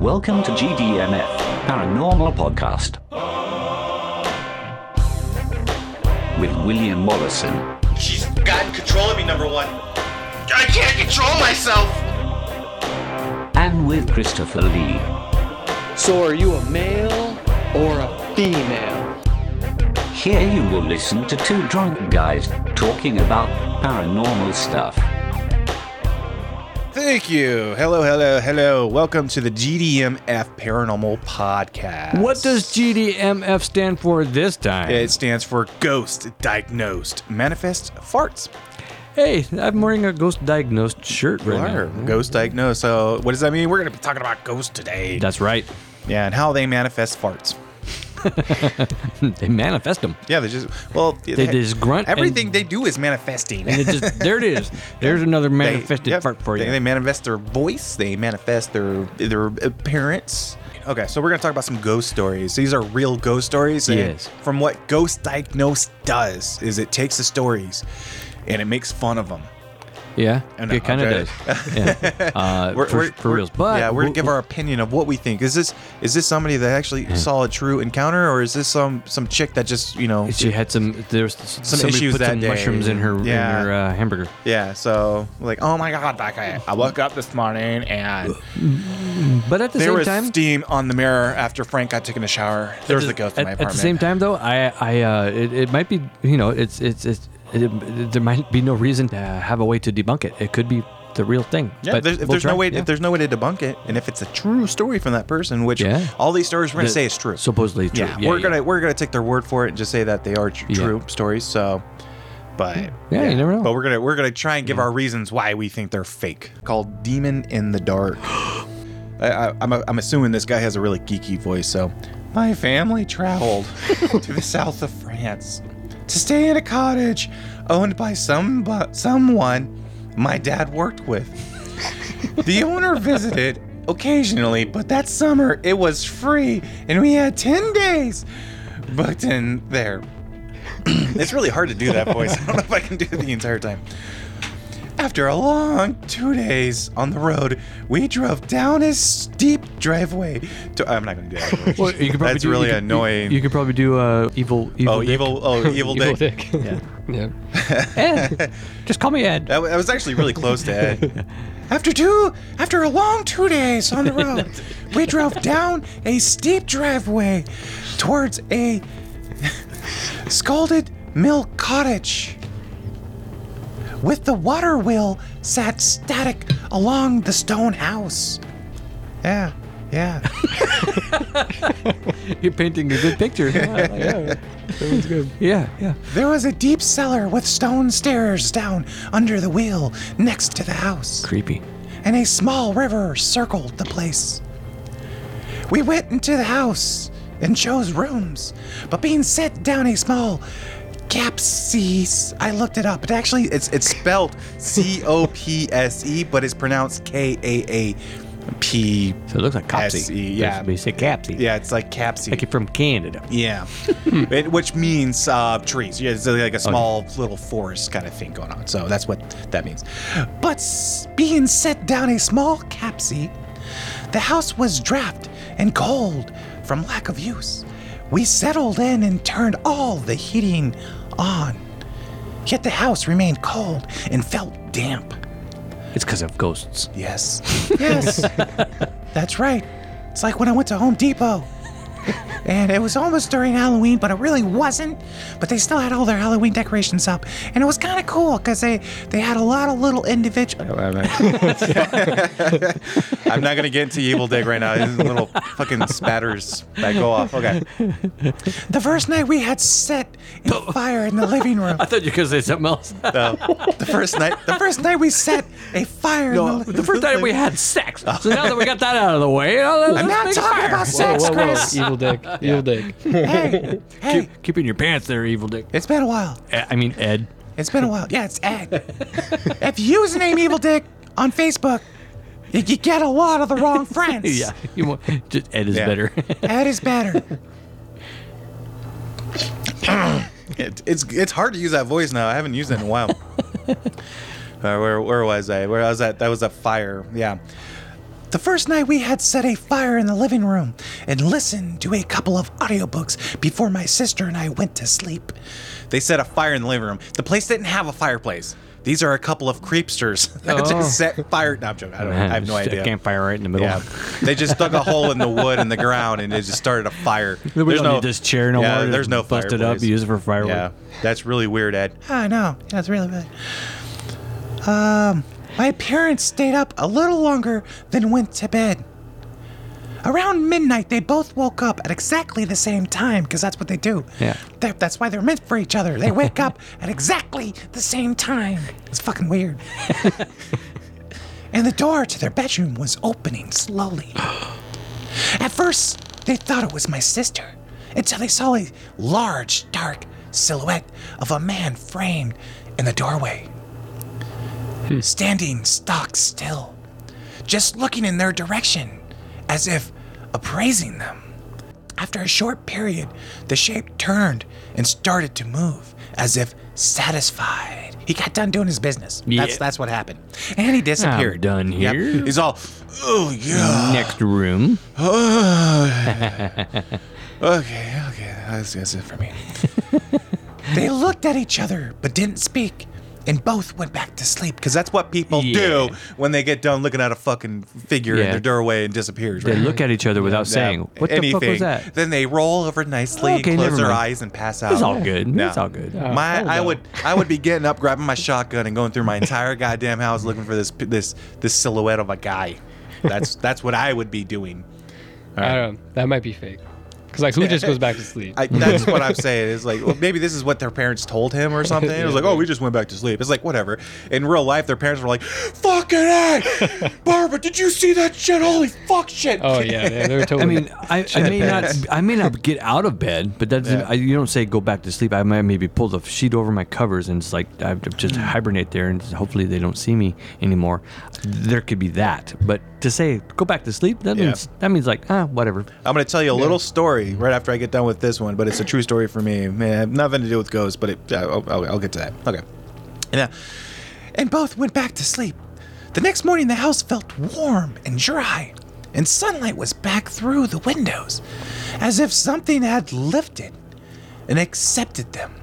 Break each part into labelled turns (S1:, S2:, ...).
S1: Welcome to GDMF, Paranormal Podcast. With William Morrison.
S2: She's got control of me, number one. I can't control myself.
S1: And with Christopher Lee.
S3: So are you a male or a female?
S1: Here you will listen to two drunk guys talking about paranormal stuff.
S4: Thank you. Hello, hello, hello. Welcome to the GDMF Paranormal Podcast.
S5: What does GDMF stand for this time?
S4: it stands for? Ghost Diagnosed Manifest Farts.
S5: hey, I'm wearing a ghost diagnosed shirt right
S4: Arr,
S5: now.
S4: Ghost Diagnosed. So, what does that mean? We're going to be talking about ghosts today.
S5: That's right.
S4: Yeah, and how they manifest farts.
S5: They manifest them.
S4: Yeah, they just well,
S5: They just grunt and-
S4: Everything they do is manifesting.
S5: And it just there it is. There's another
S4: They-
S5: manifested
S4: yep,
S5: part for you.
S4: They, they manifest their voice. They manifest their their appearance. Okay, so we're gonna talk about some ghost stories. These are real ghost stories. and
S5: Yes.
S4: From what Ghost Diagnose does is it takes the stories and it makes fun of them.
S5: yeah,
S4: I know,
S5: it kind of
S4: okay.
S5: does. Yeah. Uh,
S4: We're,
S5: for
S4: we're-
S5: for
S4: we're-
S5: reals, but
S4: yeah, we're gonna
S5: we-
S4: give our opinion of what we think. Is this is this somebody that actually
S5: Mm.
S4: saw a true encounter, or is this some some chick that just you know?
S5: she had some. There's some
S4: issues
S5: put
S4: that
S5: some
S4: day.
S5: mushrooms in her
S4: Yeah.
S5: in her uh, hamburger.
S4: Yeah, so like, oh my god, that guy! I woke up this morning and
S5: But at the
S4: there
S5: same
S4: was
S5: time,
S4: steam on the mirror after Frank got taken a shower. There was
S5: at
S4: a
S5: the-
S4: ghost in
S5: at-
S4: my
S5: at,
S4: apartment.
S5: the same time, though, I, I, uh, it, it might be, you know, it's, it's, it's, it, it- there might be no reason to have a way to debunk it. It could be the real thing.
S4: Yeah,
S5: but
S4: there's, if
S5: we'll
S4: there's no
S5: try,
S4: way,
S5: yeah.
S4: if there's no way to debunk it, and if it's a true story from that person, which
S5: Yeah.
S4: all these stories we're gonna
S5: The-
S4: say is true,
S5: supposedly true.
S4: yeah,
S5: Yeah,
S4: we're
S5: yeah.
S4: gonna we're gonna take their word for it and just say that they are tr-
S5: Yeah.
S4: true stories. So, but
S5: Yeah, you never know.
S4: But we're gonna we're gonna try and give our reasons why we think they're fake. Called Demon in the Dark. I, I, I'm, I'm assuming this guy has a really geeky voice. So, my family traveled to the south of France to stay in a cottage owned by some someone my dad worked with. The owner visited occasionally, but that summer it was free and we had 10 days booked in there. it's really hard to do that voice. I don't know if I can do it the entire time. After a long two days on the road, we drove down a steep driveway to. I'm not going to do that.
S5: Well, you could probably
S4: That's
S5: do- you
S4: really
S5: could- you-
S4: annoying.
S5: You, could probably do uh, evil, evil.
S4: oh,
S5: Dick.
S4: evil. Oh, evil dick.
S5: Yeah. Ed, just call me Ed.
S4: That, wa- that was actually really close to Ed. after two, after a long two days on the road, we drove down a steep driveway towards a scalded mill cottage. With the water wheel sat static along the stone house. Yeah, yeah.
S5: You're painting a good picture. yeah, that was good. Yeah, yeah.
S4: there was a deep cellar with stone stairs down under the wheel next to the house.
S5: Creepy.
S4: and a small river circled the place. We went into the house and chose rooms, but being set down a small capses, I looked it up. It actually it's it's spelled C O P S E, but it's pronounced K A A P.
S5: So it looks like
S4: S
S5: Capsy.
S4: E, yeah.
S5: They say Capsy.
S4: Yeah, it's like capsy.
S5: Like you're from Canada.
S4: Yeah, it, which means uh, trees. Yeah, it's like a small little forest kind of thing going on. So that's what that means. But s- being set down a small capsy, the house was draft and cold from lack of use. We settled in and turned all the heating on. Yet the house remained cold and felt damp.
S5: It's because of ghosts.
S4: Yes. Yes. That's right. It's like when I went to Home Depot. And it was almost during Halloween, but it really wasn't. But they still had all their Halloween decorations up. And it was kind of cool because they, they had a lot of little individual. I'm not going to get into Evil Dick right now. His little fucking spatters that go off. Okay. The first night we had set and fire in the living room.
S5: I thought you were going to say something else.
S4: The first night, the first night we set a fire.
S5: No, the first time we had sex. So now that we got that out of the way, uh,
S4: I'm not talking about sex, Chris.
S6: Evil dick. Evil dick.
S4: Hey, hey,
S5: Keep, keep in your pants there, evil dick.
S4: it's been a while.
S5: Eh, I mean, Ed.
S4: It's been a while. Yeah, it's Ed. if you use the name Evil Dick on Facebook, you, you get a lot of the wrong friends.
S5: Yeah, you want, just Ed is
S4: Yeah.
S5: better.
S4: Ed is better. it, it's it's hard to use that voice now. I haven't used it in a while. Uh, where where was I? Where I was at? That was a fire. Yeah. The first night we had set a fire in the living room and listened to a couple of audiobooks before my sister and I went to sleep. They set a fire in the living room. The place didn't have a fireplace. These are a couple of creepsters that
S5: Oh.
S4: just set fire. No, I'm joking. I, don't, I have no
S5: Just
S4: idea.
S5: A campfire right in the middle.
S4: Yeah, they just dug a hole in the wood and the ground, and it just started a fire.
S5: We
S4: There's
S5: don't
S4: no
S5: need this chair no
S4: yeah,
S5: more.
S4: There's no
S5: Bust it up,
S4: fireplace.
S5: use it for firewood.
S4: Yeah, that's really weird, Ed. I know. That's really weird. Um, my parents stayed up a little longer than went to bed. Around midnight, they both woke up at exactly the same time because that's what they do.
S5: Yeah.
S4: They're- that's why they're meant for each other. They wake up at exactly the same time. It's fucking weird. and the door to their bedroom was opening slowly. At first, they thought it was my sister until they saw a large, dark silhouette of a man framed in the doorway.
S5: Hmm.
S4: Standing stock still, just looking in their direction as if appraising them. After a short period, the shape turned and started to move as if satisfied. He got done doing his business. That's
S5: Yeah.
S4: that's what happened. And he disappeared.
S5: done
S4: Yep.
S5: here.
S4: He's all, oh yeah.
S5: Next room.
S4: okay, okay, that's, that's it for me. they looked at each other but didn't speak, and both went back to sleep because that's what people do when they get done looking at a fucking figure in
S5: Yeah.
S4: their doorway and disappears.
S5: They
S4: right?
S5: look at each other without
S4: Yeah,
S5: saying, "What the fuck was
S4: anything.
S5: that?"
S4: Then they roll over nicely,
S5: Okay,
S4: close
S5: never
S4: their
S5: mind.
S4: eyes, and pass out.
S5: It's all good.
S4: No.
S5: It's all good.
S4: My, I would, I would be getting up, grabbing my shotgun, and going through my entire goddamn house looking for this, this, this silhouette of a guy. That's that's what I would be doing.
S3: I don't. That might be fake. Cause like, who just goes back to sleep?
S4: I, that's what I'm saying. It's like, well, maybe this is what their parents told him or something. It was like, oh, we just went back to sleep. It's like, whatever. In real life, their parents were like, fucking A! Barbara, did you see that shit? Holy fuck shit.
S3: oh yeah, they, they're totally.
S5: I mean, I, I may not, I may not get out of bed, but that doesn't.
S4: Yeah.
S5: I, you don't say go back to sleep. I might maybe pull the sheet over my covers and it's like I just
S4: Hmm.
S5: hibernate there, and hopefully they don't see me anymore. There could be that, but to say go back to sleep, that
S4: Yeah.
S5: means that means like ah whatever.
S4: I'm going to tell you a little story right after I get done with this one, but it's a true story for me. Man, it had nothing to do with ghosts, but it,
S5: Oh,
S4: I'll, I'll, I'll get to that. Okay. Yeah. And both went back to sleep. The next morning, the house felt warm and dry, and sunlight was back through the windows, as if something had lifted and accepted them.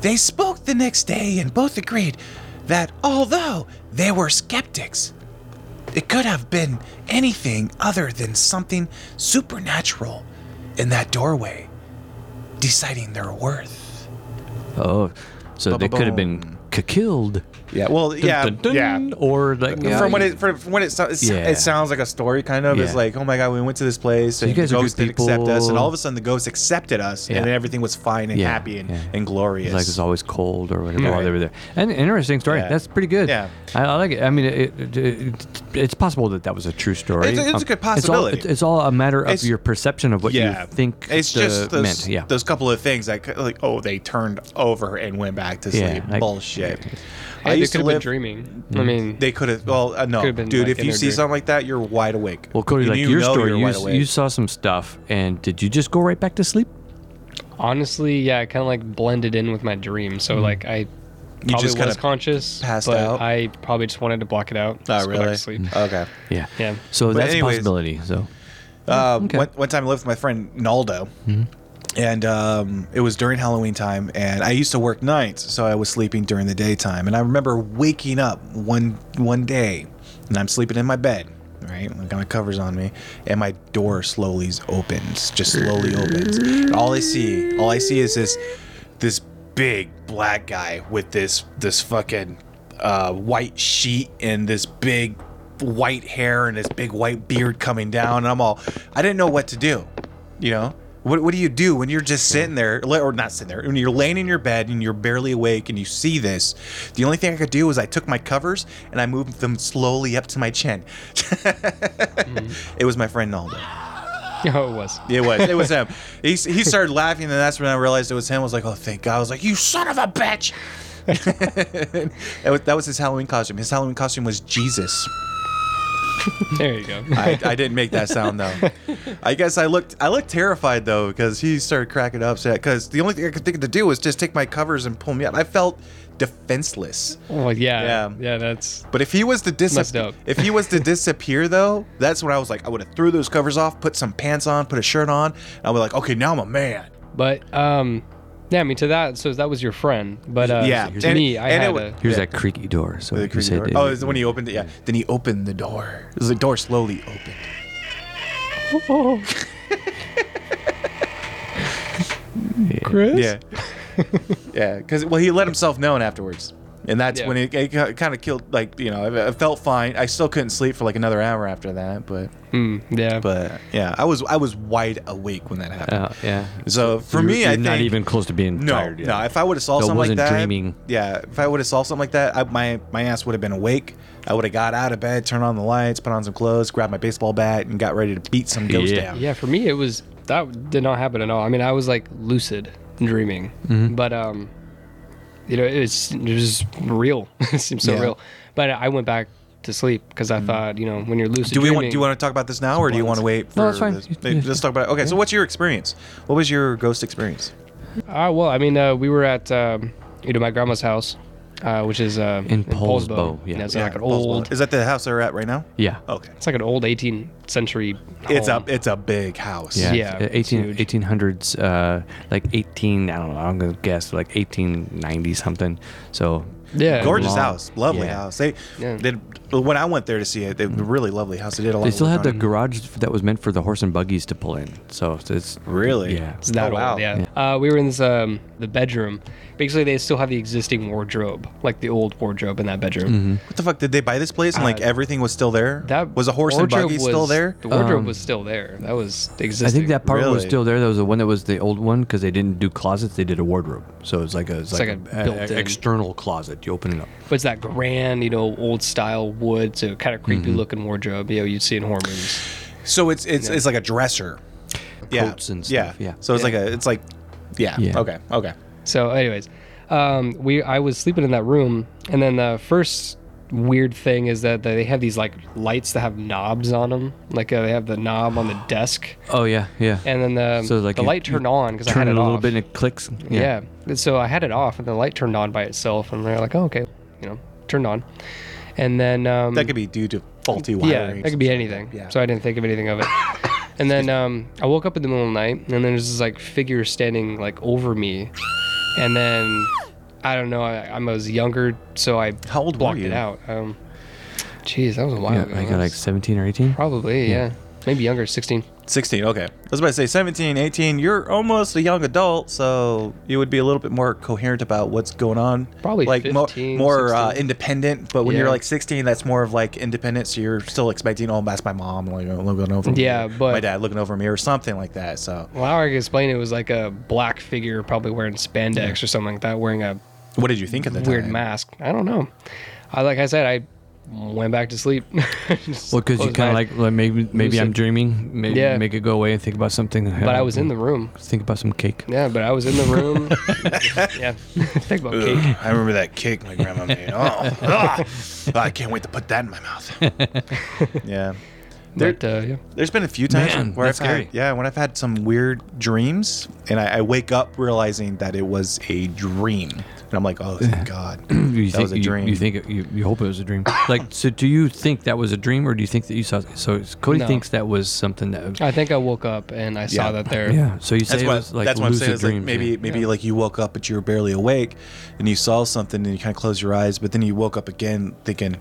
S4: They spoke the next day and both agreed that although they were skeptics, it could have been anything other than something supernatural in that doorway, deciding their worth.
S5: Oh, so they could have been k- killed.
S4: Yeah, well, yeah,
S5: Dun, dun,
S4: yeah.
S5: dun, Or like
S4: From when it from, from when it, so, it's-
S5: Yeah.
S4: it sounds like a story, kind of, it's
S5: Yeah.
S4: like, oh my god, we went to this place, and
S5: you guys
S4: the
S5: are
S4: ghost
S5: good
S4: didn't accept us, and
S5: people.
S4: all of a sudden the ghost accepted us,
S5: Yeah.
S4: and then everything was fine and
S5: Yeah,
S4: happy and,
S5: yeah.
S4: and glorious.
S5: Like it's always cold or whatever while
S4: Right.
S5: they were there. And interesting story.
S4: Yeah.
S5: That's pretty good.
S4: Yeah.
S5: I, I like it. I mean, it, it, it, it's possible that that was a true story. Um,
S4: It's- it's a good possibility.
S5: It's all, it's all a matter of
S4: It's-
S5: your perception of what you think
S4: it's
S5: the
S4: just those,
S5: meant. Yeah.
S4: those couple of things that c- like oh they turned over and went back to
S5: Yeah,
S4: sleep
S5: like-
S4: bullshit
S3: Hey, they
S4: used
S3: could have
S4: to
S3: been
S4: live-
S3: dreaming. I mean,
S4: they could have well uh, no
S3: Could've been,
S4: dude
S3: like,
S4: if
S3: in
S4: you
S3: their
S4: see
S3: dream.
S4: something like that you're wide awake
S5: well, Cody,
S4: And
S5: like
S4: you
S5: your
S4: know
S5: story,
S4: you're
S5: you,
S4: wide
S5: s-
S4: awake.
S5: you saw some stuff, and did you just go right back to sleep?
S3: honestly, yeah, I kind of like blended in with my dream. So like, I probably
S4: just kinda
S3: was conscious,
S4: passed
S3: but
S4: out?
S3: I probably just wanted to block it out.
S4: oh
S3: just go back to
S4: really
S3: sleep.
S4: okay
S5: Yeah.
S3: Yeah.
S5: So
S4: But
S5: that's
S4: anyways-
S5: a possibility. So
S4: Uh,
S5: okay.
S4: one, one time I lived with my friend Naldo,
S5: Hmm.
S4: and um, it was during Halloween time, and I used to work nights, so I was sleeping during the daytime. And I remember waking up one one day, and I'm sleeping in my bed, right? I got my covers on me, and my door slowly opens, just slowly opens. And all I see, all I see is this this big black guy with this this fucking uh, white sheet and this big white hair and this big white beard coming down and I'm all I didn't know what to do you know what, what do you do when you're just sitting there li- or not sitting there when you're laying in your bed and you're barely awake and you see this the only thing I could do is I took my covers and I moved them slowly up to my chin it was my friend Naldo
S3: Oh, it was.
S4: it was. It was him. He, he started laughing, and that's when I realized it was him. I was like, oh, thank God. I was like, you son of a bitch. that, was, that was his Halloween costume. His Halloween costume was Jesus.
S3: There you go.
S7: I, I didn't make that sound though. I guess I looked I looked terrified though because he started cracking up. Because the only thing I could think to do was just take my covers and pull me out. I felt defenseless.
S3: Well, yeah,
S7: Yeah.
S3: yeah, that's
S7: But if he was to
S3: Messed
S7: disappear,
S3: up.
S7: if he was to disappear though, that's when I was like, I would have threw those covers off, put some pants on, put a shirt on. And I was like, okay, now I'm a man.
S3: But um, yeah, I mean to that. So that was your friend, but uh,
S7: Yeah,
S3: to
S7: and-
S3: me, I
S7: and it
S3: had
S7: wa-
S3: a.
S5: Here's that creaky door. So
S7: The
S5: you
S7: creaky
S5: said
S7: door.
S5: it-
S7: Oh, is when he opened it. Yeah. Then he opened the door. It was the door slowly opened.
S3: Chris.
S7: Yeah. yeah. Because, well, he let himself known afterwards. And that's
S3: Yeah.
S7: when it, it kind of killed, like, you know, I, I felt fine. I still couldn't sleep for like another hour after that. But,
S3: Mm, yeah.
S7: but yeah, I was, I was wide awake when that happened.
S5: Oh, yeah.
S7: so for
S5: You're-
S7: me,
S5: you're
S7: I
S5: not
S7: think-
S5: even close to being
S7: No,
S5: tired. yet.
S7: no. If I would have saw
S5: So it
S7: something like
S5: wasn't
S7: that,
S5: dreaming.
S7: yeah. If I would have saw something like that, I, my my ass would have been awake. I would have got out of bed, turned on the lights, put on some clothes, grabbed my baseball bat, and got ready to beat some ghost
S5: Yeah.
S7: down.
S3: Yeah, for me it was that did not happen at all. I mean, I was like lucid dreaming,
S7: Mm-hmm.
S3: but um, you know, it was, it was real. it seemed so
S7: Yeah. Mm.
S3: real. But I went back to sleep because I thought, you know, when you're lucid,
S7: Do we want?
S3: dreaming-
S7: Do you want to talk about this now, or do you want to wait? For
S5: No, that's fine.
S7: This? Hey, Let's talk about. It. Okay, so what's your experience? What was your ghost experience?
S3: Ah, well, I mean, uh, we were at um, you know my grandma's house, uh, which is uh,
S5: In Polsbo, yeah.
S3: it's like an
S7: Paul's
S3: old.
S7: Well. Is that the house they're at right now?
S5: Yeah.
S4: Oh.
S7: Okay.
S3: It's like an old 18th century.
S7: It's a
S3: home.
S7: it's a big house.
S5: Oh. Yeah,
S3: Yeah,
S5: it's, uh,
S3: it's
S5: 18,
S3: huge.
S5: 1800s, uh, like 18, I don't know, I'm going to guess, like 1890 something. So,
S3: Yeah.
S7: Gorgeous
S5: Long.
S7: house, lovely
S5: Yeah. Mm-hmm.
S7: house. They,
S3: Yeah.
S7: they when I went there to see it, they were really lovely house. They did a lot.
S5: they
S7: of
S5: still
S7: work
S5: had
S7: on
S5: the
S7: it.
S5: garage that was meant for the horse and buggies to pull in. So it's, it's
S7: Really?
S5: yeah.
S3: It's that
S7: Oh, wow.
S3: old, yeah. Uh, we were in this, um, the bedroom. Basically, they still have the existing wardrobe, like the old wardrobe in that bedroom.
S5: Mm-hmm.
S7: What the fuck did they buy this place and like
S3: Uh,
S7: everything was still there?
S3: That
S7: was a horse and
S3: wardrobe
S7: buggy still
S3: was-
S7: there.
S3: The wardrobe
S5: Um,
S3: was still there. That was
S5: I
S3: existing.
S5: think that part was
S7: Really?
S5: still there. That was the one that was the old one because they didn't do closets; they did a wardrobe. So it's like a it's, like,
S3: like a
S5: a- a-
S3: built-in-
S5: external closet. You open it up.
S3: but it's that grand, you know, old style wood, so kind of
S5: Mm-hmm.
S3: creepy looking wardrobe. You know, you'd see in horror movies.
S7: So it's it's it's like a dresser.
S5: Coats and stuff, yeah.
S7: So it's like a it's like yeah.
S5: Yeah.
S7: Okay. Okay.
S3: So, anyways, um, we I was sleeping in that room, and then the first weird thing is that they have these like lights that have knobs on them. Like uh, they have the knob on the desk,
S5: Oh yeah, yeah.
S3: and then the
S5: So, like,
S3: the
S5: you-
S3: light
S5: you
S3: turned on because I
S5: Turn
S3: had
S5: it
S3: it
S5: a little
S3: off.
S5: bit and it clicks.
S3: Yeah. And So I had it off, and the light turned on by itself, and they're like, "Oh, okay, you know, turned on." And then um,
S7: That could be due to faulty
S3: yeah,
S7: wiring.
S3: that could be anything.
S7: Yeah.
S3: So I didn't think of anything of it. and then um, I woke up in the middle of the night, and then there's this like figure standing like over me, and then I don't know. I, I was younger, so I
S7: How old were
S3: blocked
S7: you?
S3: it out. Um, jeez, that was a while
S5: yeah.
S3: ago.
S5: I
S3: That
S5: got like
S3: was
S5: seventeen or eighteen.
S3: probably yeah. maybe younger, sixteen.
S7: 16. Okay. I was about to say 17, 18. You're almost a young adult, so you would be a little bit more coherent about what's going on.
S3: Probably
S7: like mo-
S3: 15,
S7: more uh,
S3: 16.
S7: independent. But when you're
S3: Yeah.
S7: like 16, that's more of like independent. So you're still expecting, oh, that's my mom like uh, looking over me.
S3: Yeah,
S7: or
S3: but-
S7: my dad looking over me or something like that. So
S3: Well, how I could explain it was like a black figure, probably wearing spandex or something like that, wearing a
S7: what did you think at the
S3: weird
S7: time?
S3: mask. I don't know. I like I said, I went back to sleep.
S5: Well, because
S3: Oh,
S5: you kind of like, like maybe maybe I'm
S3: Lucid.
S5: dreaming. Maybe
S3: Yeah.
S5: make it go away and think about something.
S3: But I was in the room.
S5: think about some cake.
S3: Yeah, but I was in the room. yeah, think about cake.
S7: I remember that cake my grandma made. Oh, ah, I can't wait to put that in my mouth. yeah. There-
S3: But, uh, yeah.
S7: There's been a few times
S5: Man,
S7: where I've
S5: that's scary.
S7: had, yeah, when I've had some weird dreams and I, I wake up realizing that it was a dream. And I'm like, oh, thank God.
S5: You
S7: That was a
S5: you-
S7: dream.
S5: You, think it, you, you hope it was a dream. like, so do you think that was a dream, or do you think that you saw? So it's- Cody
S3: No.
S5: thinks that was something that.
S3: I think I woke up and I
S7: Yeah.
S3: saw that there.
S5: yeah. So you say
S7: That's
S5: it
S7: what,
S5: was like
S7: that's what I'm
S5: lucid
S7: saying. Is like
S5: dreams,
S7: maybe
S5: yeah.
S7: maybe like you woke up but you were barely awake, and you saw something and you kind of closed your eyes, but then you woke up again thinking,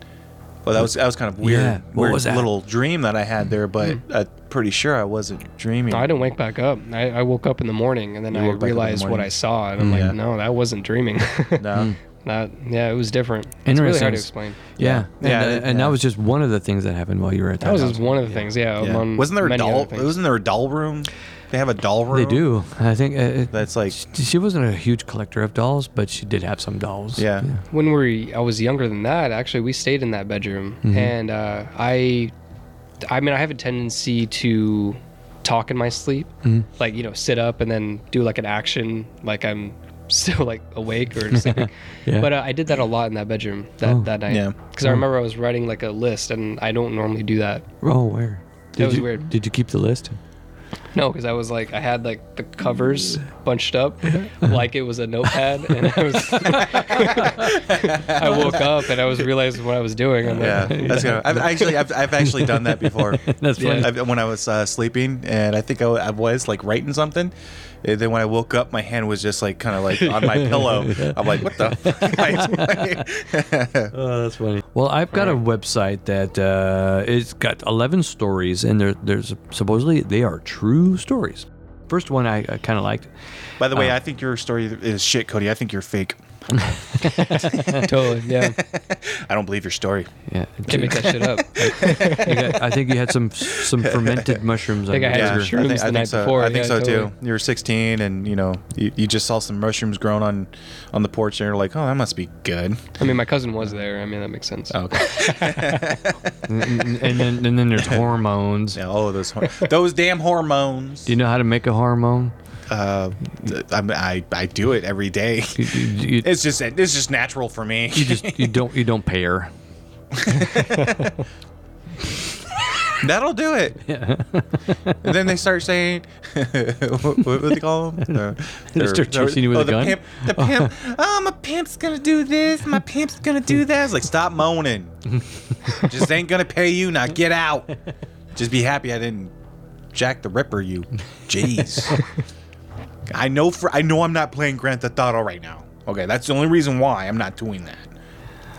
S7: "Well, that was that was kind of weird,
S5: Yeah, what
S7: weird
S5: was that?"
S7: little dream that I had there." But
S3: Hmm.
S7: I'm pretty sure I wasn't dreaming.
S3: No, I didn't wake back up. I, I woke up in the morning and then I
S7: woke back up in the
S3: realized what
S7: morning.
S3: I saw,
S5: Mm,
S3: and I'm
S7: Yeah.
S3: like, no, that wasn't dreaming.
S7: No.
S3: That yeah, it was different. It's really hard to
S5: Hmm. Interesting.
S3: explain.
S5: Yeah,
S7: Yeah,
S5: and,
S7: it-
S5: uh, and
S7: yeah.
S5: that was just one of the things that happened while you were at that.
S3: That was
S5: house.
S3: just one of the things. Yeah,
S7: Yeah.
S3: among
S7: Wasn't there a
S3: many
S7: doll?
S3: other things.
S7: Wasn't there a doll room? They have a doll room.
S5: They do. I think uh, it-
S7: That's like-
S5: she, she wasn't a huge collector of dolls, but she did have some dolls.
S7: Yeah.
S3: when we I was younger than that, actually, we stayed in that bedroom, and uh, I, I mean, I have a tendency to talk in my sleep, like you know, sit up and then do like an action, like I'm still like awake or sleeping.
S5: Yeah.
S3: But uh, I did that a lot in that bedroom that, that night.
S7: Yeah.
S3: Because I remember I was writing like a list, and I don't normally do that.
S5: Oh, where? Did
S3: was
S5: you,
S3: weird.
S5: Did you keep the list?
S3: No, because I was like, I had like the covers bunched up, like it was a notepad, and I was. I woke up and I was realizing what I was doing. I'm like,
S7: Yeah, that's good. I've actually, I've, I've actually done that before.
S5: That's funny.
S7: I've, when I was uh, sleeping, and I think I, I was like writing something. And then when I woke up, my hand was just like kind of like on my pillow. I'm like, what the? Fuck am I doing?"
S5: Oh, that's funny. Well, I've got a website that uh, it's got 11 stories, and there, there's supposedly they are true stories. First one I, I kind of liked.
S7: By the way,
S3: Uh.
S7: I think your story is shit, Cody. I think you're fake.
S3: Totally, yeah.
S7: I don't believe your story.
S5: Yeah,
S3: Can't make that shit up.
S5: I got- I think you had some some fermented mushrooms.
S3: Think I
S5: on
S3: had
S5: your
S3: some
S5: burger.
S7: I
S3: shrooms
S7: think,
S3: the
S7: I think
S3: night
S7: so.
S3: before,
S7: I think
S3: yeah,
S7: so
S3: totally.
S7: too. You were 16, and you know, you, you just saw some mushrooms grown on on the porch, and you're like, oh, that must be good.
S3: I mean, my cousin was there. I mean, that makes sense.
S7: Okay.
S5: and, and then and then there's hormones.
S7: Yeah, all of those hor- those damn hormones.
S5: Do you know how to make a hormone?
S7: Uh, I, I I do it every day.
S5: You, you- you-
S7: It's just it's just natural for me.
S5: you just you don't you don't pair.
S7: That'll do it. and then they start saying, what, what would they call them?
S5: They start chasing you with a
S7: Oh, the
S5: gun?
S7: Pimp, the pimp. oh, my pimp's gonna do this. My pimp's gonna do that. It's like stop moaning. just ain't gonna pay you. Now get out. Just be happy I didn't Jack the Ripper you. Jeez. I know for I know I'm not playing Grand Theft Auto right now. Okay, that's the only reason why I'm not doing that.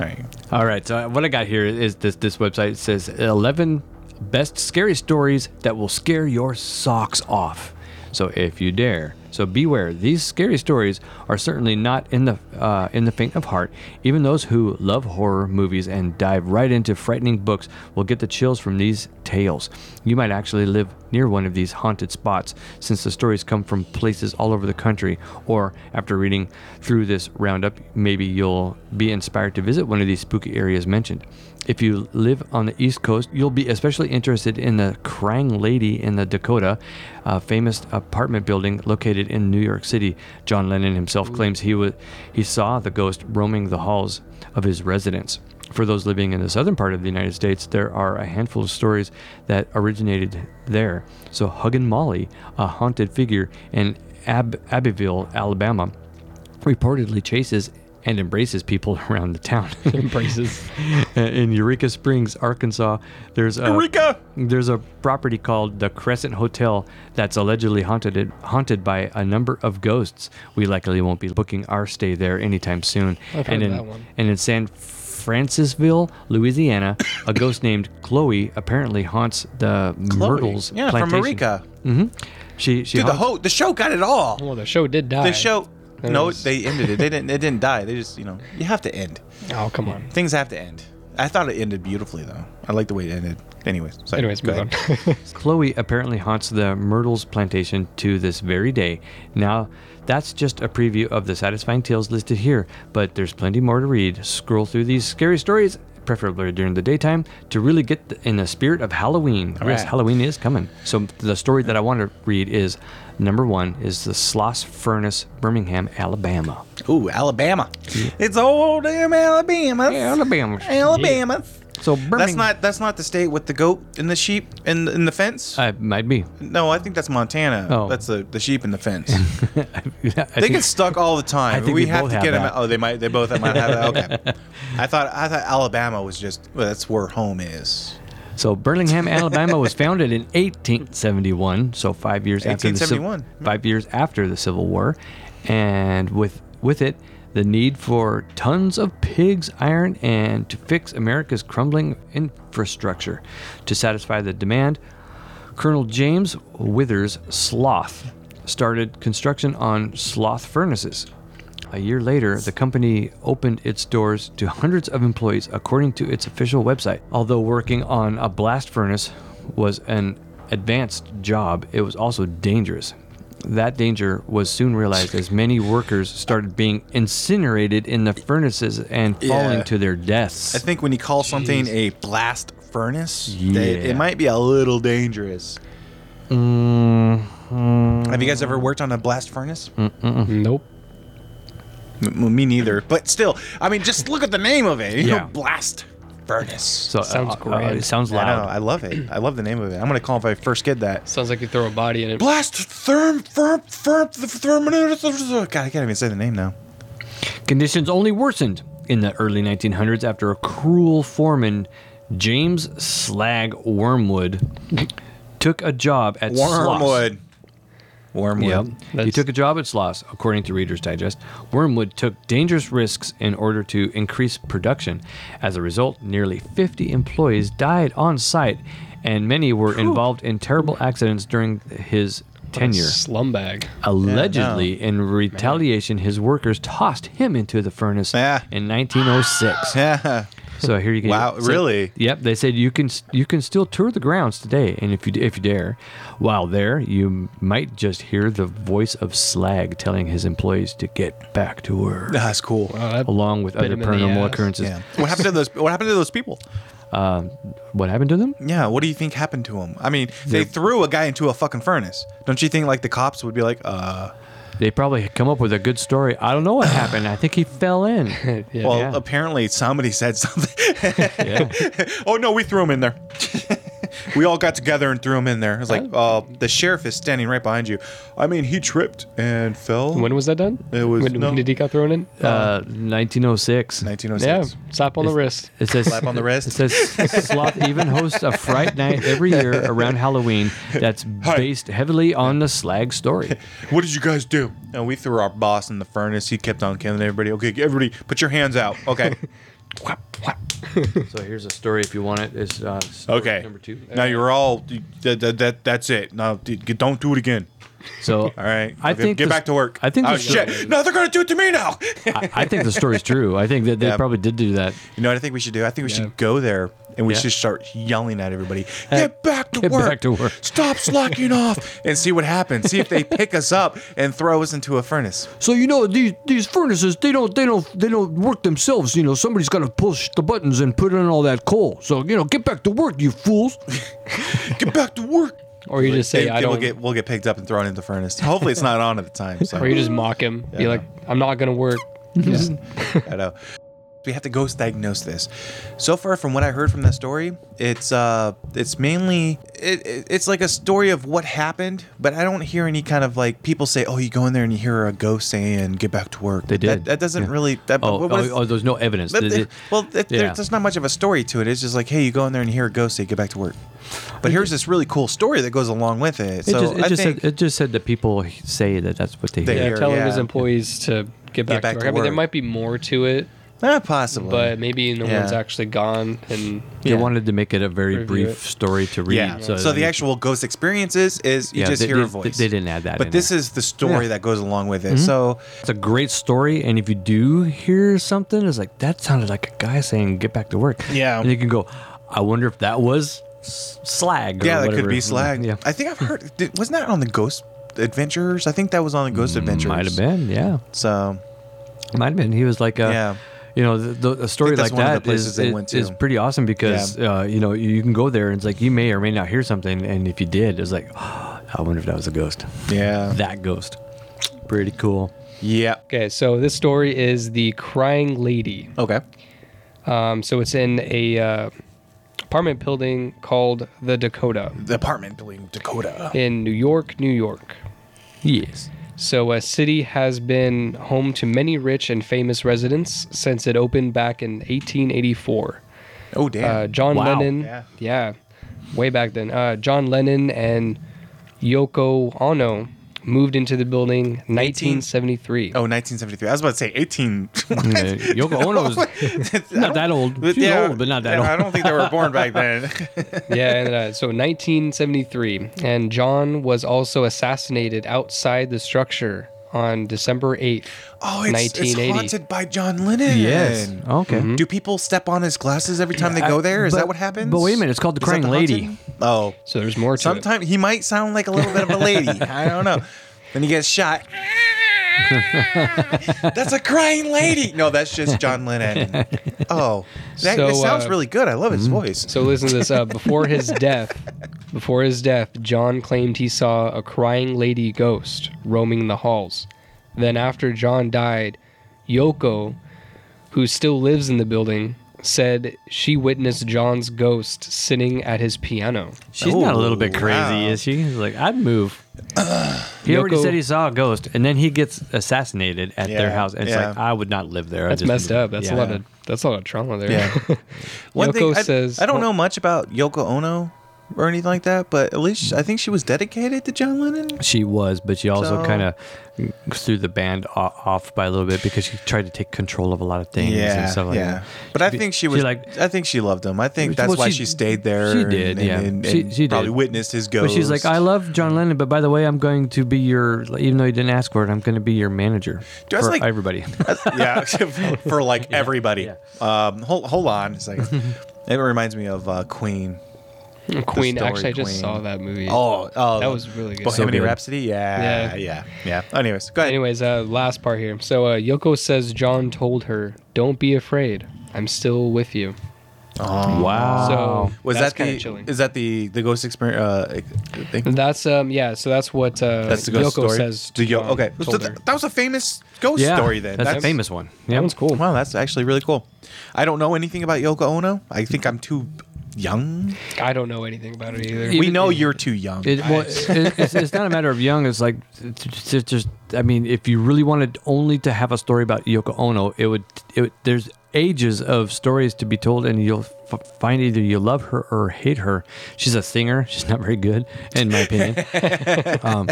S7: All right.
S5: All right. So what I got here is this this website says 11 best scary stories that will scare your socks off. So if you dare. So beware. These scary stories are certainly not in the uh, in the faint of heart. Even those who love horror movies and dive right into frightening books will get the chills from these tales. You might actually live near one of these haunted spots, since the stories come from places all over the country. Or after reading through this roundup, maybe you'll be inspired to visit one of these spooky areas mentioned. If you live on the East Coast, you'll be especially interested in the Krang Lady in the Dakota, a famous apartment building located in New York City. John Lennon himself claims he was he saw the ghost roaming the halls of his residence. For those living in the southern part of the United States, there are a handful of stories that originated there. So Huggin' Molly, a haunted figure in Ab- Abbeville, Alabama, reportedly chases and embraces people around the town.
S3: Braces.
S5: in Eureka Springs, Arkansas, there's a
S7: Eureka!
S5: there's a property called the Crescent Hotel that's allegedly haunted haunted by a number of ghosts. We likely won't be booking our stay there anytime soon.
S3: I've heard
S5: and in
S3: that one.
S5: and in San Francisville, Louisiana, a ghost named Chloe apparently haunts the Myrtles
S7: yeah,
S5: plantation.
S7: from Eureka.
S5: She she
S7: Dude, the
S5: haunts-
S7: whole the show got it all.
S3: Well, the show did die.
S7: The show. No,
S3: was-
S7: they ended it. They didn't. It didn't die. They just, you know, you have to end.
S3: Oh, come on.
S7: Things have to end. I thought it ended beautifully though. I like the way it ended. Anyways. sorry.
S3: Anyways,
S7: Go
S3: move on.
S7: ahead.
S5: Chloe apparently haunts the Myrtles plantation to this very day. Now, that's just a preview of the satisfying tales listed here, but there's plenty more to read. Scroll through these scary stories, preferably during the daytime, to really get th- in the spirit of Halloween. yes,
S7: right.
S5: Halloween is coming. So the story that I want to read is number one is the Sloss Furnace, Birmingham, Alabama.
S7: Ooh, Alabama. It's old damn Alabama.
S5: Alabama.
S7: Alabama.
S5: So Birmingham.
S7: oh. That's not. That's not the state with the goat and the sheep and in the fence.
S5: Uh, might be.
S7: no, I think that's Montana.
S5: Oh.
S7: That's the the sheep and the fence.
S5: I
S7: They
S5: think-
S7: get stuck all the time.
S5: I think
S7: we
S5: we
S7: have
S5: both
S7: to
S5: have
S7: get them
S5: that.
S7: out. Oh, they might. They both might have that. Okay. I thought. I thought Alabama was just. Well, that's where home is.
S5: So Birmingham, Alabama was founded in 1871, so 5 years after the Civ-
S7: 1871,
S5: 5 years after the Civil War, and with with it the need for tons of pigs, iron, and to fix America's crumbling infrastructure to satisfy the demand Colonel James Withers Sloth started construction on sloth furnaces. A year later, the company opened its doors to hundreds of employees, according to its official website. Although working on a blast furnace was an advanced job, it was also dangerous. That danger was soon realized as many workers started being incinerated in the furnaces and falling
S7: Yeah.
S5: to their deaths.
S7: I think when you call something a blast furnace, they-
S5: Yeah.
S7: it might be a little dangerous. Mm-hmm. Have you guys ever worked on a blast furnace?
S3: Nope.
S7: M- me neither. But still, I mean, just look at the name of it. You
S5: Yeah.
S7: know, blast furnace.
S5: So uh,
S3: Sounds
S5: uh,
S3: grand.
S5: it sounds
S7: I know.
S5: loud.
S7: I love it. I love the name of it. I'm gonna call if I first get that.
S3: Sounds like you throw a body in it.
S7: Blast therm firm firm the therm. God, I can't even say the name now.
S5: Conditions only worsened in the early 1900s after a cruel foreman, James Slag Wormwood, took a job at Sloss.
S7: Wormwood. Wormwood.
S5: Yep. He
S3: That's-
S5: took a job at Sloss, according to Reader's Digest. Wormwood took dangerous risks in order to increase production. As a result, nearly 50 employees died on site, and many were involved in terrible accidents during his tenure.
S3: Slum bag.
S5: Allegedly, in retaliation, his workers tossed him into the furnace
S7: Yeah.
S5: in 1906.
S7: Yeah.
S5: So here you go.
S7: Wow,
S5: So-
S7: really?
S5: Yep. They said you can you can still tour the grounds today, and if you if you dare, while there, you might just hear the voice of Slag telling his employees to get back to work,
S7: That's cool.
S3: Uh, that
S5: along with other
S3: him in the
S5: paranormal
S3: ass.
S5: occurrences.
S7: Yeah. What happened to those? What happened to those people?
S5: What happened to them?
S7: Yeah. What do you think happened to them? I mean, they threw a guy into a fucking furnace. Don't you think like the cops would be like, uh,
S5: They probably come up with a good story. I don't know what happened. I think he fell in.
S3: yeah.
S7: well,
S5: Yeah.
S7: apparently somebody said something.
S5: Yeah.
S7: oh no, we threw him in there. we all got together and threw him in there. It's like, uh, the sheriff is standing right behind you. I mean, he tripped and fell.
S3: when was that done?
S7: It was-
S3: when,
S7: no.
S3: when did he got thrown in?
S5: Uh, 1906.
S7: 1906.
S3: Yeah, slap on the wrist.
S5: It says
S7: Slap oh on the wrist.
S5: It says Sloth even hosts a Fright Night every year around Halloween that's based heavily on the Slag story.
S7: What did you guys do? And we threw our boss in the furnace. He kept on killing everybody. Okay, everybody, put your hands out. Okay.
S5: So here's a story if you want it. It's uh, story
S7: Okay.
S5: number two.
S7: Now you're all that, that, that that's it. Now d- don't do it again.
S5: So
S7: All right.
S5: I
S7: Okay,
S5: think
S7: get
S5: the-
S7: back to work.
S5: I think
S7: Oh
S5: the-
S7: shit! No, they're gonna do it to me now. you
S5: I, I think the story's true. I think that they
S7: Yeah.
S5: probably did do that.
S7: know what I think we should do? I think we
S3: Yeah.
S7: should go there and we
S5: Yeah.
S7: should start yelling at everybody. Get back to
S5: get
S7: work.
S5: back to work."
S7: Stop slacking off and see what happens. See if they pick us up and throw us into a furnace.
S5: So you know these these furnaces they don't they don't they don't work themselves. You know somebody's got to push the buttons and put in all that coal. So you know get back to work, you fools.
S7: Get back to work.
S3: Or you just say,
S7: They-
S3: I
S7: they will
S3: don't.
S7: get we'll get picked up and thrown into the furnace. Hopefully it's not on at the time. So
S3: or you just mock him. You're like, I'm not going to work. Just-
S7: I know. uh, We have to ghost diagnose this. So far, from what I heard from that story, it's uh, it's mainly it, it, it's like a story of what happened, but I don't hear any kind of like people say, "Oh, you go in there and you hear a ghost saying, get back to work."
S5: They did.
S7: That, that doesn't
S5: Yeah.
S7: really. That,
S5: Oh,
S7: what- what
S5: oh,
S7: is-
S5: oh, there's no evidence.
S7: that-
S5: They-
S7: that-
S5: they-
S7: well, that,
S5: yeah.
S7: there's, there's not much of a story to it. It's just like, hey, you go in there and you hear a ghost say, "Get back to work." But here's this really cool story that goes along with it.
S5: it
S7: so
S5: just, it
S7: I
S5: just
S7: think
S5: said it just said that people say that that's what they
S7: They
S5: hear.
S3: yeah,
S7: Here,
S3: telling
S7: yeah.
S3: his employees to get back,
S7: back
S3: to work.
S7: to
S3: I mean, there
S7: work.
S3: might be more to it,
S7: eh, possibly,
S3: but maybe no
S7: Yeah.
S3: one's actually gone. And
S5: They wanted to make it a very
S3: Review
S5: brief
S3: it.
S5: story to read.
S7: Yeah. So,
S5: that
S7: the
S5: you-
S7: actual ghost experiences is you
S5: Yeah,
S7: just
S5: they-
S7: hear
S5: they-
S7: a voice.
S5: they didn't add that
S7: But
S5: in
S7: this
S5: there.
S7: is the story
S5: Yeah. Mm-hmm.
S7: that goes along with it. So
S5: it's a great story, and if you do hear something, it's like that sounded like a guy saying "get back to work."
S7: Yeah.
S5: and you can go, "I wonder if that was s- slag." or
S7: yeah, that could
S5: whatever."
S7: be slag.
S5: Yeah,
S7: I think I've heard. Did, wasn't that on the Ghost Adventures? I think that was on the Ghost Adventures.
S5: Mm, might have been. Yeah,
S7: So
S5: might have been. He was like, a,
S7: Yeah.
S5: You know, the, the, a story
S7: that's
S5: like
S7: one of the
S5: that
S7: places
S5: is,
S7: they
S5: is-
S7: went
S5: is
S7: to.
S5: pretty awesome because
S7: Yeah.
S5: uh, you know you you can go there and it's like you may or may not hear something, and if you did, it's like, I wonder if that was a ghost.
S7: yeah,
S5: That ghost, pretty cool.
S7: yeah.
S3: okay, so this story is the crying lady.
S7: Okay.
S3: Um, so it's in a uh, apartment building called the Dakota
S7: The apartment building, Dakota.
S3: in New York, New York.
S5: Yes.
S3: So a city has been home to many rich and famous residents since it opened back in 1884.
S7: Oh damn.
S3: Uh, John
S5: Wow.
S3: Lennon,
S7: Yeah.
S3: yeah. way back then. Uh, John Lennon and Yoko Ono moved into the building 1973.
S7: oh, 1973. I was about to say 18.
S5: Yeah, Yoko Ono's not that old. She's old, but not that
S7: I
S5: old.
S7: don't think they were born back then.
S3: yeah, and, uh, so 1973, and John was also assassinated outside the structure on December 8th.
S7: Oh, it's, it's
S3: 1980.
S7: haunted by John Lennon.
S5: Okay.
S7: Do people step on his glasses every time they go there? Is
S5: Oh. but-
S7: that what happens?
S5: but wait a minute, it's called the
S7: Is that
S5: Crying Lady.
S7: haunting? Oh,
S3: So there's more to it.
S7: sometimes he might sound like a little bit of a lady. I don't know. Then he gets shot. That's a crying lady. No, that's just John Lennon. Oh, that,
S3: So,
S7: it sounds
S3: uh,
S7: really good. I love his
S5: mm-hmm.
S7: voice.
S3: So listen to this. Uh, before his death, before his death, John claimed he saw a crying lady ghost roaming the halls. Then after John died, Yoko, who still lives in the building, said she witnessed John's ghost sitting at his piano.
S5: She's not a little bit
S7: Oh,
S5: crazy,
S7: wow.
S5: is she? She's like, I'd move. he already
S3: Yoko-
S5: said he saw a ghost, and then he gets assassinated at their
S7: Yeah,
S5: house. And it's
S7: yeah.
S5: like, I would not live there. I'd
S3: That's
S5: just
S3: messed
S5: move."
S3: up. That's
S5: Yeah.
S3: a lot of that's a lot of trauma there.
S7: Yeah. One
S3: Yoko
S7: thing, I,
S3: says-
S7: I don't know much about Yoko Ono or anything like that, but at least I think she was dedicated to John Lennon.
S5: She was, but she also
S7: So-
S5: kind of threw the band o- off by a little bit because she tried to take control of a lot of things and stuff like that.
S7: But I think she was.
S5: she like-
S7: I think she loved him. I think
S5: She-
S7: that's
S5: well,
S7: why
S5: she-
S7: she stayed there.
S5: she
S7: and-
S5: did,
S7: and,
S5: yeah.
S7: and-
S5: She-
S7: and
S5: she did.
S7: probably witnessed his
S5: But
S7: ghost.
S5: she's like, I love John Lennon, but by the way, I'm going to be your, even though you didn't ask for it, I'm going to be your manager
S7: Dude, that's
S5: for
S7: like-
S5: everybody.
S7: yeah, for like everybody. Um, hold, hold on. It's like it reminds me of uh, Queen.
S3: Queen.
S7: story
S3: Actually, I just
S7: Queen.
S3: saw that movie.
S7: Oh, oh,
S3: That was really good.
S7: Bohemian
S5: So good.
S7: Rhapsody. Yeah, yeah,
S3: Yeah.
S7: yeah, Anyways, go ahead.
S3: Anyways, uh, last part here. So uh, Yoko says John told her, "Don't be afraid. I'm still with you."
S5: wow.
S3: So
S7: was
S3: that's
S7: that
S3: kinda
S7: the?
S3: chilling.
S7: Is that the the ghost experience? Uh, thing?
S3: That's um yeah. So that's what uh,
S7: That's the ghost
S3: Yoko
S7: story.
S3: says.
S7: The
S3: To
S7: Yo-
S3: John,
S7: okay,
S3: told
S7: so
S3: her.
S7: th- that was a famous ghost
S5: yeah,
S7: story. Then
S5: That's, a famous one. Yeah.
S3: That one's cool.
S7: Wow, that's actually really cool. I don't know anything about Yoko Ono. I think I'm too young.
S3: I don't know anything about it either.
S7: we know you're too young.
S5: It, well, it, it's, it's not a matter of young. It's like, it's just, just- I mean, if you really wanted only to have a story about Yoko Ono, it would, it would there's ages of stories to be told, and you'll f- find either you love her or hate her. She's a singer. She's not very good, in my opinion. um,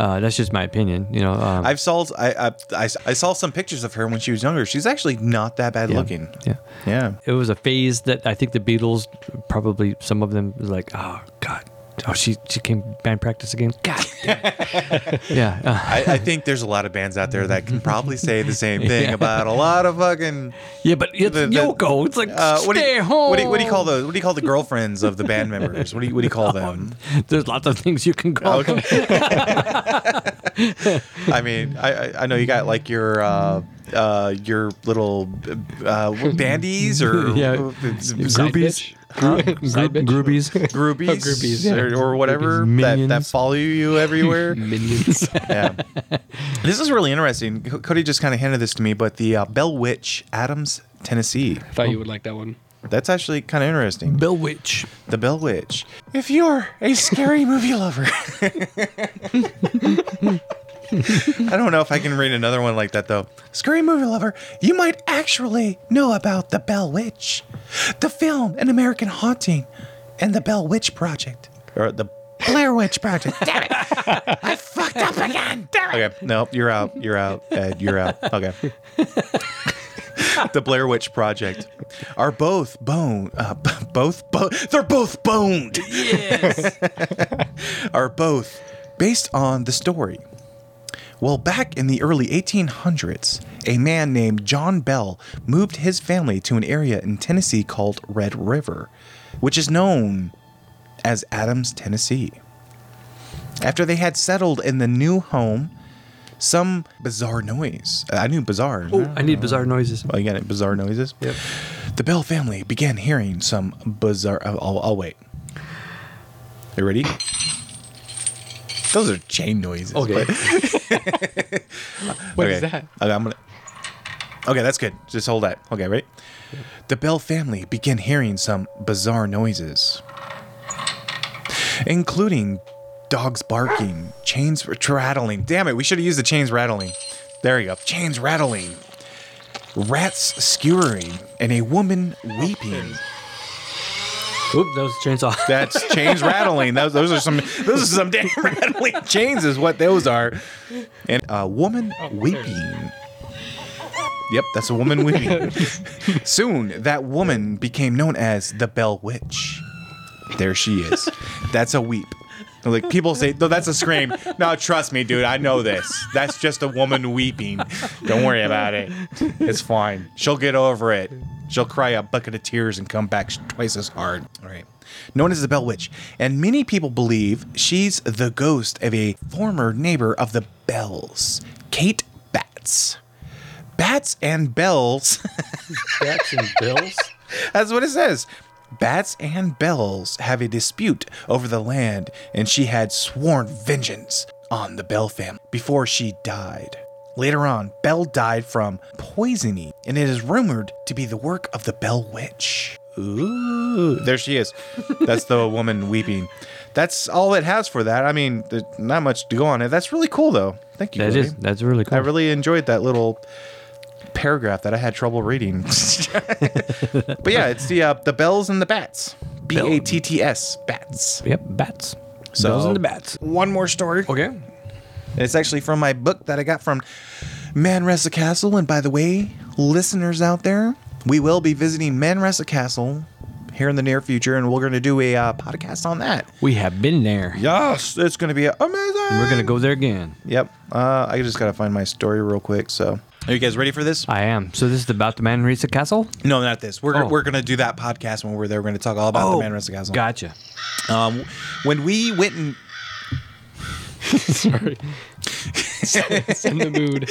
S5: uh, that's just my opinion. You know, um,
S7: I've saw I, I, I, I saw some pictures of her when she was younger. She's actually not that bad
S5: yeah,
S7: looking.
S5: Yeah.
S7: Yeah.
S5: It was a phase that I think the Beatles, probably some of them, was like, oh, God. Oh, she, she came band practice again. God. damn." yeah. uh,
S7: I, I think there's a lot of bands out there that can probably say the same thing about a lot of fucking.
S5: Yeah, but it's
S7: The- the-
S5: Yoko. It's like
S7: Uh,
S5: stay
S7: what do you,
S5: home.
S7: What do, you, what do you call the What do you call the girlfriends of the band members? What do you What do you call them?
S5: There's lots of things you can call. them.
S7: I mean, I I- I know you got like your uh, uh, your little uh, bandies or
S5: Yeah.
S3: Side
S7: groupies.
S3: bitch? Side bitch?
S5: Groupies.
S7: groupies,
S3: Oh, groupies, yeah.
S7: or, or whatever
S5: Groupies,
S7: that, that
S5: minions.
S7: follow you everywhere.
S3: Minions.
S7: yeah, this is really interesting. Co- Cody just kind of handed this to me, but the uh, Bell Witch, Adams, Tennessee.
S3: I thought you would like that one.
S7: That's actually kind of interesting.
S5: Bill Witch.
S7: The Bell Witch. If you're a scary movie lover. I don't know if I can read another one like that though. Scary movie lover, you might actually know about The Bell Witch, the film An American Haunting, and The Bell Witch Project. Or The Blair Witch Project. Damn it! I fucked up again. Damn it. Okay, no, you're out. You're out, Ed. You're out. Okay. the Blair Witch Project are both bone, uh, b- both bo- they're both boned. Yes, are both based on the story. Well, back in the early 1800s, a man named John Bell moved his family to an area in Tennessee called Red River, which is known as Adams, Tennessee. After they had settled in the new home, some bizarre noise. I knew bizarre.
S5: I need bizarre noises.
S7: Well, you got it. Bizarre noises. Yep. The Bell family began hearing some bizarre. I'll, I'll, I'll wait. You ready? Those are chain noises.
S5: Okay.
S3: What is
S7: okay.
S3: that?
S7: Okay, I'm gonna. Okay, that's good. Just hold that. Okay, ready? The Bell family began hearing some bizarre noises, including dogs barking, chains rattling. Damn it, we should have used the chains rattling. There you go. Chains rattling, rats skewering, and a woman weeping.
S5: Oop, that was a chainsaw.
S7: That's chains rattling. Those, those are some. Those are some damn rattling chains. Is what those are. And a woman weeping. Yep, that's a woman weeping. Soon, that woman became known as the Bell Witch. There she is. That's a weep. Like people say, no, that's a scream. No, trust me, dude. I know this. That's just a woman weeping. Don't worry about it. It's fine. She'll get over it. She'll cry a bucket of tears and come back twice as hard. All right. Known as the Bell Witch, and many people believe she's the ghost of a former neighbor of the Bells, Kate Bats. Bats and Bells.
S5: Bats and bills.
S7: That's what it says. Bats and Bells have a dispute over the land, and she had sworn vengeance on the Bell family before she died. Later on, Bell died from poisoning, and it is rumored to be the work of the Bell Witch. Ooh, there she is. That's the woman weeping. That's all it has for that. I mean, there's not much to go on it. That's really cool, though. Thank you.
S5: That
S7: Cody.
S5: is that's really
S7: I
S5: cool.
S7: really enjoyed that little paragraph that I had trouble reading. but yeah, it's the uh, the bells and the bats. B A T T S bats.
S5: yep, bats.
S7: So-
S5: Bells and the bats.
S7: One more story.
S5: Okay.
S7: And It's actually from my book that I got from Manresa Castle. And by the way, listeners out there, we will be visiting Manresa Castle here in the near future, and we're going to do a uh, podcast on that.
S5: We have been there.
S7: Yes, it's going to be amazing.
S5: We're gonna go there again.
S7: Yep. Uh, I just got to find my story real quick. So, are you guys ready for this?
S5: I am. So this is about the Manresa Castle.
S7: No, not this. We're
S5: Oh.
S7: we're going to do that podcast when we're there. We're going to talk all about the Manresa Castle.
S5: gotcha.
S7: Um, when we went and
S3: Sorry. it's in the mood.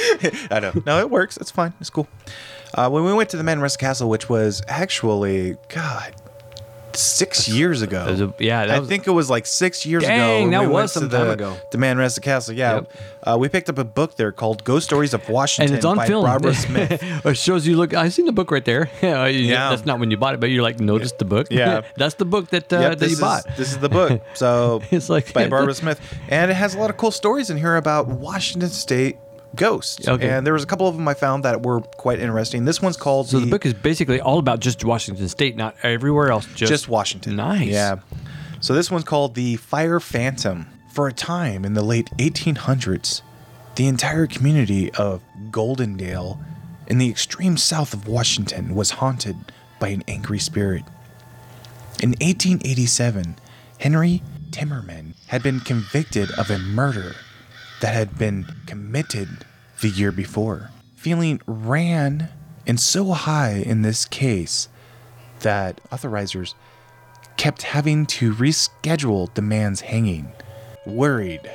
S7: I know. No, it works. It's fine. It's cool. Uh, when we went to the Manresa Castle, which was actually God, six years ago.
S5: was a- yeah, that
S7: I
S5: was-
S7: think it was like six years ago.
S5: Dang,
S7: when
S5: that
S7: we went
S5: was
S7: to
S5: some time
S7: the,
S5: ago.
S7: The Manresa Castle. Yeah,
S5: Yep.
S7: uh, we picked up a book there called "Ghost Stories of Washington"
S5: And it's on
S7: by
S5: film.
S7: Barbara Smith.
S5: it shows you. Look, I've seen the book right there. yeah,
S7: Yeah.
S5: that's not when you bought it, but you're like, notice the book.
S7: Yeah.
S5: that's the book that uh,
S7: Yep,
S5: that
S7: this
S5: you
S7: is,
S5: bought.
S7: This is the book. So
S5: It's like-
S7: by Barbara Smith, and it has a lot of cool stories in here about Washington State ghosts.
S5: Okay.
S7: And there was a couple of them I found that were quite interesting. This one's called
S5: So the book is basically all about just Washington State, not everywhere else. Just,
S7: just Washington.
S5: Nice.
S7: Yeah. So this one's called the Fire Phantom. For a time in the late 1800s, the entire community of Goldendale in the extreme south of Washington was haunted by an angry spirit. In 1887, Henry Timmerman had been convicted of a murder that had been committed the year before. Feeling ran and so high in this case that authorizers kept having to reschedule the man's hanging, worried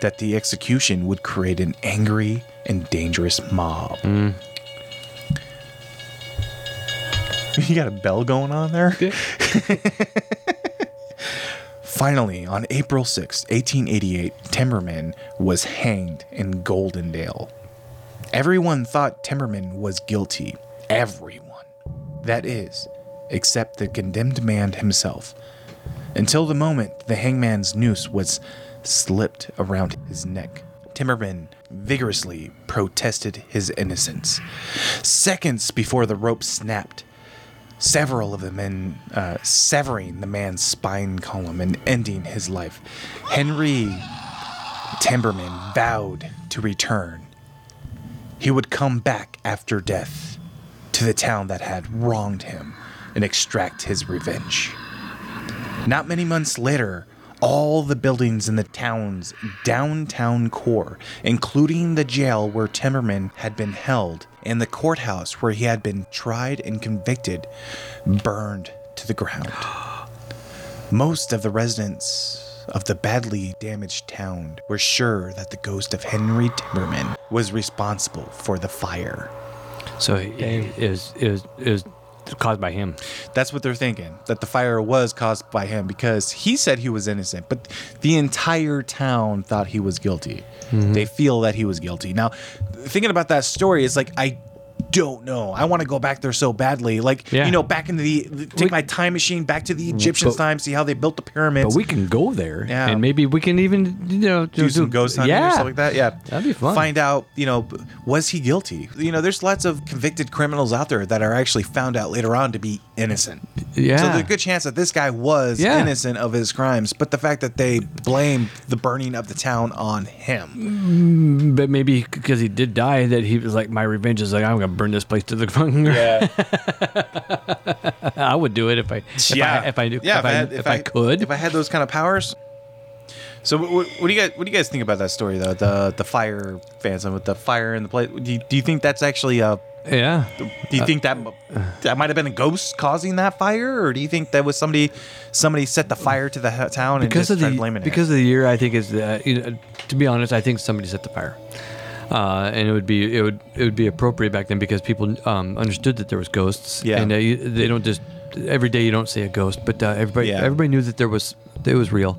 S7: that the execution would create an angry and dangerous mob. You got a bell going on there? Finally, on April 6, 1888, Timmerman was hanged in Goldendale. Everyone thought Timmerman was guilty. Everyone. That is, except the condemned man himself. Until the moment the hangman's noose was slipped around his neck, Timmerman vigorously protested his innocence. Seconds before the rope snapped, several of the men uh, severing the man's spine column and ending his life, Henry Timberman vowed to return. He would come back after death to the town that had wronged him and extract his revenge. Not many months later, all the buildings in the town's downtown core, including the jail where Timmerman had been held and the courthouse where he had been tried and convicted, burned to the ground. Most of the residents of the badly damaged town were sure that the ghost of Henry Timmerman was responsible for the fire.
S5: so it it was it was it was caused by him.
S7: That's what they're thinking that the fire was caused by him because he said he was innocent, but the entire town thought he was guilty.
S5: Mm-hmm.
S7: They feel that he was guilty. Now, thinking about that story, it's like I don't know. I want to go back there so badly. Like
S5: Yeah.
S7: you know, back into the take
S5: We- Mm,
S7: my time machine back to the Egyptians'
S5: But-
S7: time, see how they built the pyramids.
S5: But we can go there,
S7: Yeah.
S5: and maybe we can even you know
S7: do some ghost hunting
S5: yeah.
S7: or something like that. Yeah,
S5: That'd be fun.
S7: Find out, you know, b- was he guilty? You know, there's lots of convicted criminals out there that are actually found out later on to be innocent.
S5: Yeah.
S7: So there's a good chance that this guy was
S5: Yeah.
S7: innocent of his crimes, but the fact that they blame the burning of the town on him.
S5: But maybe because he did die, that he was like, my revenge is like, I'm gonna burn this place to the ground.
S7: Yeah,
S5: I would do it if I, if I, if I knew,
S7: yeah,
S5: if, I,
S7: had-
S5: if, I, could.
S7: if I had those kind of powers. So what, what do you guys what do you guys think about that story though the the fire phantom with the fire in the place do you, do you think that's actually a
S5: yeah.
S7: Do you
S5: Uh,
S7: think that that might have been a ghost causing that fire, or do you think that was somebody somebody set the fire to the h- town and
S5: Because
S7: just
S5: of
S7: tried
S5: the
S7: blaming it?
S5: because of the year, I think is uh, you know, to be honest, I think somebody set the fire, uh, and it would be it would it would be appropriate back then because people um, understood that there was ghosts.
S7: Yeah.
S5: and uh, you- they don't just every day you don't see a ghost, but uh, everybody
S7: Yeah.
S5: everybody knew that there was it was real,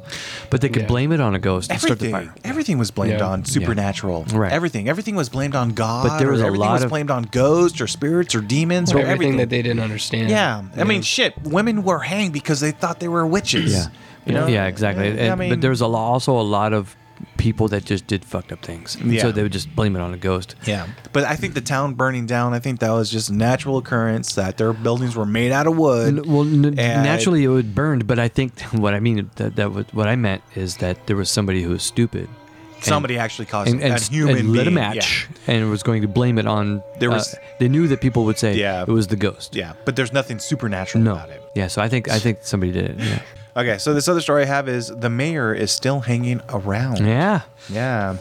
S5: but they could
S3: Yeah.
S5: blame it on a ghost and start the
S7: Everything,
S5: fire.
S7: everything was blamed
S3: Yeah.
S7: on supernatural.
S5: Right.
S7: Everything, everything was blamed on God.
S5: But there
S7: or
S5: was a
S7: everything
S5: lot
S7: was
S5: of-
S7: blamed on ghosts or spirits or demons
S3: Everything,
S7: or everything.
S3: that they didn't understand.
S7: yeah. I mean, shit. Women were hanged because they thought they were witches.
S5: Yeah,
S7: You know?
S5: yeah, exactly.
S7: Yeah,
S5: and,
S7: I mean,
S5: but there was a lo- also a lot of people that just did fucked up things, And
S7: Yeah.
S5: so they would just blame it on a ghost.
S7: Yeah, but I think the town burning down. I think that was just a natural occurrence that their buildings were made out of
S5: N-
S7: wood.
S5: Well, n-
S7: and-
S5: naturally it would burn, but I think what I mean that, that was, what I meant is that there was somebody who was stupid. and-
S7: Somebody actually caused
S5: and,
S7: it.
S5: and,
S7: a
S5: s-
S7: human
S5: and lit a
S7: being.
S5: match and was going to blame it on.
S7: There
S5: uh,
S7: was-
S5: they knew that people would say
S7: Yeah.
S5: it was the ghost.
S7: Yeah. yeah, but there's nothing supernatural
S5: No.
S7: about it.
S5: Yeah. So I think I think somebody did it. Yeah.
S7: Okay, so this other story I have is the mayor is still hanging around.
S5: yeah.
S7: Yeah.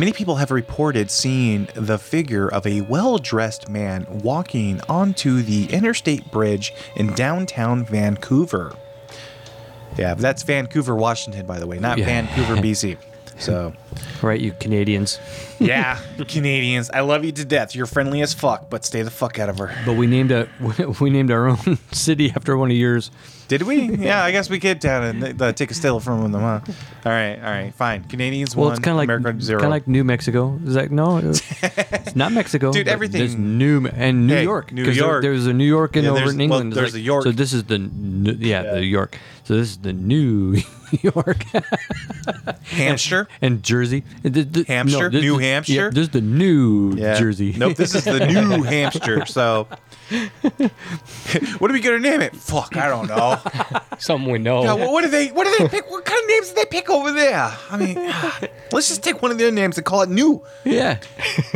S7: Many people have reported seeing the figure of a well dressed man walking onto the interstate bridge in downtown Vancouver. Yeah, that's Vancouver, Washington, by the way, not
S5: Yeah.
S7: Vancouver, BC. So,
S5: Right. You Canadians.
S7: yeah, Canadians, I love you to death. You're friendly as fuck, but stay the fuck out of her.
S5: But we named a we named our own city after one of yours.
S7: Did we? Yeah, I guess we get down and uh, take a still from them, huh? All right, all right, fine. Canadians
S5: Well,
S7: one,
S5: it's kind of like
S7: America
S5: kind
S7: zero.
S5: of like New Mexico. It's like no, it's not Mexico.
S7: Dude,
S5: but
S7: everything-
S5: There's New and New
S7: Hey,
S5: York.
S7: New
S5: 'cause there-
S7: York.
S5: there's a New York and
S7: Yeah,
S5: over
S7: there's-
S5: in
S7: well,
S5: England. It's
S7: there's
S5: like-
S7: the York.
S5: So this is the n- yeah, the York. So this is the New York uh,
S7: Hampshire.
S5: and Jersey. Th- th-
S7: Hampshire?
S5: this
S7: New
S5: is- Yeah,
S7: Hampshire?
S5: this is the New
S7: Yeah.
S5: Jersey.
S7: Nope, this is the new hamster. So, what are we gonna name it? Fuck, I don't know.
S3: Something we know.
S7: Yeah, what, what do they? What do they pick? What kind of names do they pick over there? I mean, let's just take one of their names and call it new,
S5: yeah.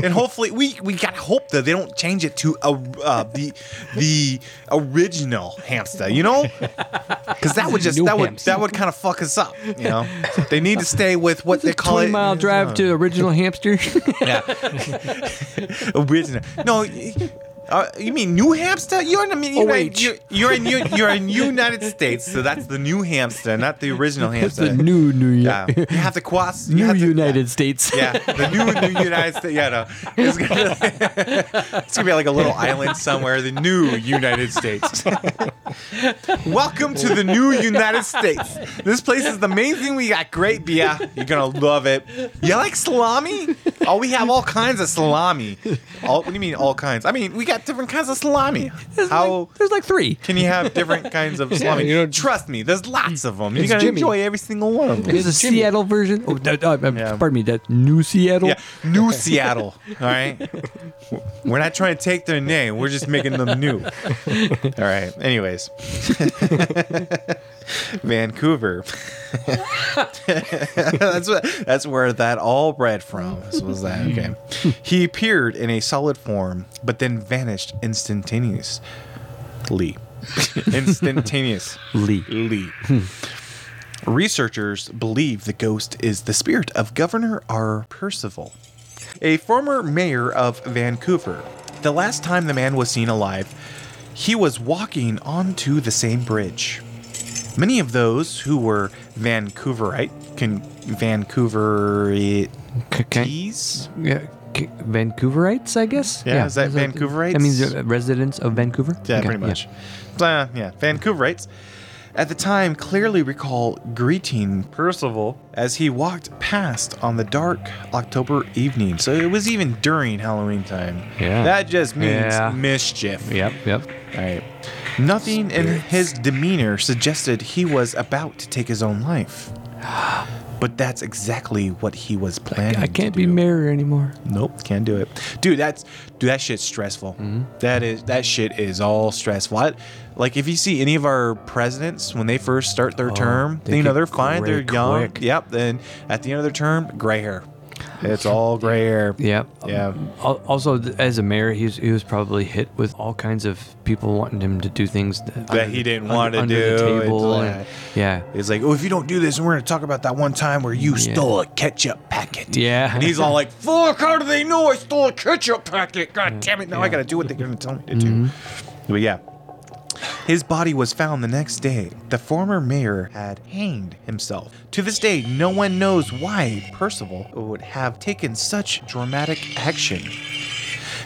S7: and hopefully we we gotta hope that they don't change it to a uh, the the original hamster. You know, because that would just
S3: New
S7: that would
S3: hamster.
S7: that would kind of fuck us up. You know, they need to stay with what they call
S5: Twenty
S7: it.
S5: mile drive to original hamster.
S7: original. No, y- uh, you mean New Hampshire? You're in the United,
S5: Oh, wait.
S7: you're, you're in U- you're in United States, so that's the new hamster, not the original
S5: It's
S7: hamster.
S5: the New New
S7: yeah,
S5: York.
S7: you have to cross. You
S5: New
S7: have to,
S5: United States.
S7: Yeah, the new New United States. Yeah, no, it's gonna, it's gonna be like a little island somewhere. The new United States. Welcome to the new United States. This place is amazing. We got great beer. You're gonna love it. You like salami? Oh, we have all kinds of salami. All, what do you mean all kinds? I mean, we got different kinds of salami. How?
S5: There's like three.
S7: Can you have different kinds of salami?
S3: you know-
S7: Trust me, there's lots of them. You're
S3: It's
S7: gonna
S3: Jimmy.
S7: enjoy every single one of them.
S5: There's a
S3: Jimmy.
S5: Seattle version. Oh, that, uh, uh,
S7: Yeah.
S5: pardon me. That New Seattle.
S7: Yeah, New Seattle. All right, we're not trying to take their name. We're just making them new. All right. Anyways, Vancouver. that's what, that's where that all bred from. This was that. Okay. He appeared in a solid form, but then vanished instantaneously. Instantaneous.
S5: Lee.
S7: Lee. Researchers believe the ghost is the spirit of Governor R. Percival, a former mayor of Vancouver. The last time the man was seen alive, he was walking onto the same bridge. Many of those who were Vancouverite, can Vancouverite Keys?
S5: Yeah, K- Vancouverites, I guess.
S7: Yeah, is that Vancouverites?
S5: That means uh, residents of Vancouver.
S7: Yeah,
S5: Okay,
S7: pretty much. Uh, yeah, Vancouverites at the time clearly recall greeting Percival as he walked past on the dark October evening. So it was even during Halloween time.
S5: Yeah.
S7: That just means
S5: Yeah.
S7: mischief.
S5: Yep, yep.
S7: All right. Nothing in his demeanor suggested he was about to take his own life. But that's exactly what he was planning.
S5: I
S7: to
S5: can't be
S7: do.
S5: mayor anymore.
S7: Nope, can't do it, dude. That's dude. That shit's stressful.
S5: Mm-hmm.
S7: That is that shit is all stressful. I, like if you see any of our presidents when they first start their term,
S5: Oh, they
S7: you know
S5: get
S7: they're fine, they're
S5: gray
S7: young.
S5: quick.
S7: Yep. Then at the end of their term, gray hair. It's all gray hair.
S5: Yeah.
S7: Yeah.
S5: Al- Also, th- as a mayor, he was, he was probably hit with all kinds of people wanting him to do things that,
S7: he didn't want to
S5: under The
S7: do,
S5: table
S7: it's
S5: and-
S7: like-
S5: yeah.
S7: It's like, oh, if you don't do this, we're gonna talk about that one time where you
S5: Yeah.
S7: stole a ketchup packet.
S5: Yeah.
S7: And he's all like, fuck, how do they know I stole a ketchup packet?
S5: Mm.
S7: God damn it, now I gotta do what they're gonna tell me to do.
S5: Mm-hmm.
S7: But yeah. His body was found the next day. The former mayor had hanged himself. To this day, no one knows why Percival would have taken such dramatic action.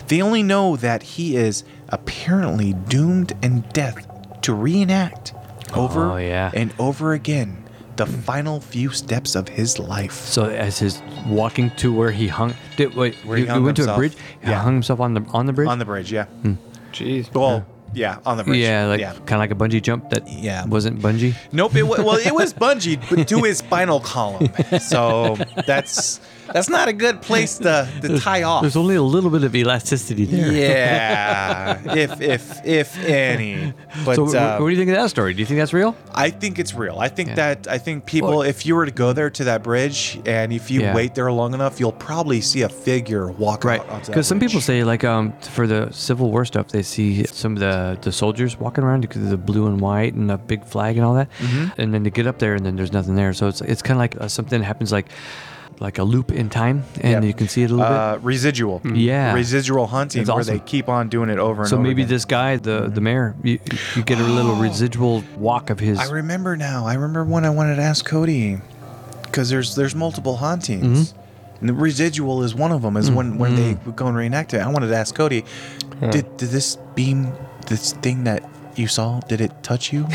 S7: They only know that he is apparently doomed and death to reenact Over
S5: Oh, yeah.
S7: and over again, the final few steps of his life.
S5: So as his walking to where he hung, did, wait,
S7: Where
S5: he,
S7: he
S5: he
S7: hung
S5: went to a
S7: himself.
S5: bridge. He
S7: Yeah.
S5: hung himself on the on the bridge.
S7: On the bridge, yeah.
S3: Jeez.
S7: Well, yeah, on the bridge.
S5: yeah, like kind of like a bungee jump that
S7: Yeah.
S5: wasn't bungee.
S7: Nope. It was, well, it was bungee, but to his spinal column. So that's that's not a good place to, to tie off.
S8: There's only a little bit of elasticity there.
S7: Yeah, if if if any. But
S5: so wh-
S7: uh,
S5: what do you think of that story? Do you think that's real?
S7: I think it's real. I think
S5: Yeah.
S7: that I think people,
S5: Well-
S7: if you were to go there to that bridge, and if you
S5: Yeah.
S7: wait there long enough, you'll probably see a figure walk
S5: Right,
S7: out. onto that
S5: because some people
S7: bridge.
S5: say like um for the Civil War stuff, they see some of the the soldiers walking around because the blue and white and the big flag and all that, and then they get up there and then there's nothing there. So it's it's kind of like uh, something happens like like a loop in time, and
S7: Yep.
S5: you can see it a little bit.
S7: uh, residual,
S5: Yeah.
S7: residual hunting,
S5: That's
S7: where
S5: awesome.
S7: they keep on doing it over and
S5: So
S7: over.
S5: maybe
S7: again.
S5: this guy, the the mayor, you, you get a little residual walk of his.
S7: I remember now. I remember when I wanted to ask Cody because there's there's multiple hauntings. And the residual is one of them. Is when when they would go and reenact it. I wanted to ask Cody, did did this beam, this thing that you saw, did it touch you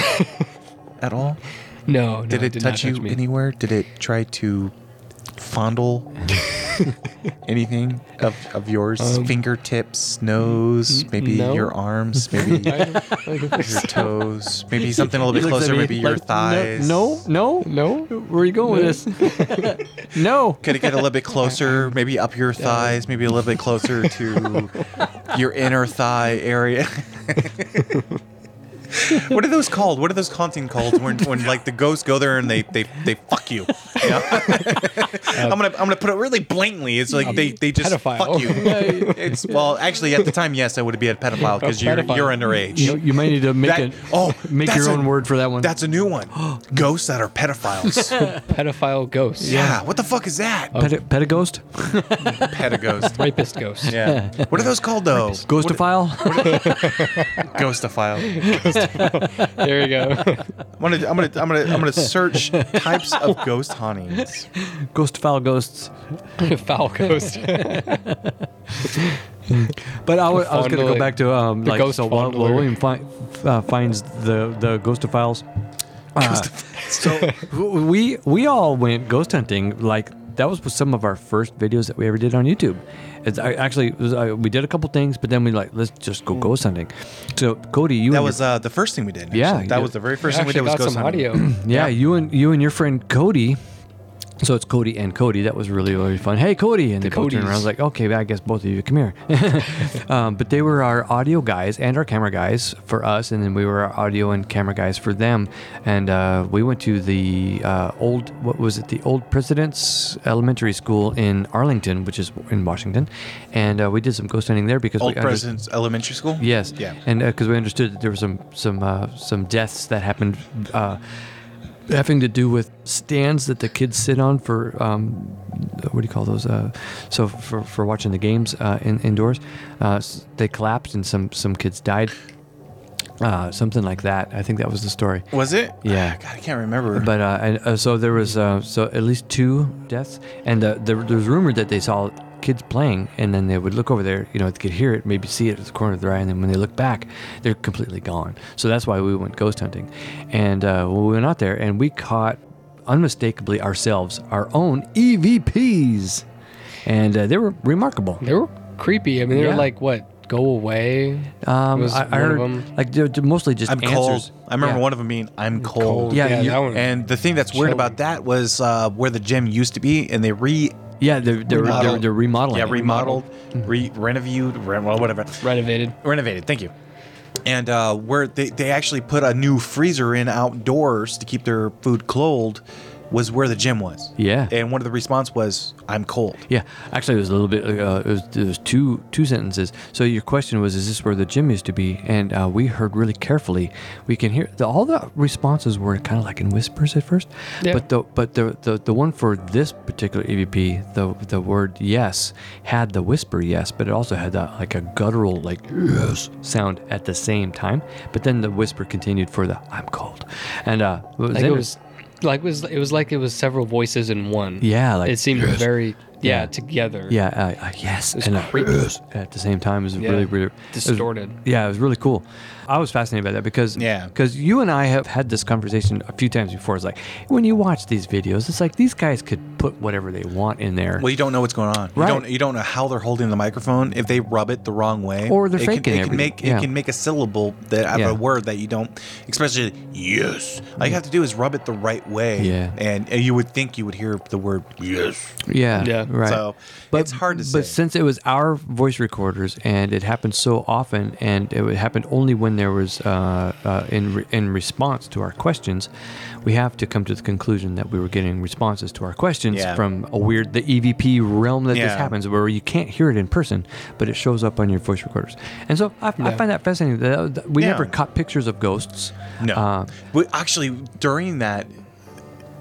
S7: at all?
S3: No, no,
S7: Did it,
S3: not
S7: touch you
S3: me.
S7: anywhere? Did it try to fondle anything of, of yours? Fingertips, nose, maybe
S3: Um, no.
S7: your arms, maybe your toes, maybe something a little bit closer, maybe your thighs.
S5: No, no,
S3: No?
S5: Where are you going with this? no.
S7: Could it get a little bit closer? Maybe up your thighs, maybe a little bit closer to your inner thigh area. what are those called? What are those haunting called when, when like the ghosts go there and they they, they fuck you? you know? I'm gonna I'm gonna put it really blatantly. It's like they, they just
S3: pedophile.
S7: fuck you. It's well actually at the time yes I would be a pedophile because you're
S3: pedophile.
S7: you're underage.
S5: You, you might need to make
S7: That-
S5: it.
S7: oh,
S5: make
S7: that's
S5: your
S7: a-
S5: own word for that one.
S7: That's a new one. Ghosts that are pedophiles.
S3: Pedophile ghost.
S7: yeah. What the fuck is that?
S5: Pedi- pedagost,
S7: Pedaghost.
S3: Rapist ghost.
S7: Yeah. What are those called though?
S5: ghostophile.
S7: Ghostophile.
S3: There you go.
S7: I'm gonna I'm gonna I'm gonna I'm gonna search types of ghost hauntings.
S5: ghostophile ghosts.
S3: Foul ghost.
S5: But I wa- I was gonna go
S3: Fondling.
S5: back to um
S3: The
S5: like
S3: ghost
S5: so while, while
S3: fondler.
S5: William fi- uh, finds the the ghostophiles. Uh, so w- we we all went ghost hunting like that was some of our first videos that we ever did on YouTube. It's, I, actually, it was, uh, we did a couple things, but then we like let's just go ghost hunting. So Cody, you
S7: That
S5: and your-
S7: was uh, the first thing we did. Actually.
S5: Yeah,
S7: that
S5: you-
S7: was the very first thing we
S3: Actually
S7: did was
S3: got
S7: ghost
S3: some
S7: hunting.
S3: audio.
S5: yeah, you and you and your friend Cody. So it's Cody and Cody. That was really really fun. Hey Cody, and they both turned around. I was
S3: Codys.
S5: like, okay, I guess both of you come here. um, but they were our audio guys and our camera guys for us, and then we were our audio and camera guys for them. And uh, we went to the uh, old what was it? The old Presidents Elementary School in Arlington, which is in Washington, and uh, we did some ghost hunting there because
S7: Old
S5: we under-
S7: President's Elementary School.
S5: Yes.
S7: Yeah.
S5: And because we understood that there were some some uh, some deaths that happened, uh, having to do with stands that the kids sit on for um, what do you call those? Uh, so for, for watching the games uh, in, indoors, uh, s- they collapsed and some some kids died. Uh, something like that. I think that was the story.
S7: Was it? Ah,
S5: Yeah.
S7: God, I can't remember.
S5: But uh, and uh, so there was uh, so at least two deaths, and uh, there, there was rumor that they saw kids playing, and then they would look over there, you know, they could hear it, maybe see it at the corner of their eye, and then when they look back, they're completely gone. So that's why we went ghost hunting, and uh, we went out there and we caught unmistakably ourselves our own EVPs, and uh, they were remarkable.
S3: They were creepy. I mean, they
S5: Yeah.
S3: were like, what? Go away?
S7: Uh,
S5: Um,
S3: was
S5: I, I
S3: one of
S5: heard
S3: them-
S5: like they're- they're mostly just
S7: I'm
S5: answers.
S7: cold. I remember
S5: Yeah.
S7: one of them being I'm cold.
S5: Yeah, you-
S3: that one.
S7: And the thing that's weird about that was uh, where the gym used to be, and they re
S5: Yeah, they're they're, they're,
S7: Remodeled.
S5: they're remodeling.
S7: yeah
S5: it.
S7: remodeled, re renovated, re- well, whatever.
S3: renovated.
S7: renovated. Thank you. And uh, where they, they actually put a new freezer in outdoors to keep their food cold was where the gym was.
S5: Yeah.
S7: And one of the response was, "I'm cold."
S5: Yeah, actually, it was a little bit. Uh, it, was, it was two two sentences. So your question was, "Is this where the gym used to be?" And uh, we heard really carefully. We can hear the, all the responses were kind of like in whispers at first,
S3: Yeah.
S5: but the but the, the the one for this particular EVP, the the word yes had the whisper yes, but it also had that like a guttural like yes sound at the same time. But then the whisper continued for the I'm cold, and uh, it was
S3: Like it
S5: inter-
S3: was, like it was, it was like it was several voices in one.
S5: Yeah, like,
S3: it seemed
S5: yes.
S3: very yeah,
S5: Yeah.
S3: together.
S5: Yeah, uh, uh, yes, and uh,
S3: creepy.
S5: yes at the same time it was really, really it was-
S3: Distorted.
S5: yeah, it was really cool. I was fascinated by that because
S7: Yeah.
S5: because you and I have had this conversation a few times before. It's like when you watch these videos, it's like these guys could put whatever they want in there.
S7: Well, you don't know what's going on.
S5: Right.
S7: You don't you don't know how they're holding the microphone. If they rub it the wrong way,
S5: Or they're
S7: it
S5: faking
S7: can, it.
S5: everything.
S7: Can make
S5: Yeah.
S7: it can make a syllable that out of
S5: Yeah. Mm.
S7: a word that you don't, especially yes. All you have to do is rub it the right way.
S5: Yeah.
S7: and, and you would think you would hear the word yes.
S5: yeah,
S3: Yeah.
S5: right.
S7: So it's hard to
S5: But
S7: say.
S5: since it was our voice recorders and it happened so often, and it would happen only when there was uh, uh, in re- in response to our questions, we have to come to the conclusion that we were getting responses to our questions
S7: Yeah.
S5: from a weird the EVP realm that this
S7: Yeah.
S5: happens, where you can't hear it in person, but it shows up on your voice recorders. And so I, I find that fascinating. That, that we
S7: Yeah.
S5: never caught pictures of ghosts.
S7: No.
S5: Uh,
S7: but actually, during that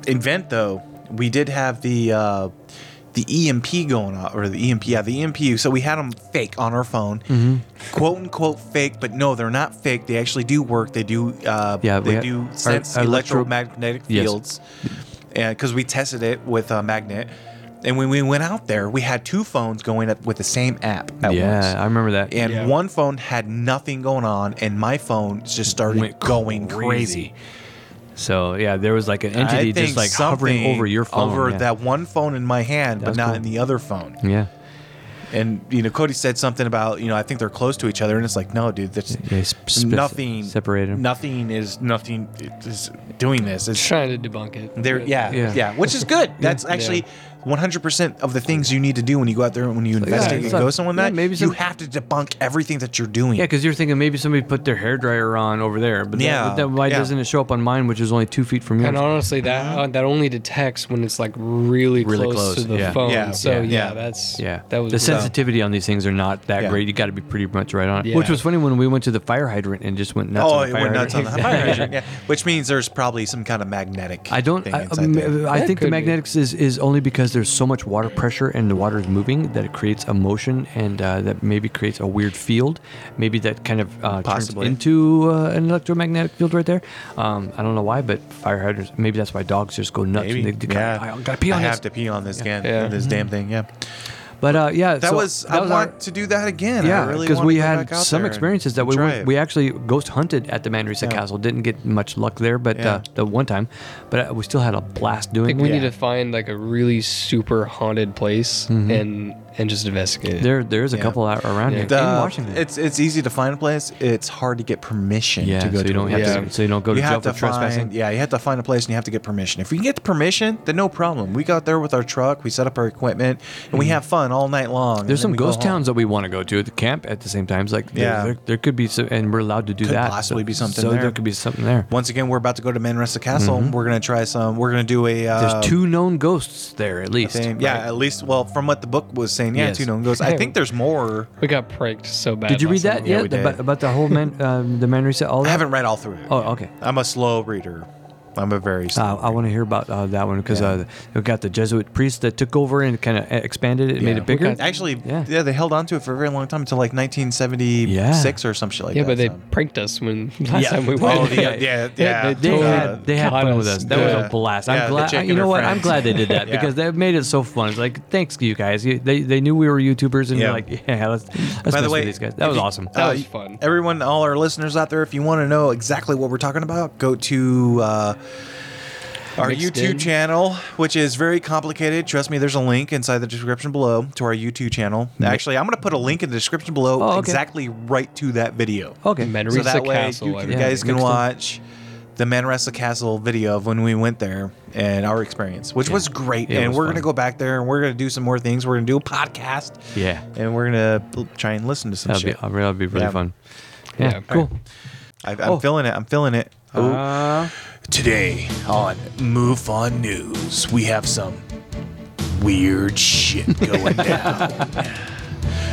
S7: event, though, we did have the uh, the EMP going on, or the EMP, yeah, the EMP. So we had them fake on our phone,
S5: Mm-hmm.
S7: quote unquote fake, but no, they're not fake. They actually do work. They do, uh,
S5: Yeah, we
S7: they
S5: had-
S7: do
S5: our-
S7: sense
S5: our electro-
S7: electromagnetic
S5: Yes.
S7: fields, and because we tested it with a magnet. And when we went out there, we had two phones going up with the same app at
S5: yeah,
S7: once
S5: I remember that.
S7: and one phone had nothing going on, and my phone just started going crazy.
S5: So yeah, there was like an entity just like hovering
S7: something
S5: over your phone.
S7: over
S5: yeah.
S7: that one phone in my hand, but
S5: That's
S7: not
S5: cool.
S7: in the other phone.
S5: Yeah.
S7: And you know, Cody said something about you know I think they're close to each other, and it's like no, dude, that's
S5: Yeah, sp- sp-
S7: nothing
S5: separate 'em.
S7: Nothing is nothing is doing this. It's
S3: Trying to debunk it.
S7: there,
S3: but-
S7: yeah,
S5: Yeah.
S7: yeah, which is good. That's actually. 100% of the things you need to do when you go out there and when you investigate
S5: it's
S7: and
S5: like-
S7: go someone
S5: yeah,
S7: that
S5: maybe
S7: you
S5: some-
S7: have to debunk everything that you're doing.
S5: Yeah, because you're thinking maybe somebody put their hairdryer on over there, but yeah,
S7: Yeah,
S5: that, why
S7: yeah.
S5: doesn't it show up on mine, which is only two feet from yours?
S3: And honestly, that uh, that only detects when it's like really,
S5: Really
S3: close,
S5: close,
S3: to the
S5: yeah.
S3: phone.
S7: Yeah,
S3: So
S7: yeah,
S3: yeah,
S7: yeah.
S3: that's
S5: yeah,
S3: That was
S5: the
S3: really-
S5: sensitivity on these things are not that
S7: Yeah.
S5: great. You got to be pretty much right on. it. Which
S3: Yeah.
S5: was funny when we went to the fire hydrant and just went nuts.
S7: Oh,
S5: on
S7: it
S5: the fire
S7: went nuts on
S5: hydrant.
S7: the fire hydrant. Yeah, which means there's probably some kind of magnetic.
S5: I don't.
S7: Thing
S5: I, um, uh,
S7: inside there.
S5: I
S3: That
S5: think the
S3: could be.
S5: magnetics is, is only because there's so much water pressure and the water is moving that it creates a motion and uh, that maybe creates a weird field. Maybe that kind of uh, turns
S7: Possibly.
S5: into uh, an electromagnetic field right there. Um, I don't know why, but fire hydrants. Maybe that's why dogs just go nuts.
S7: Maybe.
S5: And they, they
S7: yeah.
S5: I gotta pee on
S7: I
S5: this.
S7: have to pee on this again.
S3: Yeah.
S7: This damn thing. Yeah.
S5: But uh, yeah,
S7: That
S5: so
S7: was. I
S5: our-
S7: want to do that again.
S5: yeah,
S7: I really
S5: because
S7: wanna
S5: we
S7: go
S5: had
S7: back out
S5: some
S7: there and
S5: experiences that we
S7: try
S5: went,
S7: it.
S5: we actually ghost hunted at the Manresa
S7: Yeah.
S5: Castle. Didn't get much luck there, but
S7: Yeah.
S5: uh, the one time, but uh, we still had a blast
S3: I
S5: doing.
S3: think
S5: it.
S3: we
S7: Yeah.
S3: need to find like a really super haunted place and and just investigate it.
S5: Mm-hmm. There, there's a
S7: Yeah.
S5: couple out around here
S7: The-
S5: in Washington.
S7: It's it's easy to find a place. It's hard to get permission
S5: yeah,
S7: to go
S5: so
S7: to.
S5: you don't
S7: a
S5: have
S7: place.
S5: to, so you don't go to
S7: You
S5: jail
S7: have
S5: for
S7: to
S5: trespassing.
S7: find, yeah, you have to find a place and you have to get permission. If we can get the permission, then no problem. We go out there with our truck, we set up our equipment, and we have fun all night long. and
S5: Mm-hmm. There's
S7: then
S5: some
S7: we go
S5: ghost
S7: home.
S5: towns that we want to go to at the camp at the same time. It's like yeah.
S7: Yeah.
S5: there, there could be some, and we're allowed to do
S7: Could
S5: that.
S7: possibly
S5: so,
S7: be something
S5: So there.
S7: there.
S5: could be something there.
S7: Once again, we're about to go to Manresa Castle. We're gonna try some. We're gonna do a. Uh,
S5: Mm-hmm. There's two known ghosts there at least.
S7: thing- Yeah,
S5: right?
S7: at least. Well, from what the book was saying, yeah,
S5: Yes.
S7: two known ghosts. I
S3: Hey.
S7: think there's more.
S3: we got pranked so bad.
S5: Did you
S3: by
S5: read that
S3: someone.
S5: yet?
S7: we did.
S5: about, about the whole man, um, the Manresa, all that.
S7: I haven't read all through it.
S5: Oh, okay.
S7: I'm a slow reader. I'm a very slow.
S5: Uh, I want to hear about uh, that one because uh, we got the Jesuit priest that took over and kind of expanded it, and made
S7: Yeah.
S5: it bigger.
S7: Actually,
S5: Yeah.
S7: yeah. they held on to it for a very long time until like 1976 or some shit like
S3: Yeah,
S7: that.
S3: but they
S7: so.
S3: pranked us when last
S5: Yeah.
S3: time we went.
S7: Oh, the, yeah, yeah.
S3: Yeah,
S5: They
S3: Totally
S5: had they had
S3: caught
S5: fun with
S3: us.
S5: us. That was
S7: Yeah.
S5: a blast.
S7: Yeah,
S5: I'm
S7: the
S5: glad.
S7: chick
S5: I-
S7: and
S5: you know
S7: her
S5: what? I'm
S7: friends.
S5: glad they did that
S7: Yeah.
S5: because that made it so fun. It's like thanks to you guys. You, they they knew we were YouTubers and they're
S7: Yeah.
S5: like, yeah, let's let's
S7: By
S5: mess
S7: the way,
S5: with these guys. That
S7: if
S5: was
S7: you-
S5: awesome.
S3: That
S7: uh,
S3: was fun.
S7: Everyone, all our listeners out there, if you want to know exactly what we're talking about, go to uh, our
S3: Mixed
S7: YouTube
S3: in.
S7: channel, which is very complicated. Trust me, there's a link inside the description below to our YouTube channel. Actually, I'm going to put a link in the description below
S5: Oh, okay.
S7: exactly right to that video.
S5: Okay.
S3: Manresa
S7: so that way
S3: Castle.
S7: you,
S3: I
S7: can-
S3: remember.
S7: guys can
S5: Mixed in.
S7: watch the Manresa Castle video of when we went there and our experience, which was great.
S5: Yeah, it
S7: and
S5: was
S7: we're
S5: fun.
S7: gonna go back there and we're gonna do some more things. We're gonna do a podcast.
S5: Yeah.
S7: and we're gonna l- try and listen to some
S5: That'd be
S7: shit.
S5: that'd really be really
S7: Yeah.
S5: fun. Yeah.
S3: Yeah.
S5: Cool.
S7: I, I'm
S5: Oh.
S7: feeling it. I'm feeling it.
S5: Uh,
S7: Oh. Today on Move On News, we have some weird shit going down.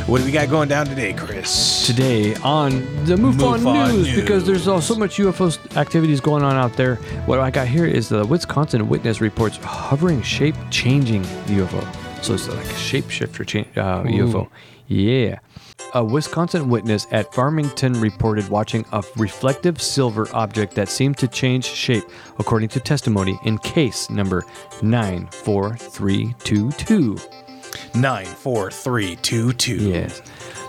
S7: what do we got going down today, Chris?
S5: today on the Move, On,
S7: Move On
S5: news, because there's uh,
S7: News.
S5: so much UFO activities going on out there. What I got here is the Wisconsin witness reports hovering shape changing UFO. So it's like a shapeshifter cha- uh, UFO. Yeah. A Wisconsin witness at Farmington reported watching a reflective silver object that seemed to change shape, according to testimony in case number 94322.
S7: 94322.
S5: Yes.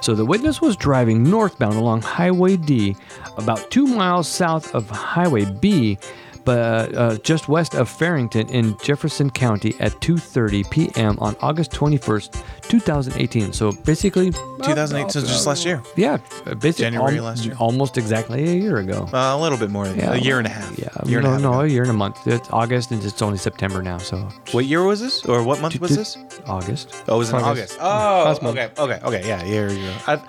S5: So the witness was driving northbound along Highway D, about two miles south of Highway B, but uh, just west of Farrington in Jefferson County at 2:30 p.m. on August 21st, 2018. So basically,
S7: 2008, so just last year.
S5: yeah, uh, basically
S7: January last year.
S5: almost exactly a year ago.
S7: Uh, a little bit more than
S5: Yeah,
S7: a year and a
S5: well,
S7: half.
S5: Yeah,
S7: year and
S5: no,
S7: a half.
S5: no,
S7: ago.
S5: a year and a month. It's August, and it's only September now. So
S7: What year was this? Or what month was
S5: Ju-
S7: this?
S5: August.
S7: Oh, it was in
S3: August.
S7: August.
S3: Mm,
S7: Oh,
S3: Last month.
S7: okay, okay, okay. Yeah, yeah, yeah. I,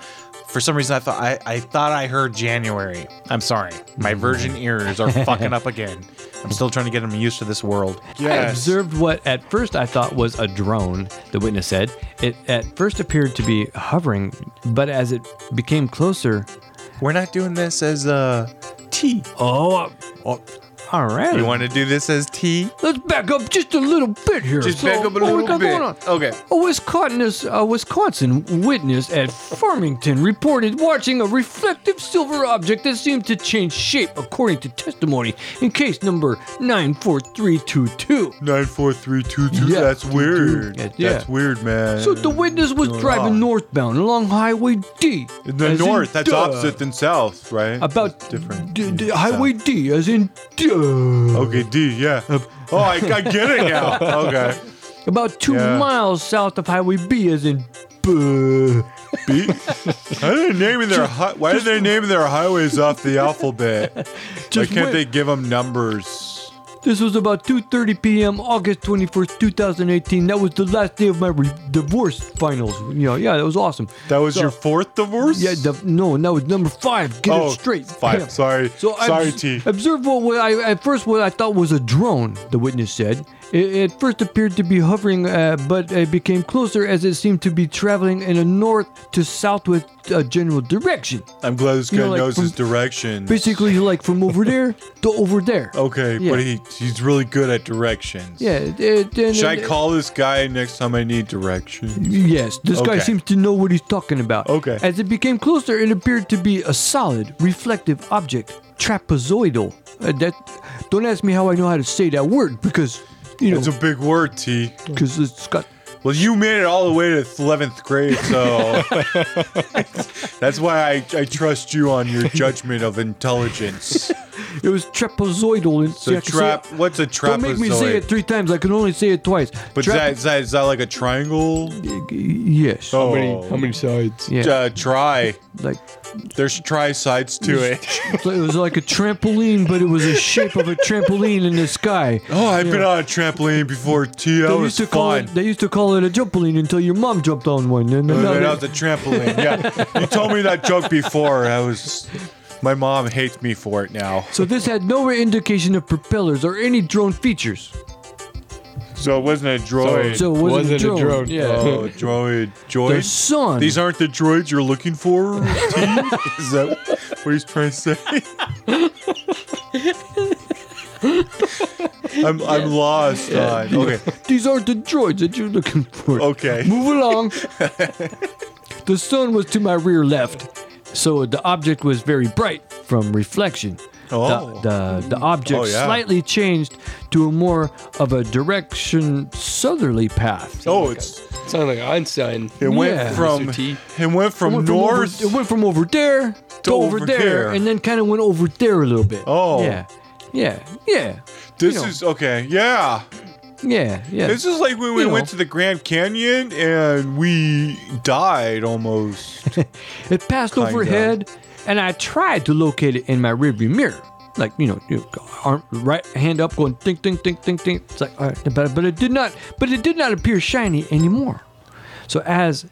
S7: for some reason, I thought I, I thought I heard January. I'm sorry,
S3: Mm.
S7: my virgin ears are fucking up again. I'm still trying to get them used to this world.
S5: I observed what at first I thought was a drone, the witness said. It at first appeared to be hovering, but as it became closer,
S7: we're not doing this as uh, tea.
S5: oh, oh all right.
S7: uh, You want to do this as tea?
S5: Let's back up just a little bit here.
S7: Just
S5: So,
S7: back up a
S5: what we
S7: little
S5: got
S7: bit.
S5: going on?
S7: Okay.
S5: A Wisconsin, a Wisconsin witness at Farmington reported watching a reflective silver object that seemed to change shape, according to testimony in case number 94322.
S7: Nine, four, three, two, two.
S5: Yeah.
S7: That's weird.
S5: Yeah.
S7: That's weird, man.
S5: So the witness was driving northbound along Highway D.
S7: Oh. in the
S5: as in
S7: north, that's
S5: duh.
S7: opposite than south, right?
S5: About
S7: It's different.
S5: D- d- highway D, as in duh.
S7: Okay, D. Yeah. Oh, I, I get it now. Okay.
S5: About two
S7: Yeah.
S5: miles south of Highway B, as in buh.
S7: Beat? Why are they naming their hi- Why are they naming their highways off the alphabet? Why
S5: Just
S7: can't
S5: wait.
S7: they give them numbers?
S5: This was about 2:30 p.m. August 21st, 2018. That was the last day of my re- divorce finals. You know, yeah, that was awesome.
S7: That was
S5: So-
S7: your fourth divorce.
S5: Yeah, the, no, and that was number five. Get
S7: oh,
S5: it straight.
S7: Five.
S5: Yeah.
S7: Sorry.
S5: So I
S7: sorry,
S5: obs-
S7: T.
S5: Observe what, what I at first what I thought was a drone. The witness said it, it first appeared to be hovering, uh, but it became closer as it seemed to be traveling in a north to southwest uh, general direction.
S7: I'm glad this guy
S5: you know, like,
S7: knows his
S5: from-
S7: direction.
S5: Basically, like from over there to over there.
S7: Okay,
S5: Yeah.
S7: but he he's really good at directions.
S5: Yeah. It, it, and-
S7: Should I
S5: and-
S7: call this guy next time I need directions?
S5: Yes, this guy
S7: Okay.
S5: seems to know what he's talking about.
S7: Okay.
S5: As it became closer, it appeared to be a solid, reflective object, trapezoidal. Uh, that, don't ask me how I know how to say that word because, you
S7: It's
S5: know,
S7: a big word, T.
S5: because it's got.
S7: Well, you made it all the way to 11th grade, so that's why I, I trust you on your judgment of intelligence.
S5: It was trapezoidal. And,
S7: So
S5: yeah,
S7: trap.
S5: so-
S7: what's a trapezoid?
S5: Don't make me say it three times. I can only say it twice.
S7: But
S5: Trap-
S7: is, that, is that like a triangle?
S5: yes.
S7: Oh,
S3: sides?
S5: Yeah.
S7: Uh, try.
S5: like
S7: There's tri sides to it.
S5: so it was like a trampoline, but it was the shape of a trampoline in the sky.
S7: Oh, I've been on a trampoline before. T. That
S5: They
S7: was
S5: used to call
S7: fun.
S5: it. They used to call it a trampoline until your mom jumped on one. And then
S7: And
S5: now
S7: then
S5: they-
S7: I was a trampoline. Yeah, you told me that joke before. I was. My mom hates me for it now.
S5: So this had no indication of propellers or any drone features.
S7: So it wasn't a droid.
S5: So it wasn't,
S3: Wasn't a
S5: a drone.
S3: drone.
S5: Yeah.
S7: oh, droid,
S5: the
S7: droid.
S5: sun.
S7: These aren't the droids you're looking for. T? Is that what he's trying to say? I'm I'm lost. on- okay,
S5: These aren't the droids that you're looking for.
S7: Okay.
S5: Move along. the sun was to my rear left, so the object was very bright from reflection. The-
S7: Oh.
S5: The, the, object
S7: Oh, yeah.
S5: slightly changed to a more of a direction southerly path.
S7: Oh, it's
S3: Sounds like Einstein.
S5: Yeah.
S7: it went from
S3: Mr. T.
S7: it went
S5: It
S7: from
S5: went from over-
S7: north.
S5: it went from over there to, over,
S7: over
S5: there,
S7: there.
S5: and then kind of went over there a little bit.
S7: Oh.
S5: Yeah. Yeah. Yeah.
S7: this
S5: you know.
S7: is okay. Yeah,
S5: Yeah. Yeah.
S7: this is like when we
S5: You
S7: went
S5: know.
S7: to the Grand Canyon and we died almost.
S5: It passed
S7: Kinda.
S5: overhead, and I tried to locate it in my rearview mirror. Like, you know, you go- arm, right hand up going ding, ding, ding, ding, ding. It's like, all right, but, but it did not, but it did not appear shiny anymore. So as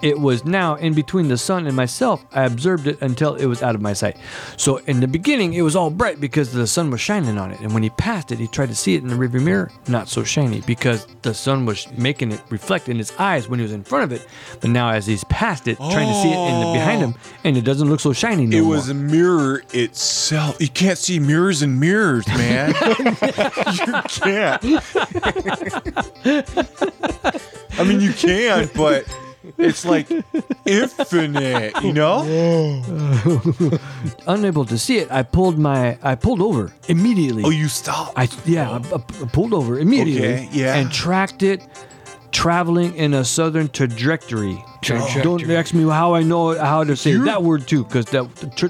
S5: it was now in between the sun and myself, I observed it until it was out of my sight. So in the beginning, it was all bright because the sun was shining on it. And when he passed it, he tried to see it in the rearview mirror, not so shiny because the sun was making it reflect in his eyes when he was in front of it. But now as he's passed it, trying to see it in the behind him, and it doesn't look so shiny no
S7: Oh. It was a
S5: more.
S7: mirror itself. You can't see mirrors in mirrors, man. you can't. I mean, you can, but it's like infinite, you know?
S5: Unable to see it, I pulled my I pulled over immediately.
S7: Oh, you stop.
S5: I yeah, I, I pulled over immediately
S7: Okay, yeah.
S5: and tracked it traveling in a southern trajectory.
S3: Trajectory.
S5: Don't ask me how I know how to say that word too, because that tr-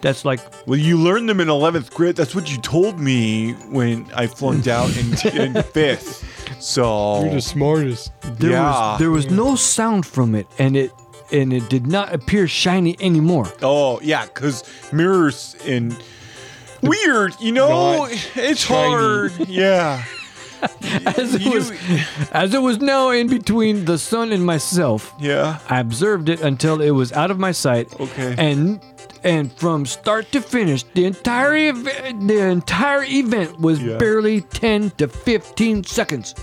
S5: that's like
S7: Well, you learned them in 11th grade. That's what you told me when I flunked out in, in fifth. So
S5: Oh.
S3: smartest.
S5: there
S7: Yeah.
S5: was there was no sound from it, and it and it did not appear shiny anymore.
S7: Oh yeah, because mirrors and weird. You know,
S3: Not
S7: it's
S3: shiny.
S7: hard. Yeah.
S5: As it
S7: You-
S5: was, as it was now in between the sun and myself.
S7: Yeah.
S5: I observed it until it was out of my sight.
S7: Okay.
S5: And and from start to finish, the entire ev- the entire event was
S7: Yeah.
S5: barely 10 to 15 seconds.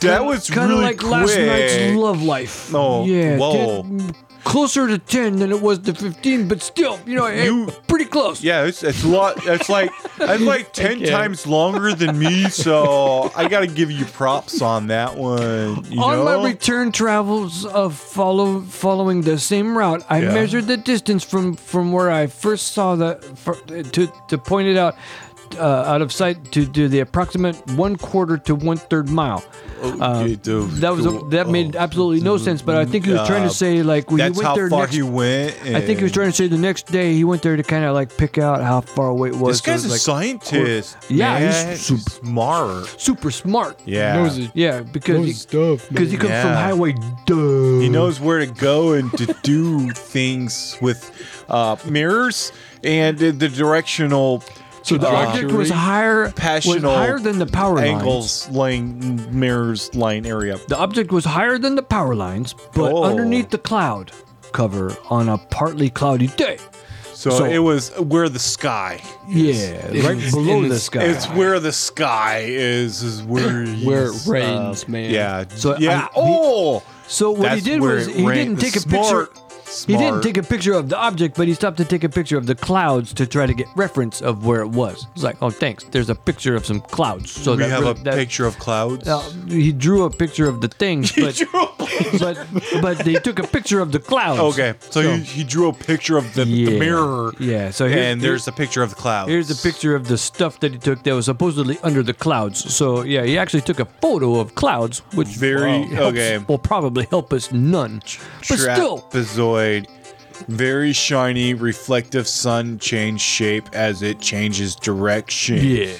S7: That was
S5: kind of
S7: really
S5: like
S7: quick.
S5: last night's love life.
S7: Oh,
S5: yeah.
S7: whoa.
S5: 10 closer to 10 than it was to 15, but still, you know,
S7: You-
S5: hey, pretty close.
S7: Yeah, it's, it's a lot. That's like that's like ten times longer than me. So I got to give you props on that one. You
S5: On
S7: know?
S5: my return travels of follow following the same route, I
S7: Yeah.
S5: measured the distance from from where I first saw the fir- to to point it out uh, out of sight to do the approximate one quarter to one third mile.
S7: Okay, dude,
S5: Um, That was a,
S7: cool.
S5: that made
S7: Oh,
S5: absolutely no sense, but I think he was trying
S7: Uh,
S5: to say like when you
S7: That's
S5: went
S7: how
S5: there
S7: far
S5: next.
S7: he went.
S5: I think he was
S7: and-
S5: trying to say the next day he went there to kind of like pick out how far away it was.
S7: This
S5: so it
S7: guy's a
S5: was, like,
S7: scientist.
S5: Yeah, he's
S7: man.
S5: su-
S7: smart.
S5: super smart.
S7: Yeah,
S5: Yeah, because he,
S3: stuff.
S5: cause he comes from
S7: Yeah.
S5: highway. Duh.
S7: He knows where to go and to do things with uh, mirrors and the, the directional
S5: So the object was higher, was
S7: passional
S5: higher than the power lines.
S7: angles line mirrors line area.
S5: The object was higher than the power lines, but
S7: Oh.
S5: underneath the cloud cover on a partly cloudy day.
S7: So,
S5: So-
S7: it was where the sky.
S5: Yeah, right
S3: in
S5: below
S3: the
S5: the
S3: s-
S5: sky.
S7: It's where the sky is. Is where
S3: Where it
S7: he's,
S3: rains,
S7: uh,
S3: man.
S7: Yeah.
S5: So
S7: yeah.
S5: I-
S7: oh.
S5: so what he
S7: that's
S5: did
S7: where
S5: was
S7: it
S5: he
S7: ran-
S5: didn't take a
S7: smart,
S5: picture.
S7: Smart.
S5: He didn't take a picture of the object, but he stopped to take a picture of the clouds to try to get reference of where it was. He's like, "Oh, thanks. There's a picture of some clouds." So
S7: We
S5: that
S7: have
S5: really-
S7: a
S5: that-
S7: picture of clouds.
S5: uh, he drew a picture of the things, but but but they took a picture of the clouds.
S7: Okay, so, he, he drew a picture of the, the
S5: Yeah,
S7: mirror.
S5: yeah, so here's-
S7: and there's a picture of the clouds.
S5: Here's a picture of the stuff that he took that was supposedly under the clouds. So yeah, he actually took a photo of clouds, which
S7: Very-
S5: helps-
S7: okay.
S5: will probably help us none. But still,
S7: trapezoid, very shiny, reflective sun change shape as it changes direction.
S5: yeah,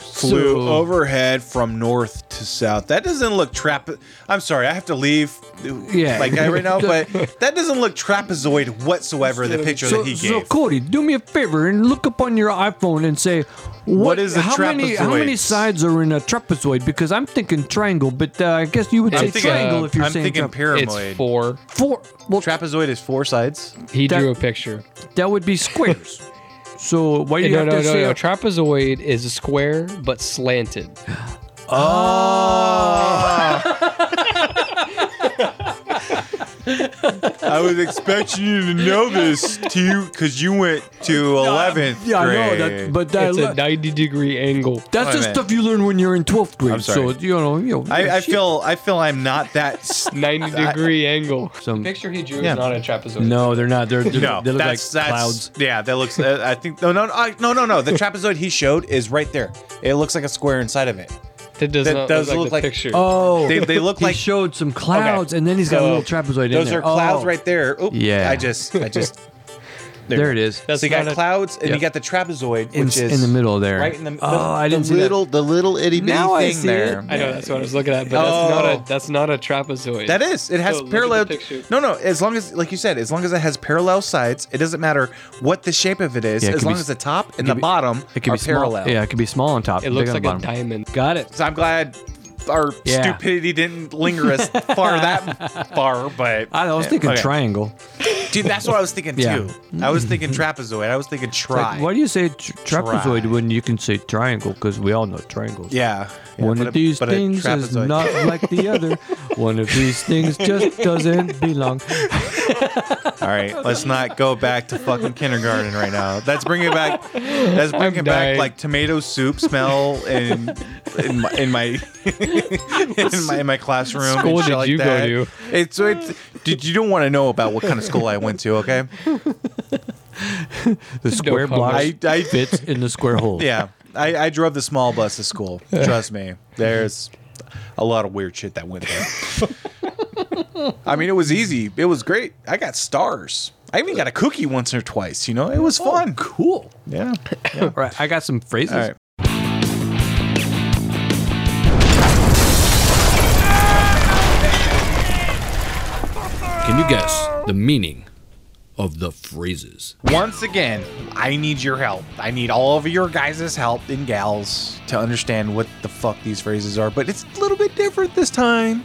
S7: Flew
S5: So-
S7: overhead from north to south. That doesn't look trap. I'm sorry, I have to leave.
S5: Yeah.
S7: like guy right now, but that doesn't look trapezoid whatsoever. The picture
S5: So,
S7: that he
S5: so
S7: gave.
S5: Cody, do me a favor and look up on your iPhone and say, what,
S7: is a
S5: how many how many
S7: trapezoid?
S5: sides are in a trapezoid? Because I'm thinking triangle, but uh, I guess you would
S7: I'm
S5: say
S7: thinking,
S5: triangle if you're
S7: I'm
S5: saying
S7: thinking
S5: tra-
S7: pyramid.
S3: It's four.
S5: four. Well,
S7: trapezoid is four sides.
S3: He
S5: That-
S3: drew a picture.
S5: that would be squares. so why do you
S3: no,
S5: have
S3: no,
S5: to
S3: no,
S5: say
S3: no.
S5: a
S3: Trapezoid is a square but slanted.
S7: I was expecting you to know this too, because you went to eleventh
S5: Yeah,
S7: grade.
S5: I know that, but that,
S3: It's a 90 degree angle.
S5: that's
S7: Wait a
S5: the
S7: minute.
S5: stuff you learn when you're in 12th grade.
S7: Oh, I'm sorry.
S5: So you know, you know
S7: I, I
S5: shit.
S7: feel I feel I'm not that. s-
S3: 90 degree angle.
S5: Some-
S3: picture he drew
S7: Yeah.
S3: is not a trapezoid.
S5: no, they're not. They're, they're
S7: No,
S5: they look
S7: that's
S5: like
S7: that's
S5: clouds.
S7: yeah. That looks. Uh, I think no, no, no, I- no, no, no. The trapezoid he showed is right there. It looks like a square inside of it.
S3: That does
S7: That
S3: not
S7: does
S3: look,
S7: look
S3: like the
S7: like-
S3: picture.
S5: Oh,
S7: They- they look
S5: he
S7: like-
S5: showed some clouds, and then he's got a
S7: So,
S5: little trapezoid
S7: Those
S5: in there.
S7: are clouds
S5: Oh,
S7: right there. Oop,
S5: Yeah.
S7: I just I just
S5: There, it is.
S3: That's
S7: So you got
S3: not a-
S7: clouds and
S5: Yep.
S7: you got the trapezoid,
S5: In,
S7: which is
S5: in the middle there.
S7: right in the.
S5: Oh, I didn't
S7: the
S5: see
S7: little, The little itty bitty
S5: Now I
S7: thing
S5: see
S7: there.
S5: it.
S3: I know that's what I was looking at, but that's
S7: Oh.
S3: not a that's not a trapezoid.
S7: That is. It has
S3: So, look at the
S7: parallel.
S3: picture.
S7: No, no. As long as, like you said, as long as it has parallel sides, it doesn't matter what the shape of it is.
S5: Yeah, it
S7: as
S5: can
S7: long
S5: be-
S7: as the top and
S5: can
S7: the
S5: be-
S7: bottom
S5: It could
S7: are
S5: be small.
S7: parallel.
S5: Yeah, it could be small on top.
S3: It looks
S5: big
S3: like
S5: on
S3: a
S5: the bottom.
S3: diamond.
S5: Got it.
S7: So I'm glad our
S5: Yeah.
S7: stupidity didn't linger as far that far. But
S5: I was thinking
S7: Okay.
S5: triangle.
S7: dude, that's what I was thinking
S5: Yeah.
S7: too. I was thinking trapezoid. I was thinking tri.
S5: Like, why do you say tr trapezoid
S7: Try.
S5: when you can say triangle? Because we all know triangles.
S7: yeah. Yeah,
S5: One
S7: but
S5: of
S7: a-
S5: these
S7: but a
S5: things is
S7: trapezoid-
S5: not like the other. One of these things just doesn't belong.
S7: All right, let's not go back to fucking kindergarten right now. Let's bring it back. Let's bring it back
S3: dying.
S7: like tomato soup smell in in my in my in my, in my classroom.
S3: School
S7: and shit
S3: did
S7: like
S3: you go
S7: that.
S3: to?
S7: It's, it's dude. You don't want to know about what kind of school I went to. Okay.
S5: The square
S3: comment.
S5: blocks
S7: I- I-
S5: fits in the square hole.
S7: Yeah. I, I drove the small bus to school. Trust me. There's. a lot of weird shit that went there. I mean, it was easy. It was great. I got stars. I even got a cookie once or twice. You know, it was fun.
S5: Cool.
S7: Yeah.
S5: All right, I got some phrases.
S7: All right.
S5: Can you guess the meaning of the phrases?
S7: Once again, I need your help. I need all of your guys' help and gals to understand what the fuck these phrases are. But it's a little bit different this time.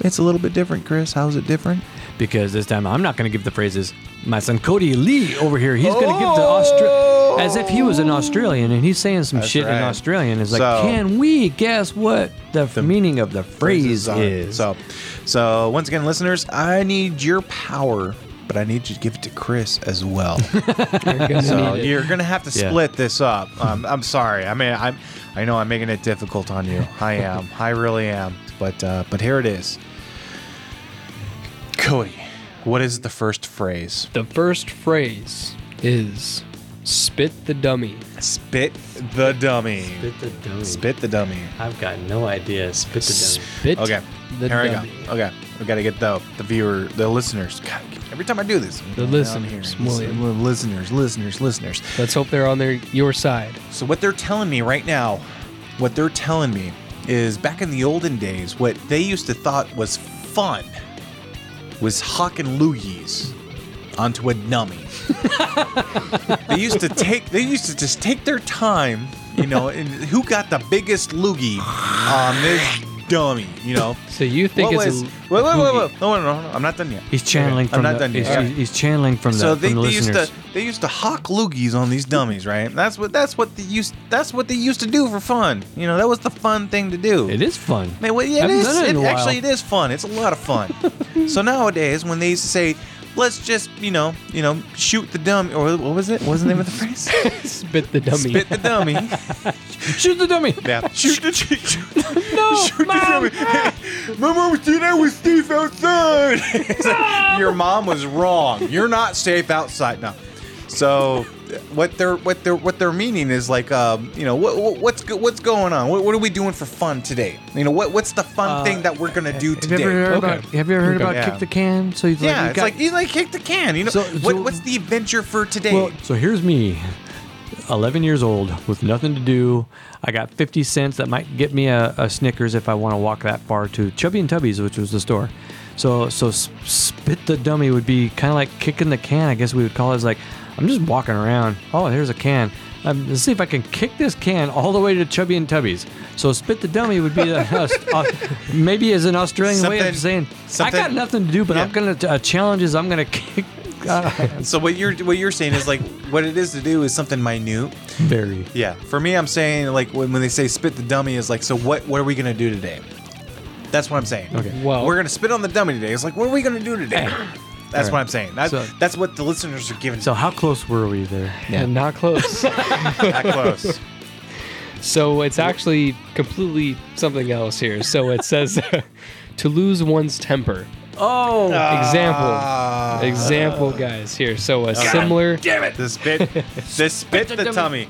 S7: It's a little bit different, Chris. How's it different?
S5: Because this time I'm not going to give the phrases. My son Cody Lee over here, he's going to give the Austra- as if he was an Australian and he's saying some shit in
S7: Oh! right.
S5: Australian. It's like,
S7: So-
S5: can we guess what the, meaning of the phrase
S7: phrases are.
S5: is?
S7: So, so once again, listeners, I need your power, but I need you to give it to Chris as well. so you're gonna have to
S5: Yeah.
S7: split this up. Um, I'm sorry. I mean, I'm. I know I'm making it difficult on you. I am. I really am. But uh, but here it is. Cody, what is the first phrase?
S3: The first phrase is spit the dummy.
S7: Spit the dummy.
S8: Spit the dummy.
S7: Spit the dummy.
S8: I've got no idea. Spit the dummy.
S3: Spit
S7: Okay.
S3: the
S7: Here we go.
S3: dummy.
S7: Okay. We got to get the the viewer, the listeners. God, every time I do this,
S3: The
S7: down
S3: listeners,
S7: here.
S3: William.
S7: Listen- listeners, listeners, listeners.
S3: Let's hope they're on their your side.
S7: So what they're telling me right now, what they're telling me is back in the olden days, what they used to thought was fun was hawking loogies onto a dummy. they used to take they used to just take their time, you know, and who got the biggest loogie on this dummy, you know?
S3: So you think
S7: what
S3: it's
S7: was,
S3: a,
S7: wait, wait, wait, wait. No, no, no, no, I'm not done yet.
S5: He's channeling
S7: I'm
S5: from
S7: not
S5: the,
S7: done yet.
S5: he's,
S7: Alright.
S5: he's channeling from the,
S7: So
S5: from
S7: they,
S5: the
S7: they used
S5: listeners.
S7: to they used to hawk loogies on these dummies, right? That's what that's what they used that's what they used to do for fun. You know, that was the fun thing to do.
S5: It is fun.
S7: Man, well, yeah, it
S5: Haven't
S7: is.
S5: done it in
S7: It,
S5: a while.
S7: actually, it is fun. It's a lot of fun. so nowadays, when they used to say, "Let's just, you know, you know, shoot the dummy," or what was it? What was the name of the phrase?
S3: spit the dummy?
S7: Spit the dummy.
S5: Shoot the dummy.
S7: yeah, shoot the shoot, shoot, shoot the dummy. My mom said I was safe outside. It's like, Your mom was wrong. You're not safe outside. No. So what they're what they're what they're meaning is like um you know what, what what's go, what's going on what, what are we doing for fun today you know what what's the fun thing that we're gonna
S5: Uh, Have you
S7: do today
S5: ever heard about?
S3: Okay.
S5: Have you ever heard about
S7: Yeah.
S5: kick the can? So he's
S7: Yeah,
S5: like, you
S7: it's
S5: got-
S7: like you like kick the can. You know,
S5: So-
S7: what,
S5: so-
S7: what's the adventure for today?
S5: Well, so here's me, 11 years old, with nothing to do. I got 50 cents that might get me a, a Snickers if I want to walk that far to Chubby and Tubby's, which was the store. So, so s- spit the dummy would be kind of like kicking the can. I guess we would call it. It's like I'm just walking around. Oh, here's a can. Um, let's see if I can kick this can all the way to Chubby and Tubby's. So spit the dummy would be a, a- a- maybe as an Australian way
S7: Something-
S5: of saying I got
S7: something-
S5: nothing to do, but
S7: Yeah.
S5: I'm gonna uh, challenges. I'm gonna kick. Uh,
S7: so what you're what you're saying is like what it is to do is something minute.
S5: very.
S7: Yeah. For me, I'm saying like when, when they say spit the dummy is like so what what are we gonna do today? That's what I'm saying. Okay.
S3: Well-
S7: we're gonna spit on the dummy today. It's like what are we gonna do today? That's
S5: All
S7: what
S5: right.
S7: I'm saying. That's,
S5: So-
S7: that's what the listeners are giving.
S5: So how close were we there?
S3: And not close.
S7: that close.
S3: so it's actually completely something else here. So it says to lose one's temper.
S5: Oh,
S7: Ah.
S3: Example. Example, guys. Here. So a similar.
S7: Damn it! The spit, the spit the tummy.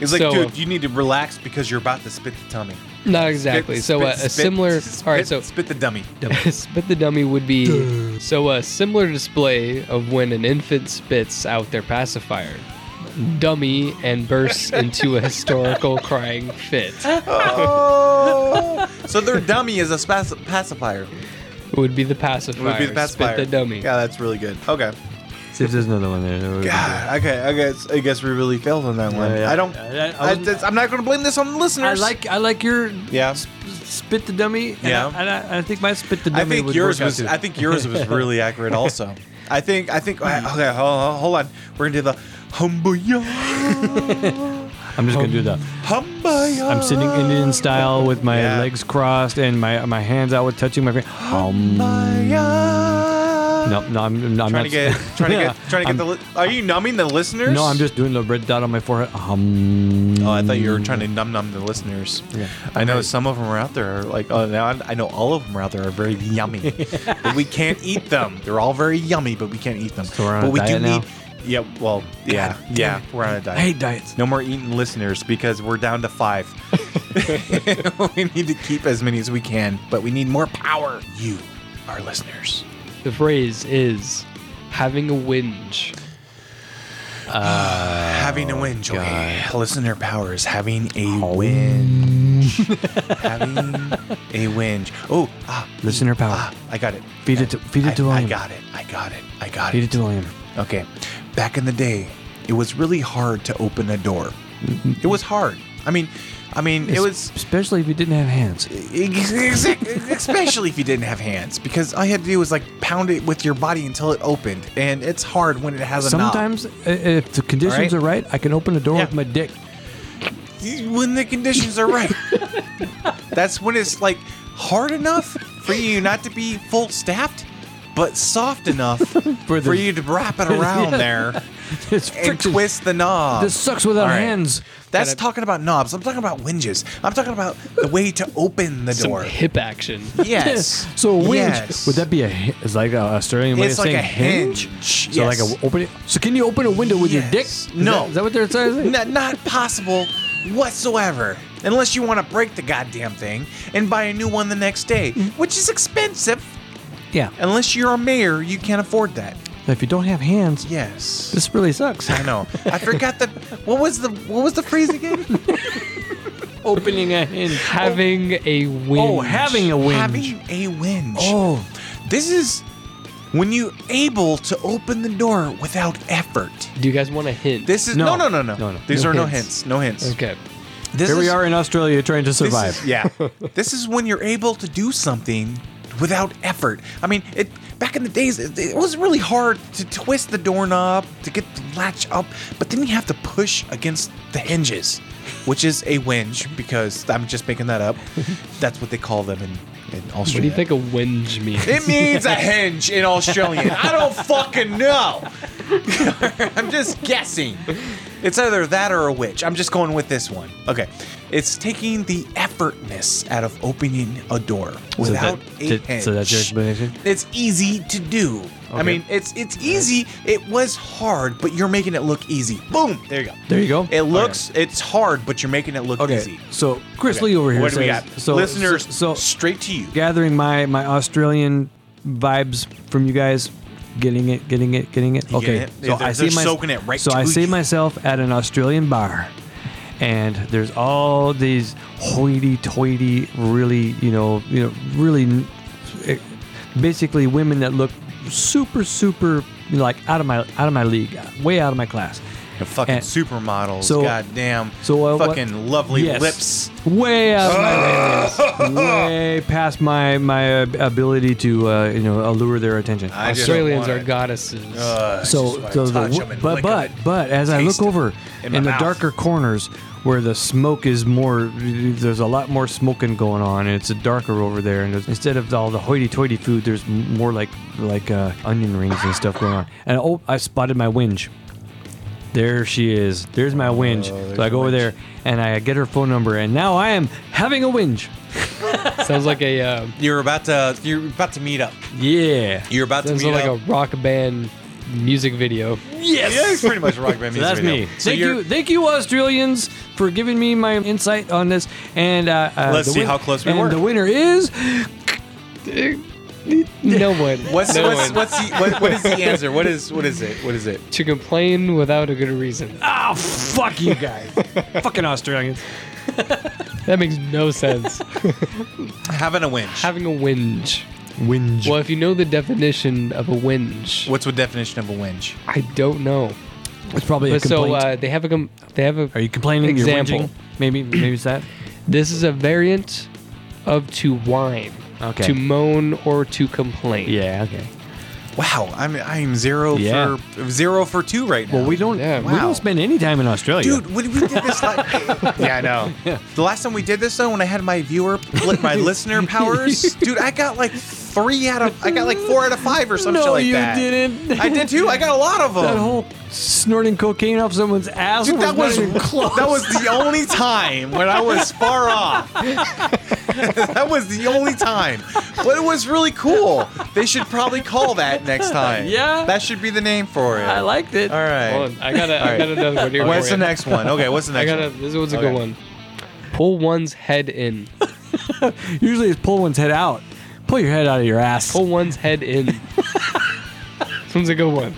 S7: It's like,
S3: So,
S7: dude,
S3: uh,
S7: you need to relax because you're about to spit the tummy.
S3: Not exactly.
S7: Spit,
S3: so uh, a,
S7: spit,
S3: a
S7: spit,
S3: similar.
S7: spit,
S3: all right. So
S7: spit the dummy.
S3: spit the dummy would be so a similar display of when an infant spits out their pacifier dummy and bursts into a historical crying fit
S7: Oh. so their dummy is a spac- pacifier.
S3: would be the pacifier
S7: It would be the pacifier.
S3: spit the dummy
S7: Yeah, that's really good. Okay.
S5: see if there's another one there.
S7: God. Okay. I guess I guess we really failed on that one.
S5: yeah.
S7: I don't.
S5: I- I
S7: I,
S5: wasn't-
S7: am not going to blame this on the
S5: I
S7: listeners.
S5: like I like your
S7: Yeah.
S5: s- spit the dummy. and
S7: Yeah.
S5: I- and I, I think my spit the dummy.
S7: I think
S5: would
S7: yours
S5: work out
S7: was.
S5: too.
S7: I think yours was really accurate. Also, I think. I think. Okay. Hold on. Hold on. We're gonna do the humbaya.
S5: I'm just gonna do that.
S7: humbaya.
S5: I'm sitting Indian style with my
S7: Oh. Yeah.
S5: legs crossed and my my hands out with touching my. Finger. Um,
S7: Humbaya.
S5: no, no, I'm, I'm not
S7: Trying to get. Trying to get.
S5: Yeah.
S7: Trying to get the. Li- are you numbing the listeners?
S5: No, I'm just doing the red dot on my forehead. Um,
S7: Oh, I thought you were trying to num num the listeners.
S5: Yeah.
S7: I know some of them are out there. Like, oh, now I, I know all of them are out there are very yummy, but we can't eat them. They're all very yummy, but we can't eat them.
S5: we're on
S7: but
S5: a
S7: we
S5: diet now?
S7: need. Yeah, well, yeah, yeah. We're on a diet.
S5: I hate diets.
S7: No more eating listeners because we're down to five. we need to keep as many as we can, but we need more power. You, our listeners.
S3: The phrase is having a whinge.
S7: having a
S5: Oh,
S7: win, Joy. Listener power is having a win. having a win. Oh, ah,
S5: Listener power.
S7: ah, I got it.
S5: Feed it to- feed it
S7: I-
S5: to
S7: I
S5: Liam.
S7: got it. I got it. I got
S5: Feed it
S7: it.
S5: to Liam.
S7: Okay. Back in the day, it was really hard to open a door. It was hard. I mean, I mean, it was
S5: especially if you didn't have hands.
S7: especially if you didn't have hands because all you had to do was like pound it with your body until it opened, and it's hard when it has a knob.
S5: Sometimes, i- if the conditions are
S7: Alright.
S5: right, I can open the door
S7: Yeah.
S5: with my dick.
S7: when the conditions are right. That's when it's like hard enough for you not to be full staffed, but soft enough for,
S5: the-
S7: you to wrap it around
S5: Yeah.
S7: there
S5: It's
S7: and
S5: friction.
S7: twist the knob.
S5: This sucks without
S7: All right.
S5: hands.
S7: That's talking about knobs. I'm talking about winges. I'm talking about the way to open the
S3: Some
S7: door.
S3: hip action.
S7: Yes.
S5: So a winch
S7: Yes.
S5: would that be a? hi- It's like a Australian way
S7: It's
S5: of
S7: like
S5: saying
S7: a hinge.
S5: So like
S7: Yes.
S5: a open. So can you open a window with your dick?
S7: Yes.
S5: Is
S7: No.
S5: that- Is that what they're trying to say?
S7: N- not possible whatsoever. Unless you want to break the goddamn thing and buy a new one the next day,
S5: Mm.
S7: which is expensive.
S5: Yeah.
S7: Unless you're a mayor, you can't afford that.
S5: If you don't have hands,
S7: Yes.
S5: this really sucks.
S7: I know. I forgot the what was the what was the phrase again?
S5: Opening a hinge.
S3: Having a whinge.
S5: Oh, having a winch.
S7: Having a winch.
S5: oh,
S7: This is when you able to open the door without effort.
S3: Do you guys want a hint?
S7: This is no
S5: No.
S7: no no no.
S5: No, no.
S7: These
S3: No
S7: are no
S3: hints.
S7: hints. No hints.
S3: okay.
S7: This
S5: here we
S7: is-
S5: are in Australia trying to
S7: this
S5: survive.
S7: is- yeah. this is when you're able to do something without effort. I mean, it back in the days, it, it was really hard to twist the doorknob to get the latch up, but then you have to push against the hinges, which is a winch because I'm just making that up. That's what they call them in, in
S3: What do
S7: Australia.
S3: you think a whinge means?
S7: It means a hinge in Australian. I don't fucking know. I'm just guessing. It's either that or a witch. I'm just going with this one. Okay. It's taking the effortness out of opening a door without
S5: that-
S7: a
S5: did-
S7: hinge.
S5: so that's your explanation?
S7: It's easy to do. I
S5: Okay.
S7: mean, it's it's easy. It was hard, but you're making it look easy. Boom. There you go.
S5: There you go.
S7: It looks it's hard, but you're making it look
S5: Okay.
S7: easy.
S5: So Chris
S7: Okay,
S5: Lee over here
S7: What
S5: says.
S7: do we got?
S5: So
S7: Listeners,
S5: So, so
S7: straight to you.
S5: gathering my my Australian vibes from you guys. Getting it, getting it, getting it. Okay,
S7: getting it? They're-
S5: so I
S7: they're
S5: see my,
S7: soaking it right
S5: So I
S7: through
S5: see
S7: you.
S5: myself at an Australian bar, and there's all these hoity-toity, really, you know, you know, really, n- eh, basically women that look super, super, you know, like out of my out of my league, way out of my class.
S7: The fucking
S5: And-
S7: supermodels,
S5: so-
S7: goddamn.
S5: So uh, what-
S7: fucking lovely
S5: Yes.
S7: lips.
S5: way out of my way past my my uh, ability to uh, you know allure their attention.
S7: I just
S3: Australians
S7: don't Uh.
S3: are
S7: wanna-
S3: goddesses.
S7: Ugh, I just
S5: so
S7: wanna
S5: so the,
S7: touch 'em
S5: w-
S7: and
S5: but
S7: lick 'em
S5: but
S7: and-
S5: but as I
S7: taste
S5: look
S7: 'em
S5: over
S7: in
S5: in,
S7: my
S5: the
S7: mouth.
S5: darker corners where the smoke is more, there's a lot more smoking going on, and it's darker over there. And there's- instead of all the hoity-toity food, there's m- more like like uh, onion rings and stuff going on. And oh, I spotted my winch. There she is. There's
S7: Oh,
S5: my winch. so I go over there and I get her phone number, and now I am having a winch.
S3: Sounds like a uh,
S7: You're about to you're about to meet up.
S5: Yeah.
S7: You're about
S3: sounds
S7: to meet
S3: like
S7: up.
S3: a rock band music video.
S5: Yes.
S7: yeah, it's pretty much rock band
S5: So
S7: music
S5: that's
S7: video.
S5: me.
S7: So
S5: thank
S7: you're-
S5: you, thank you, Australians, for giving me my insight on this. And uh, uh,
S7: Let's
S5: the
S7: see how close we
S5: and
S7: were.
S5: The winner is
S3: No one.
S7: What's
S3: no
S7: what's,
S3: one.
S7: what's the, what, what is the answer? What is what is it? What is it?
S3: to complain without a good reason.
S5: ah, fuck you guys, fucking Australians.
S3: That makes no sense.
S7: Having a winch.
S3: Having a whinge.
S5: Whinge.
S3: Well, if you know the definition of a whinge,
S7: What's the definition of a winch?
S3: I don't know.
S5: It's probably a
S3: But so
S5: complaint.
S3: uh, they have a com- they have a.
S5: Are you complaining? You're
S3: example.
S5: whinging? Maybe, maybe it's that.
S3: This is a variant of to whine,
S5: Okay.
S3: to moan, or to complain.
S5: Yeah. Okay.
S7: Wow, I'm I'm zero
S5: Yeah.
S7: for zero for two right now.
S5: Well, we don't.
S3: Yeah,
S5: We
S7: wow.
S5: don't spend any time in Australia.
S7: Dude, when we did this, like, yeah, I know. The last time we did this though, when I had my viewer, li- my listener powers, dude, I got like three out of I got like four out of five or some shit
S5: No,
S7: like
S5: you
S7: that.
S5: didn't.
S7: I did too. I got a lot of them.
S5: That whole snorting cocaine off someone's ass
S7: Dude, that was
S5: not even close.
S7: that was the only time when I was far off. that was the only time, but it was really cool. They should probably call that next time.
S5: Yeah.
S7: that should be the name for it.
S5: I liked it.
S7: All right.
S3: Hold on, I got a, I got another one here.
S7: What's
S3: for
S7: the
S3: you.
S7: next one? Okay, what's the
S3: I
S7: next
S3: got a.
S7: one?
S3: This one's a
S7: Okay.
S3: good one. Pull one's head in.
S5: Usually it's pull one's head out. Pull your head out of your ass.
S3: Pull one's head in. this one's a good one.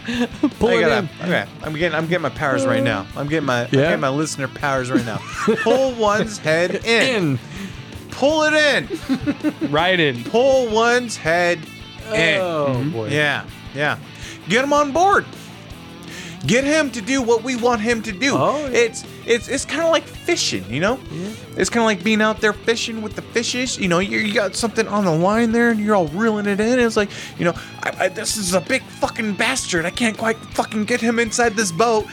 S5: pull
S7: I
S5: it
S7: gotta,
S5: in.
S7: okay, I'm getting I'm getting my powers right now. I'm getting my I'm
S5: Yeah.
S7: getting my listener powers right now. Pull one's head
S5: In.
S7: in. Pull it in.
S3: Right in.
S7: Pull one's head in.
S5: Oh boy.
S7: Yeah, yeah. Get him on board. Get him to do what we want him to do.
S5: Oh, yeah.
S7: It's it's it's kind of like fishing, you know. It's kind of like being out there fishing with the fishes. You know, you, you got something on the line there, and you're all reeling it in. It's like, you know, I, I, this is a big fucking bastard. I can't quite fucking get him inside this boat.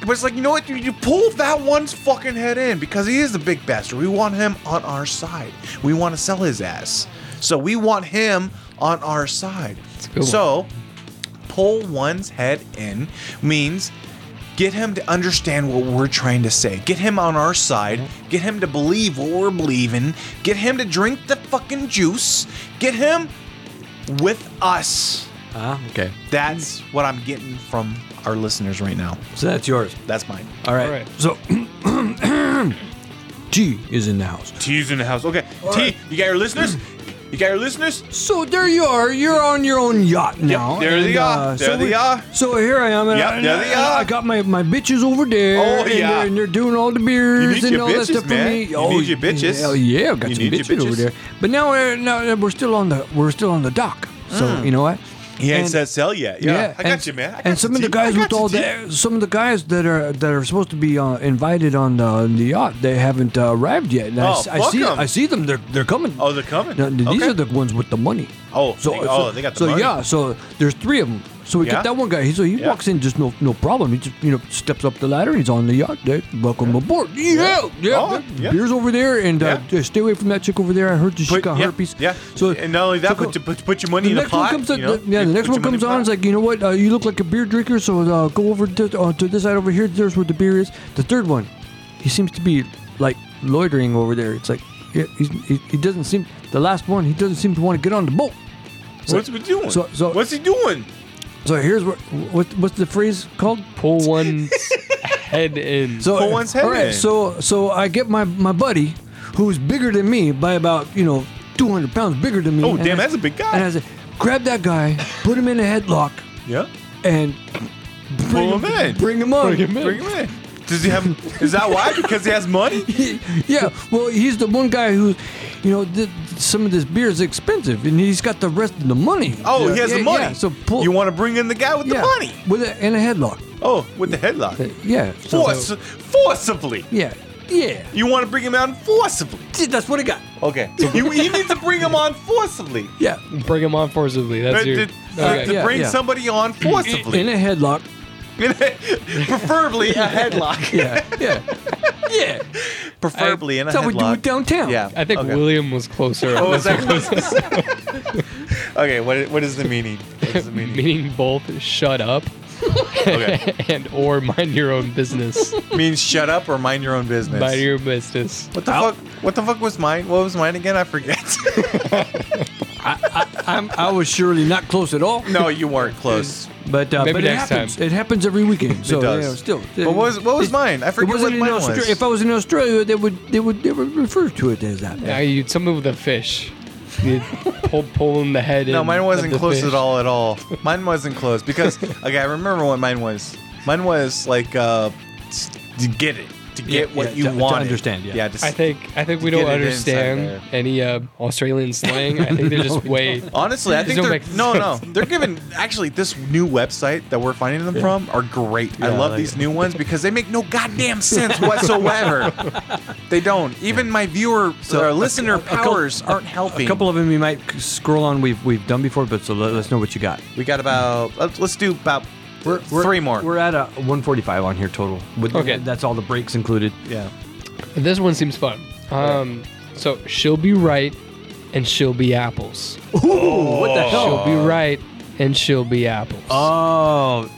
S7: But it's like, you know what? You, you pull that one's fucking head in because he is a big bastard. We want him on our side. We want to sell his ass. So we want him on our side.
S3: good one.
S7: So pull one's head in means get him to understand what we're trying to say. Get him on our side.
S5: Mm-hmm.
S7: Get him to believe what we're believing. Get him to drink the fucking juice. Get him with us.
S5: Ah, okay.
S7: That's
S5: Mm.
S7: what I'm getting from our listeners right now.
S5: So that's yours.
S7: That's mine.
S5: All right.
S3: All right.
S5: So G is in the house.
S7: T's in the house. Okay. T, you got your listeners? You got your listeners?
S5: So there you are. You're on your own yacht now. uh,
S7: there they are.
S5: so
S7: There they
S5: we-
S7: are.
S5: So here I am. And
S7: Yep,
S5: I,
S7: there they
S5: and
S7: are.
S5: I got my, my bitches over there.
S7: Oh,
S5: and
S7: yeah.
S5: They're, and they're doing all the beers
S7: You need
S5: and
S7: your
S5: all that
S7: bitches,
S5: stuff
S7: man.
S5: for me. Oh,
S7: You need your bitches.
S5: Hell yeah, I've got
S7: You
S5: some
S7: need your
S5: bitches, over
S7: bitches.
S5: there. But now we're now uh, we're still on the we're still on the dock. So you know what?
S7: Hmm. He ain't
S5: And-
S7: said sell yet. Yeah. I got
S5: and,
S7: you, man. I got
S5: and some
S7: you,
S5: of the
S7: T. I
S5: guys
S7: got
S5: with
S7: you,
S5: all
S7: T.
S5: the some of the guys that are that are supposed to be uh, invited on the, on the yacht, they haven't uh, arrived yet. And I
S7: Oh,
S5: s- I,
S7: fuck
S5: see
S7: 'em.
S5: I see them. They're they're coming.
S7: Oh, they're coming.
S5: Now, th- These
S7: Okay.
S5: are the ones with the money.
S7: Oh, they- oh, they got the
S5: so
S7: money.
S5: yeah, so there's three of them. So we
S7: Yeah?
S5: get that one guy. He so he
S7: Yeah.
S5: walks in just no no problem. He just you know steps up the ladder. He's on the yacht. There, welcome aboard. Yeah, yeah.
S7: Oh, yeah.
S5: Beer's over there, and uh,
S7: Yeah.
S5: uh, stay away from that chick over there. I heard she
S7: Put-
S5: got
S7: yeah,
S5: herpes.
S7: Yeah.
S5: So
S7: So and not only that,
S5: so
S7: but
S5: go-
S7: to put, put your money
S5: the
S7: in
S5: next
S7: the pot.
S5: one comes on.
S7: you know?
S5: the- yeah, the
S7: You
S5: next
S7: put
S5: one
S7: your money
S5: comes
S7: in the
S5: on. It's
S7: pot.
S5: like you know what? Uh, you look like a beer drinker, so uh, go over to, uh, to this side over here. There's where the beer is. The third one, he seems to be like loitering over there. It's like yeah, he's, he, he doesn't seem. The last one, he doesn't seem to want to get on the boat.
S7: What's he doing?
S5: so- so-
S7: What's he doing?
S5: So here's where what what's the phrase called?
S3: Pull one's head in.
S5: So
S7: Pull one's head
S5: all right,
S7: in.
S5: so so I get my my buddy, who's bigger than me by about you know 200 pounds bigger than me.
S7: Oh,
S5: and
S7: damn,
S5: I-
S7: that's a big guy.
S5: And I said, grab that guy, put him in a headlock,
S7: Yeah.
S5: and
S7: Pull him in.
S5: bring him on.
S7: Bring him in. Does he have? is that why? Because he has money?
S5: yeah, well, he's the one guy who, you know, th- some of this beer is expensive, and he's got the rest of the money.
S7: Oh,
S5: yeah,
S7: he has
S5: yeah,
S7: the money.
S5: yeah, so pull
S7: you want to bring in the guy with
S5: yeah,
S7: the money?
S5: with a, and a headlock. Uh,
S7: Oh, with the headlock.
S5: Yeah, so,
S7: Force, forcibly.
S5: yeah, yeah.
S7: You want to bring him on forcibly.
S5: See, That's what he got.
S7: Okay. you, you need to bring him on forcibly.
S5: Yeah,
S3: Bring him on forcibly. That's
S7: To,
S3: your.
S7: to-
S3: Okay.
S7: to
S5: Oh, yeah,
S7: bring
S5: yeah.
S7: somebody on
S5: in
S7: forcibly.
S5: a headlock.
S7: Preferably a headlock.
S5: Yeah, yeah, yeah.
S7: Preferably in a
S5: That's how
S7: headlock.
S5: we do it downtown.
S7: Yeah.
S3: I think
S7: okay.
S3: William was closer.
S7: Oh,
S3: on
S7: is
S3: this
S7: that
S3: one.
S7: okay, what, what is the meaning? What is the meaning?
S3: Meaning both shut up
S7: Okay.
S3: and or mind your own business.
S7: means shut up or mind your own business.
S3: mind your business.
S7: what the fuck? What the fuck was mine? What was mine again? I forget.
S5: I, I, I'm, I was surely not close at all.
S7: no, you weren't close.
S5: But uh,
S3: Maybe
S5: but
S3: next
S5: it happens.
S3: time.
S5: It happens every weekend. So
S7: does.
S5: yeah, still.
S7: But what was- what was
S5: It-
S7: mine? I
S5: it
S7: forget
S5: wasn't
S7: what
S5: in
S7: mine
S5: Austra-
S7: was.
S5: If I was in Australia, they would they would they would refer to it as that.
S3: Now you something with a fish. You pull pulling the head in.
S7: No, mine
S3: of
S7: wasn't
S3: the
S7: close
S3: fish.
S7: at all. At all. Mine wasn't close because okay, I remember what mine was. Mine was like uh, s- to get it, to get
S5: yeah,
S7: what you
S5: to- to
S7: want.
S5: understand, yeah.
S7: yeah. Just,
S3: I think I think we
S7: To
S3: don't
S7: get it inside
S3: understand
S7: there.
S3: any uh, Australian slang. I think they're just way.
S7: Honestly, I
S3: These
S7: think
S3: don't
S7: they're
S3: make
S7: no, no.
S3: sense.
S7: They're giving actually this new website that we're finding them from are great. I
S5: Yeah, I
S7: love
S5: like
S7: these
S5: it.
S7: new ones because they make no goddamn sense whatsoever. they don't. Even my viewer or listener
S5: couple-
S7: powers aren't helping.
S5: A couple of them you might c- scroll on. We've we've done before, but so let, us know what you got.
S7: we got about uh, let's, let's do about
S5: We're, we're-
S7: three more.
S5: We're at a 145 on here total. With,
S3: Okay.
S5: that's all the breaks included.
S7: yeah.
S3: This one seems fun. Um, so she'll be right, and she'll be apples.
S5: What
S7: Oh.
S5: the
S3: She'll be right and she'll be apples.
S5: Oh,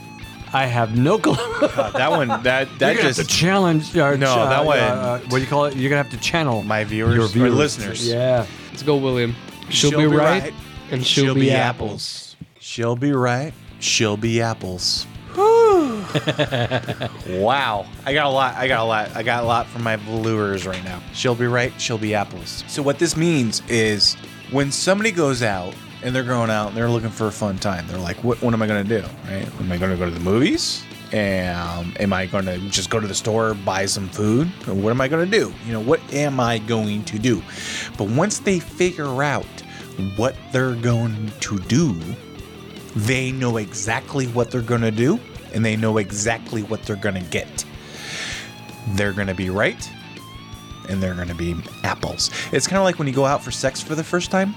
S5: I have no clue.
S7: God, that one, that that
S5: You're gonna have to
S7: just
S5: challenge. or
S7: No,
S5: ch-
S7: that
S5: uh,
S7: one-
S5: uh, what do you call it? You're gonna have to channel
S7: my viewers,
S5: your
S7: or
S5: viewers.
S7: listeners.
S5: Yeah,
S3: Let's go, William. She'll, be, right, and she'll, be, apples.
S7: She'll be right. She'll be apples. wow, I got a lot. I got a lot. I got a lot from my viewers right now. She'll be right. She'll be apples. So what this means is when somebody goes out and they're going out and they're looking for a fun time, they're like, "What? What am I going to do? Right? Am I going to go to the movies?" Um, am I going to just go to the store, buy some food? What am I going to do? You know, what am I going to do? But once they figure out what they're going to do, they know exactly what they're going to do and they know exactly what they're going to get. They're going to be right and they're going to be apples. It's kind of like when you go out for sex for the first time.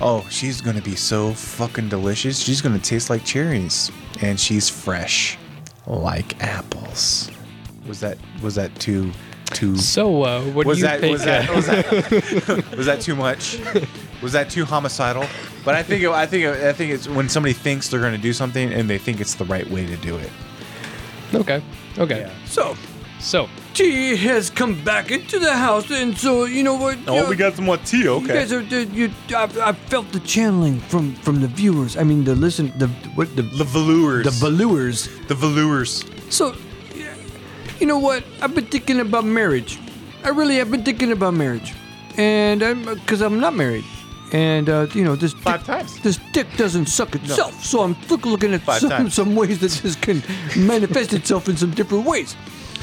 S7: Oh, she's going to be so fucking delicious. She's going to taste like cherries and she's fresh like apples. Was that was that too too
S3: So, uh, what
S7: was
S3: do you
S7: that,
S3: think?
S7: was that,
S3: uh,
S7: was that was that too much? Was that too homicidal? But I think it, I think it, I think it's when somebody thinks they're going to do something and they think it's the right way to do it.
S3: okay, okay.
S5: So
S3: So,
S5: T has come back into the house, and so you know what? you know,
S7: Oh, some more tea.
S5: You guys are. did You, I've, I've felt the channeling from from the viewers. I mean, the listen, the what the
S7: the velours.
S5: the valuers.
S7: the velours.
S5: So, you know what? I've been thinking about marriage. I really have been thinking about marriage, and I'm because I'm not married, and uh, you know this
S7: Five
S5: dick,
S7: times.
S5: This dick doesn't suck itself, so I'm look- looking at
S7: Five
S5: some,
S7: times.
S5: some ways that this can manifest itself in some different ways.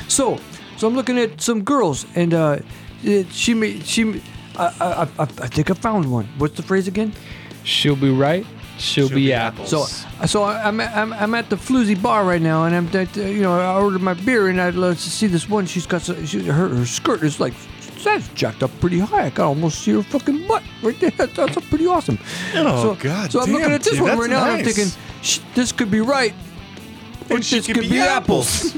S5: So, so I'm looking at some girls, and uh, it- she may she. may- I, I, I, I think I found one. What's the phrase again?
S3: she'll be right, she'll, be, uh,
S7: be
S3: apples.
S5: So, so I'm, I'm, I'm at the floozy bar right now, and I'm, at, uh, you know, I ordered my beer, and I'd love to see this one. She's got so- she, her, her skirt is like that's jacked up pretty high. I can almost see her fucking butt right there. That's, that's pretty awesome.
S7: Oh,
S5: so,
S7: God
S5: So I'm
S7: damn,
S5: looking at this
S7: dude,
S5: one
S7: that's
S5: right now, and I'm
S7: nice.
S5: thinking, Sh- this could be right, and,
S7: she
S5: this
S7: could be apples.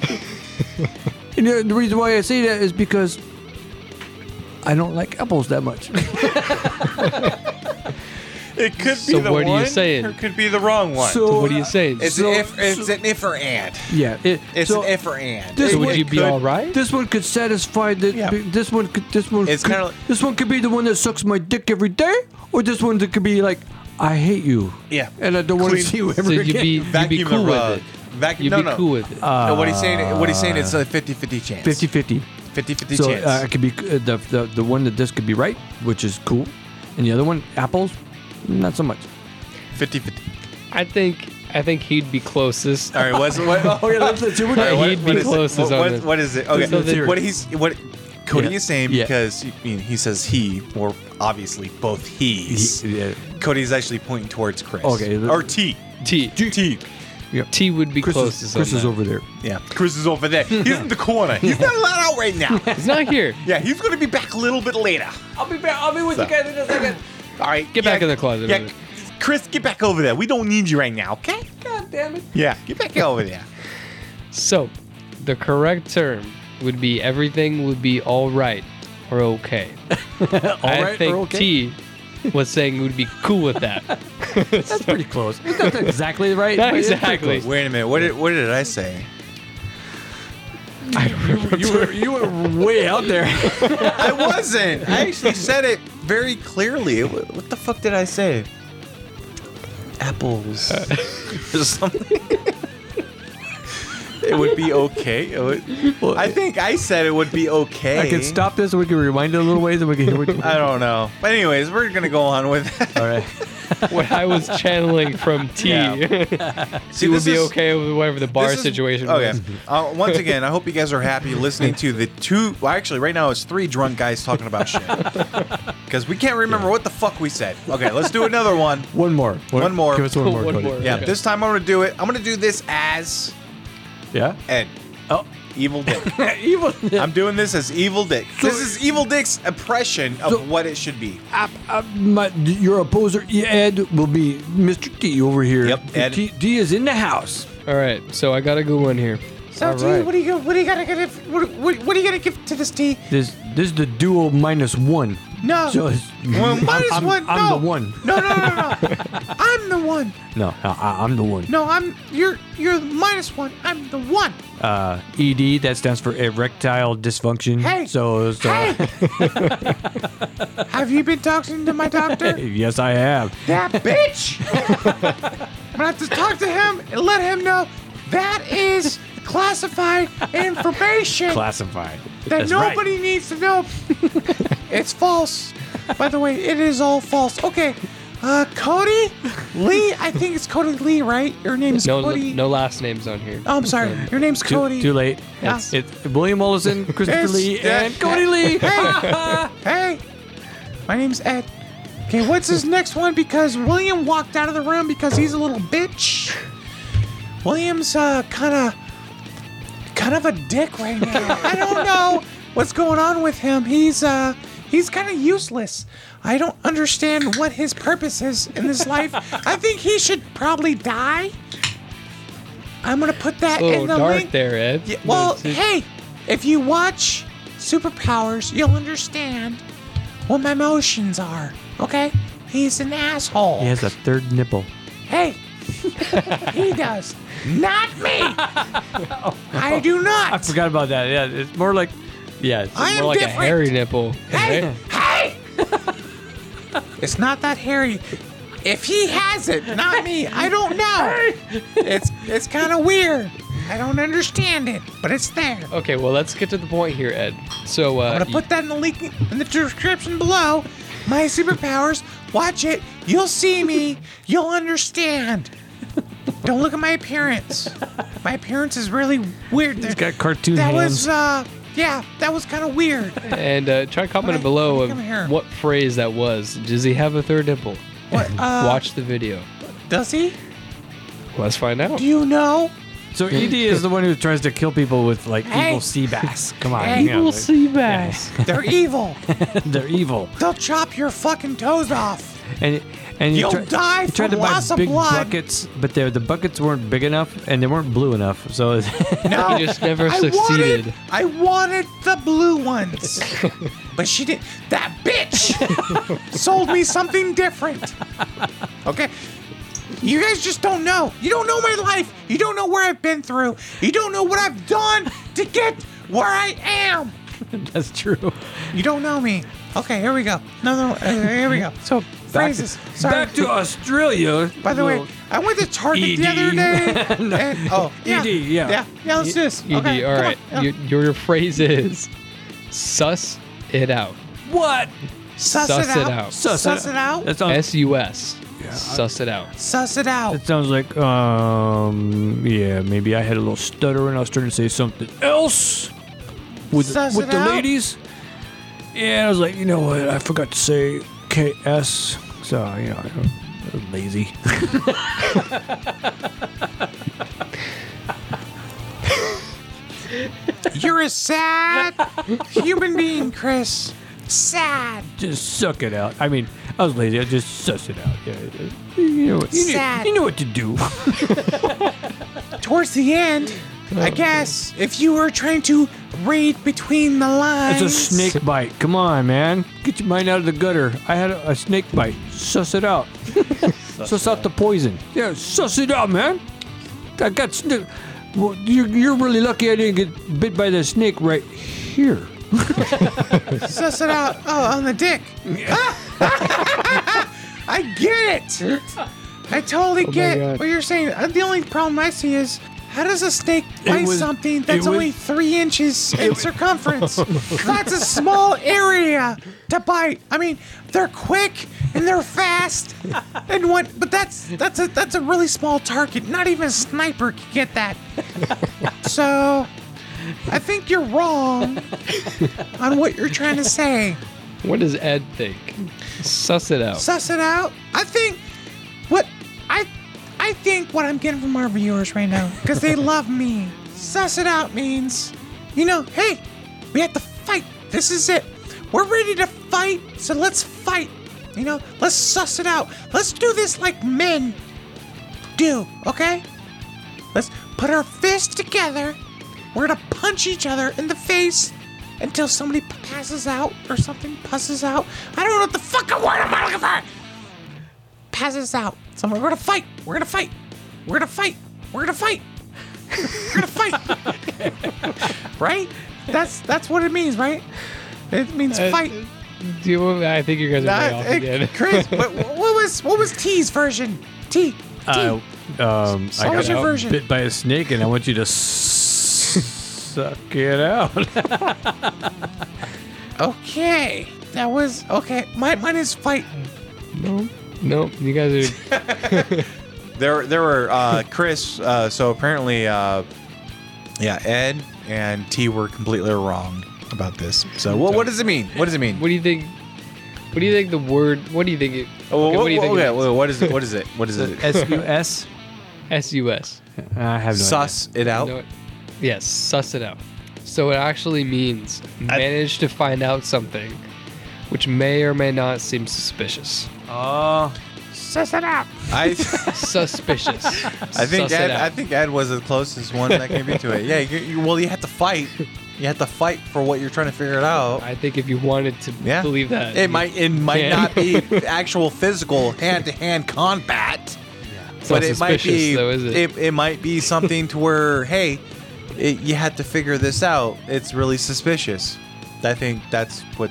S5: and uh, the reason why I say that is because I don't like apples that much.
S7: It could be
S3: So
S7: the
S3: what are you
S7: one,
S3: saying?
S7: or it could be the wrong one.
S5: so
S3: what do you say?
S7: it's
S5: so-
S7: an if, it's
S5: so-
S7: an if or and.
S5: yeah, it,
S7: It's
S5: so-
S7: an if or and.
S5: this
S7: It-
S3: so would
S7: it
S3: you be
S7: could-
S3: all right?
S5: This one could satisfy the.
S7: Yeah.
S5: be- This one could. This one.
S7: It's
S5: could,
S7: kinda-
S5: This one could be the one that sucks my dick every day, or this one that could be like, I hate you.
S7: Yeah.
S5: And uh, I don't want to
S7: Clean-
S5: see you ever
S3: So you'd
S5: again.
S3: be, you'd
S7: Vacuum
S3: be
S7: the
S3: cool
S7: rug.
S3: with it.
S7: Vacuum.
S3: You'd
S7: no,
S3: be
S7: no. Uh,
S3: cool with it.
S7: no, what he's saying. What he's saying. It's a 50-50 chance.
S5: 50-50.
S7: 50-50
S5: So
S7: chance.
S5: uh, it could be uh, the, the the one that this could be right, which is cool, and the other one apples, not so much.
S7: 50-50.
S3: I think I think he'd be closest.
S7: All right. What's what?
S5: Oh yeah, let's, let's see what
S3: Hey,
S7: All right,
S3: he'd be
S7: is it?
S3: closest
S7: What-
S3: on
S7: what-
S3: this.
S7: what is it? Okay.
S3: So the-
S7: what he's what Cody
S5: Yeah.
S7: is saying
S5: Yeah.
S7: because I mean, he says he or obviously both he's.
S5: He- yeah.
S7: Cody's actually pointing towards Chris.
S5: Okay.
S7: Or T.
S3: T
S7: T.
S3: T would be
S5: Chris
S3: closest.
S5: is,
S3: on
S5: Chris is
S3: that.
S5: over there.
S7: Yeah. Chris is over there. He's in the corner. He's not allowed out right now.
S3: He's not here.
S7: Yeah. He's gonna be back a little bit later.
S5: I'll be back. I'll be with
S7: So.
S5: you guys in a second.
S7: All right.
S3: Get
S7: yeah,
S3: back in the closet
S7: Yeah.
S3: over there.
S7: Chris, get back over there. We don't need you right now. Okay.
S5: God damn it.
S7: Yeah. Get back over there.
S3: So, the correct term would be everything would be all right or okay. I
S5: right or
S3: think
S5: okay?
S3: T was saying would be cool with that.
S5: That's pretty close. That's exactly right.
S3: Not
S5: but it's pretty
S3: exactly.
S5: close.
S7: Wait a minute. What did what did I say?
S5: You were you were way out there.
S7: I wasn't. I actually said it very clearly. What, what the fuck did I say? Apples. or something. it would be okay. It would- I think I said it would be okay.
S5: I can stop this. We can rewind it a little ways, and we can hear what you.
S7: I don't know. But anyways, we're gonna go on with that.
S5: All right.
S3: what I was channeling from T.
S7: Yeah.
S3: T
S7: See,
S3: would
S7: this
S3: be
S7: is-
S3: okay with whatever the bar
S7: this is-
S3: situation
S7: Okay.
S3: was.
S7: Uh, once again, I hope you guys are happy listening to the two. Well, actually, right now it's three drunk guys talking about shit because we can't remember what the fuck we said. Okay, let's do another one.
S5: One more.
S7: One more.
S5: Give us one more.
S3: One
S5: Cody.
S3: more.
S7: Yeah,
S3: Okay.
S7: this time I'm gonna do it. I'm gonna do this as
S5: Yeah.
S7: Ed.
S5: Oh.
S7: Evil Dick.
S5: Evil.
S7: I'm doing this as Evil Dick. this
S5: So-
S7: is Evil Dick's oppression of
S5: So-
S7: what it should be.
S5: I, I, my, your opposer Ed will be Mr. D over here.
S7: Yep, Ed.
S5: D, D is in the house.
S3: All right, so I got a good one here.
S7: So,
S3: G, right. what
S7: are you what are you gonna give what, what, what are you gonna give to this tea?
S5: This this is the duo minus one.
S4: No.
S5: So it's-
S4: well, might as
S5: I'm-
S4: well.
S5: I'm
S4: no.
S5: the one.
S4: No, no, no, no, no. I'm the one.
S5: No, no I, I'm the one.
S4: No, I'm. You're. You're the minus one. I'm the one.
S5: Uh, ED, that stands for erectile dysfunction.
S4: Hey.
S5: So, so uh,
S4: Hey. Have you been talking to my doctor?
S5: yes, I have.
S4: that bitch. I'm gonna have to talk to him and let him know that is classified information
S5: Classified.
S4: that
S5: That's right.
S4: nobody needs to know. it's false. By the way, it is all false. Okay. Uh, Cody Lee. I think it's Cody Lee, right? Your name is
S3: No,
S4: Cody.
S3: no last names on here.
S4: Oh, I'm sorry. Your name's
S5: Too-
S4: Cody.
S5: Too, late.
S4: Yeah.
S5: It's, it's William Mollison, Christopher
S4: It's-
S5: Lee,
S4: yeah.
S5: and Cody Lee.
S4: Hey, hey, my name's Ed. Okay, what's his next one? Because William walked out of the room because he's a little bitch. William's uh, kind of, kind of a dick right now. I don't know what's going on with him. He's uh, he's kind of useless. I don't understand what his purpose is in this life. I think he should probably die. I'm gonna put that
S3: A little
S4: in the
S3: dark
S4: link.
S3: there, Ed.
S4: Yeah, well,
S3: It's just-
S4: hey, if you watch Superpowers, you'll understand what my emotions are. Okay? He's an asshole.
S5: He has a third nipple.
S4: Hey, he does. Not me. I do not.
S5: I forgot about that. Yeah, it's more like
S9: Yeah, it's
S4: I
S9: just
S4: am
S9: more like
S4: different.
S9: a hair.
S3: hairy nipple.
S4: Hey, hey. it's not that hairy. If he has it, not me. I don't know. It's it's kind of weird. I don't understand it, but it's there.
S3: Okay, well, let's get to the point here, Ed. So, uh,
S4: I'm gonna put that in the link in the description below. My superpowers. Watch it. You'll see me. You'll understand. Don't look at my appearance. My appearance is really weird.
S5: he's
S4: That,
S5: got cartoon
S4: that was
S5: hands.
S4: uh yeah, that was kind of weird.
S3: and uh, try
S4: Come
S3: commenting
S4: here,
S3: below
S4: come here.
S3: of what phrase that was. Does he have a third nipple?
S4: What? Uh,
S3: Watch the video.
S4: Does he?
S3: Let's find out.
S4: Do you know?
S5: so ED is the one who tries to kill people with like
S4: Hey.
S5: evil sea bass. Come on,
S4: Hey.
S5: you know,
S4: Evil
S5: they're-
S4: They're evil.
S5: They're evil.
S4: They'll chop your fucking toes off.
S5: and and you
S4: You'll
S5: try-
S4: die
S5: you tried
S4: from
S5: to buy
S4: loss of
S5: big
S4: blood.
S5: buckets, but they the buckets weren't big enough and they weren't blue enough. So it's-
S4: No,
S3: He just never
S4: I
S3: succeeded.
S4: Wanted, I wanted the blue ones, but she did. That bitch sold me something different. Okay, you guys just don't know. You don't know my life. You don't know where I've been through. You don't know what I've done to get where I am.
S5: that's true.
S4: You don't know me. Okay, here we go. No, no, uh, here we go. So phrases. Sorry.
S5: Back to Australia.
S4: By the way,
S5: Well,
S4: I went to Target the other
S5: ED.
S4: day. and, oh, yeah,
S5: ED, yeah.
S4: yeah, yeah. Let's do this.
S3: ED,
S4: Okay,
S3: E all
S4: come on,
S3: right.
S4: yeah.
S3: Your, your phrase is suss it out.
S5: what?
S4: Suss,
S3: Suss
S4: it,
S3: it
S4: out.
S3: out.
S4: Suss, it out.
S5: That sounds.
S3: S U S. Suss it out.
S4: Suss it out.
S5: that sounds like um yeah maybe I had a little stutter and I was trying to say something else with
S4: Suss
S5: with
S4: it
S5: the
S4: out.
S5: ladies. Yeah, I was like, you know what? I forgot to say KS. So you know, I'm lazy.
S4: You're a sad human being, Chris. Sad.
S5: just suck it out. I mean, I was lazy. I just suss it out. Yeah, yeah. you know what, you knew,
S4: Sad.
S5: you knew what to do.
S4: Towards the end, I guess if you were trying to read between the lines,
S5: It's a snake bite. Come on, man. Get your mind out of the gutter. I had a, a snake bite. Suss it out. suss out the poison. Yeah, suss it out, man. I got. Sn- well, you're, you're really lucky I didn't get bit by the snake right here.
S4: Suss it out. Oh, on the dick. I get it. I
S5: Oh
S4: totally get
S3: God.
S4: what you're saying. Uh, The only problem I see is. How does a snake bite
S5: was-
S4: something
S5: it
S4: that's
S5: was-
S4: only three inches in circumference? that's a small area to bite. I mean, they're quick and they're fast and what? But that's that's a that's a really small target. Not even a sniper can get that. So, I think you're wrong on what you're trying to say.
S3: What does Ed think? Suss it out.
S4: Suss it out. I think what I I think what I'm getting from our viewers right now because they love me. Suss it out means, you know, hey, we have to fight. This is it. We're ready to fight, so let's fight. You know, let's suss it out. Let's do this like men do. Okay? Let's put our fists together. We're gonna punch each other in the face
S7: until somebody passes out or something passes out. I don't know what the fucking word I'm looking for. Passes out. Someone, we're gonna fight. We're gonna fight. We're gonna fight. We're gonna fight. We're gonna fight. right? That's that's what it means, right? It means fight.
S3: Do you, I think you guys are way
S7: Nah,
S3: Uh, off
S7: eh,
S3: again.
S7: Chris, what, what was what was T's version? T. T.
S5: Uh, um, I
S7: what was
S5: got
S7: your
S5: out
S7: version?
S5: bit by a snake, and I want you to suck it out.
S7: okay. That was okay. Mine, mine is fight.
S3: No, nope. You guys are.
S7: There, there were uh, Chris. Uh, so apparently, uh, yeah, Ed and T were completely wrong about this. So, what, what does it mean? What does it mean?
S3: What do you think? What do you think the word? What do you think? It,
S7: Oh,
S3: okay,
S7: what,
S3: what do you think?
S7: okay,
S3: it
S7: well, what is it? What is it? What is it?
S5: S U S.
S3: means? Sus.
S5: I have no
S7: Suss it out.
S3: No, it- yes, suss it out. So it actually means manage to find out something, which may or may not seem suspicious.
S5: idea. Oh,
S7: I,
S3: Suspicious.
S7: I think
S3: Suss it
S7: Ed,
S3: out.
S7: I think Ed was the closest one that came into it. Yeah. You, you, well, you have to fight. You have to fight for what you're trying to figure it out.
S3: I think if you wanted to
S7: Yeah.
S3: believe that,
S7: It might it might
S3: Yeah.
S7: not be actual physical hand to hand combat,
S3: it's
S7: but
S3: not
S7: it might
S3: suspicious,
S7: be
S3: though, is it?
S7: it might be something to where hey, it, you had to figure this out. It's really suspicious. I think that's what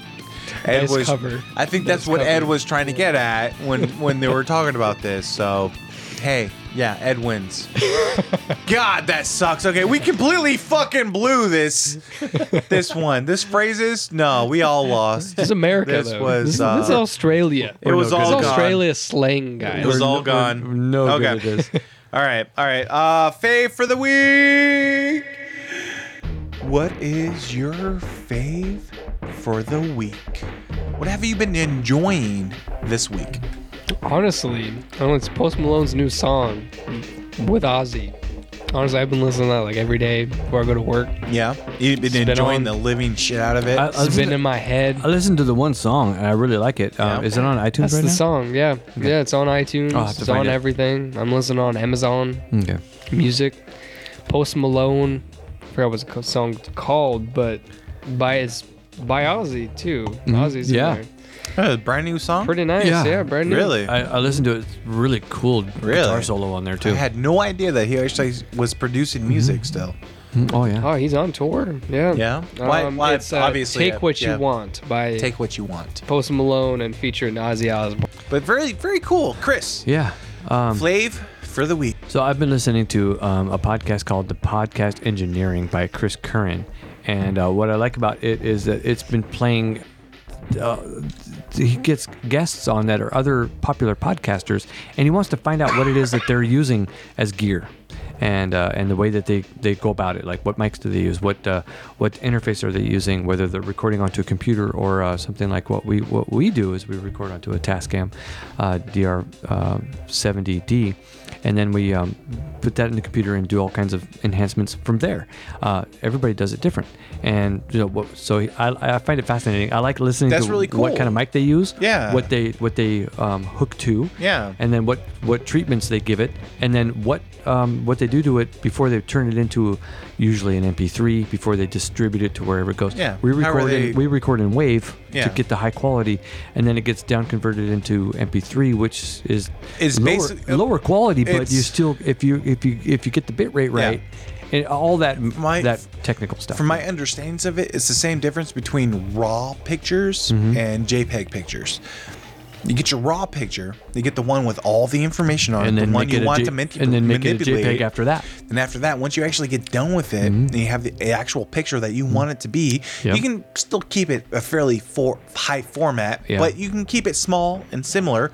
S7: Ed
S3: Nice
S7: was.
S3: cover.
S7: I think that's
S3: Nice
S7: what Ed
S3: cover.
S7: was trying to get at when when they were talking about this. So, hey, yeah, Ed wins. God, that sucks. Okay, we completely fucking blew this this one. This phrases no, we all lost.
S3: This is America.
S7: This
S3: though.
S7: was,
S3: this, is- this is
S7: uh,
S3: Australia.
S7: It was
S5: no
S7: all
S3: This is
S5: good at this.
S7: gone.
S3: Australia slang, guys.
S7: It was
S5: We're
S7: all
S5: no- we're
S7: gone.
S5: no good
S7: okay.
S5: at this.
S7: all right, all right. Uh, fave for the week. What is your fave for the week? What have you been enjoying this week?
S3: Honestly, oh, it's Post Malone's new song with Ozzy. Honestly, I've been listening to that like every day before I go to work.
S7: Yeah, you've been
S3: Spit
S7: enjoying
S3: on.
S7: the living shit out of it.
S5: I, I
S3: It's
S5: listened
S3: been
S5: to,
S3: in my head.
S5: I listened to the one song, and I really like it. Um,
S7: Yeah.
S5: is it on iTunes
S3: That's
S5: right
S3: the
S5: now?
S3: song. Yeah, yeah. It's on iTunes.
S5: I'll have to
S3: It's
S5: find
S3: on
S5: it.
S3: everything. I'm listening on Amazon
S5: Okay.
S3: Music. Post Malone. I forgot what the co- song's called, but by it's by Ozzy too. Ozzy's in
S5: Mm-hmm. Yeah.
S3: there.
S7: Oh, brand new song.
S3: Pretty nice.
S5: Yeah.
S3: Yeah, brand new.
S7: really. I,
S5: I, I listened to it. It's Really cool guitar
S7: Really?
S5: solo on there too.
S7: had no idea that he actually was producing music still.
S5: Mm, oh yeah.
S3: Oh, he's on tour. Yeah.
S7: Yeah.
S3: Um,
S7: Why- why-
S3: it's, uh,
S7: obviously,
S3: Take what
S7: yeah.
S3: you want by
S7: Take what you want.
S3: Post Malone and featuring Ozzy Osbourne.
S7: But very, very cool, Chris.
S5: Yeah. Um,
S7: Fave for the week.
S5: So I've been listening to um, a podcast called The Podcast Engineering by Chris Curran, and uh, what I like about it is that it's been playing. Uh, he gets guests on that or other popular podcasters, and he wants to find out what it is that they're using as gear, and uh, and the way that they, they go about it. Like what mics do they use? What uh, what interface are they using? Whether they're recording onto a computer or uh, something like what we what we do is we record onto a Tascam uh, DR70D, and then we um, put that in the computer and do all kinds of enhancements from there. Uh, everybody does it different, and you know what, so I, I find it fascinating. I like listening
S7: That's
S5: to
S7: really
S5: what
S7: cool.
S5: kind of mic they use,
S7: Yeah.
S5: what they what they um, hook to,
S7: Yeah.
S5: and then what what treatments they give it, and then what um, what they do to it before they turn it into usually an MP3 before they distribute it to wherever it goes.
S7: Yeah.
S5: we
S7: How are
S5: record
S7: they-
S5: in, we record in Wave
S7: Yeah.
S5: to get the high quality, and then it gets down converted into MP3, which is
S7: Is
S5: lower,
S7: basic- uh,
S5: lower quality, but you
S7: it's-
S5: still if you if you if you get the bit rate
S7: Yeah.
S5: right. And all that
S7: my-
S5: that technical stuff.
S7: From my understandings of it, it's the same difference between raw pictures
S5: Mm-hmm.
S7: and JPEG pictures. You get your raw picture, you get the one with all the information on
S5: and
S7: it,
S5: then
S7: the one
S5: make it
S7: you
S5: a
S7: want
S5: J-
S7: to man-
S5: and then make it a
S7: manipulate.
S5: JPEG Mm-hmm. after that.
S7: And after that, once you actually get done with it, and you have the actual picture that
S5: Mm-hmm.
S7: you want it to be,
S5: Yep.
S7: you can still keep it a fairly for- high format,
S5: Yeah.
S7: but you can keep it small and similar,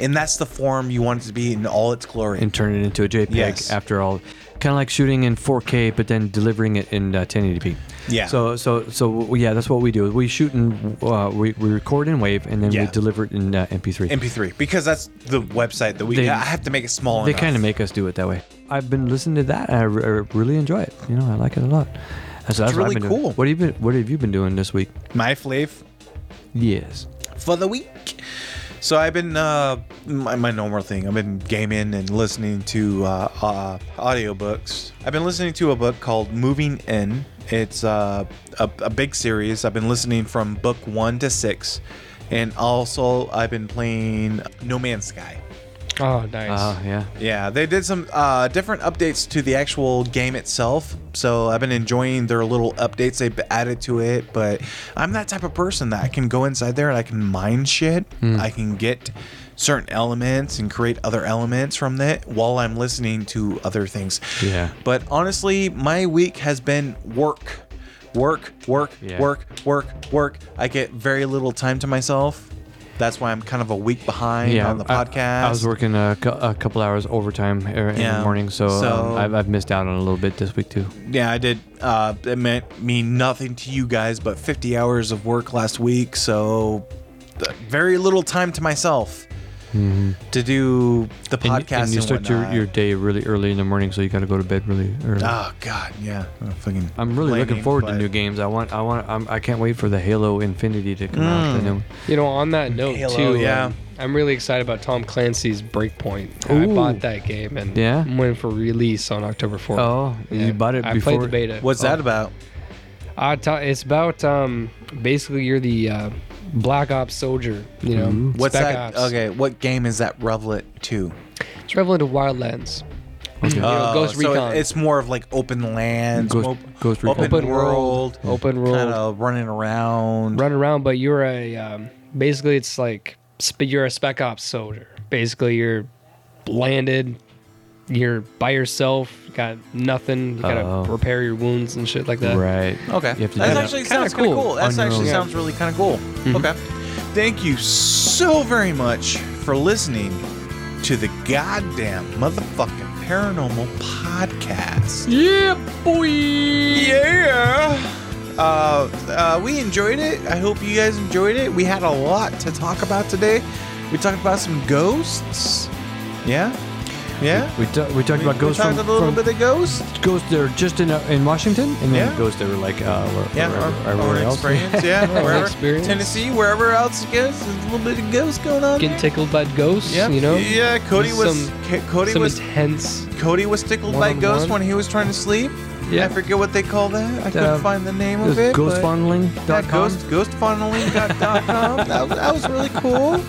S7: and that's the form you want it to be in all its glory.
S5: and turn it into a JPEG
S7: Yes.
S5: after all. Kind of like shooting in 4K, but then delivering it in uh, 1080p.
S7: Yeah.
S5: So so so w- yeah, that's what we do. We shoot in uh, we, we record in Wave, and then we
S7: Yeah.
S5: deliver it in uh, MP3.
S7: MP3 because that's the website that we.
S5: They-
S7: I have to make it small.
S5: they
S7: enough.
S5: kind of make us do it that way. I've been listening to that, and I, re- I really enjoy it. You know, I like it a lot. And so that's what
S7: really
S5: I've been doing.
S7: cool.
S5: What have you been What have you been doing this week?
S7: my flav
S5: Yes.
S7: for the week. So I've been uh, my, my normal thing. I've been gaming and listening to uh, uh, audiobooks. I've been listening to a book called Moving In. It's uh, a, a big series. I've been listening from book one to six, and also I've been playing No Man's Sky.
S3: Oh, nice.
S5: Uh, yeah.
S7: Yeah, they did some uh, different updates to the actual game itself. So I've been enjoying their little updates they've added to it. But I'm that type of person that I can go inside there and I can mine shit.
S5: Hmm.
S7: I can get certain elements and create other elements from that while I'm listening to other things.
S5: Yeah.
S7: But honestly, my week has been work. Work, work,
S5: Yeah.
S7: work, work, work. I get very little time to myself. That's why I'm kind of a week behind
S5: Yeah,
S7: on the
S5: I-
S7: podcast.
S5: I, was working a, cou- a couple hours overtime er, in
S7: Yeah.
S5: the morning, so, um,
S7: So-
S5: I've, I've missed out on a little bit this week too.
S7: Yeah, I did. Uh, it meant mean nothing to you guys, but 50 hours of work last week, so th- very little time to myself to do
S5: Mm-hmm.
S7: the
S5: And, you-
S7: podcast.
S5: and you start your,
S7: whatnot.
S5: your day really early in the morning, so you got to go to bed really early.
S7: Oh God, yeah. I'm, fucking
S5: I'm really
S7: blaming,
S5: looking forward
S7: but-
S5: to new games. I want, I want, I'm, I can't wait for the Halo Infinity to come out. The
S7: Hmm.
S5: new one.
S3: You know, on that note
S7: Halo,
S3: too,
S7: yeah.
S3: um, I'm really excited about Tom Clancy's Breakpoint. I bought that game and
S5: Yeah?
S3: I'm waiting for release on October 4th.
S5: Oh,
S3: Yeah.
S5: you bought it
S3: I
S5: before?
S3: played the beta.
S7: What's
S5: oh,
S7: that about?
S3: Uh, t- it's about um, basically you're the uh, Black Ops soldier. You know,
S5: Mm-hmm.
S7: What's
S3: Spec
S7: that?
S3: Ops.
S7: Okay, what game is that? Revlet Two.
S3: It's Revelant of Wildlands. You know,
S7: Oh,
S3: Ghost
S7: so it-
S3: Recon.
S7: it's more of like open lands,
S5: Ghost-
S7: mo-
S5: Ghost Recon.
S7: open,
S3: Open
S7: world,
S3: world, open
S7: kind
S3: world.
S7: of running around.
S3: run around, but you're a um, basically it's like sp- you're a spec ops soldier. Basically, you're landed, you're by yourself, got nothing. You gotta
S5: Oh.
S3: repair your wounds and shit like that.
S5: Right.
S7: Oh. Okay.
S5: You have to do
S7: that
S5: that.
S7: actually
S3: Kinda
S7: sounds kind of
S3: cool.
S7: cool. That
S5: On your
S7: actually
S5: own.
S7: sounds really kind of cool. Okay. Thank you so very much for listening to the goddamn motherfucking paranormal podcast. Yeah, boy. Yeah. Uh, uh, we enjoyed it. I hope you guys enjoyed it. We had a lot to talk about today. We talked about some ghosts. Yeah. Yeah.
S5: We, ta- we talked about
S7: we
S5: ghosts
S7: talked
S5: from,
S7: a little
S5: from
S7: bit of ghosts.
S5: ghosts that are just in uh, in Washington, and then
S7: Yeah.
S5: ghosts that are like uh, where-
S7: Yeah,
S5: wherever-
S7: or, or
S5: everywhere
S7: an
S5: else.
S7: experience. Yeah,
S3: an
S7: wherever
S3: experience.
S7: Tennessee, wherever else it goes, there's a little bit of ghosts going on.
S3: Getting
S7: there.
S3: tickled by ghosts,
S7: yeah,
S3: you know.
S7: yeah. Cody
S3: There's
S7: was
S3: some-
S7: Ca- Cody
S3: Some
S7: was
S3: intense.
S7: Cody was tickled by
S3: one-on-one.
S7: ghosts when he was trying to sleep.
S5: Yeah.
S7: I forget what they call that. I couldn't
S5: Uh,
S7: find the name
S5: It was
S7: of it. but- yeah,
S5: ghostfondling.com.
S7: ghost ghostfunneling.com. that, was- that was really cool.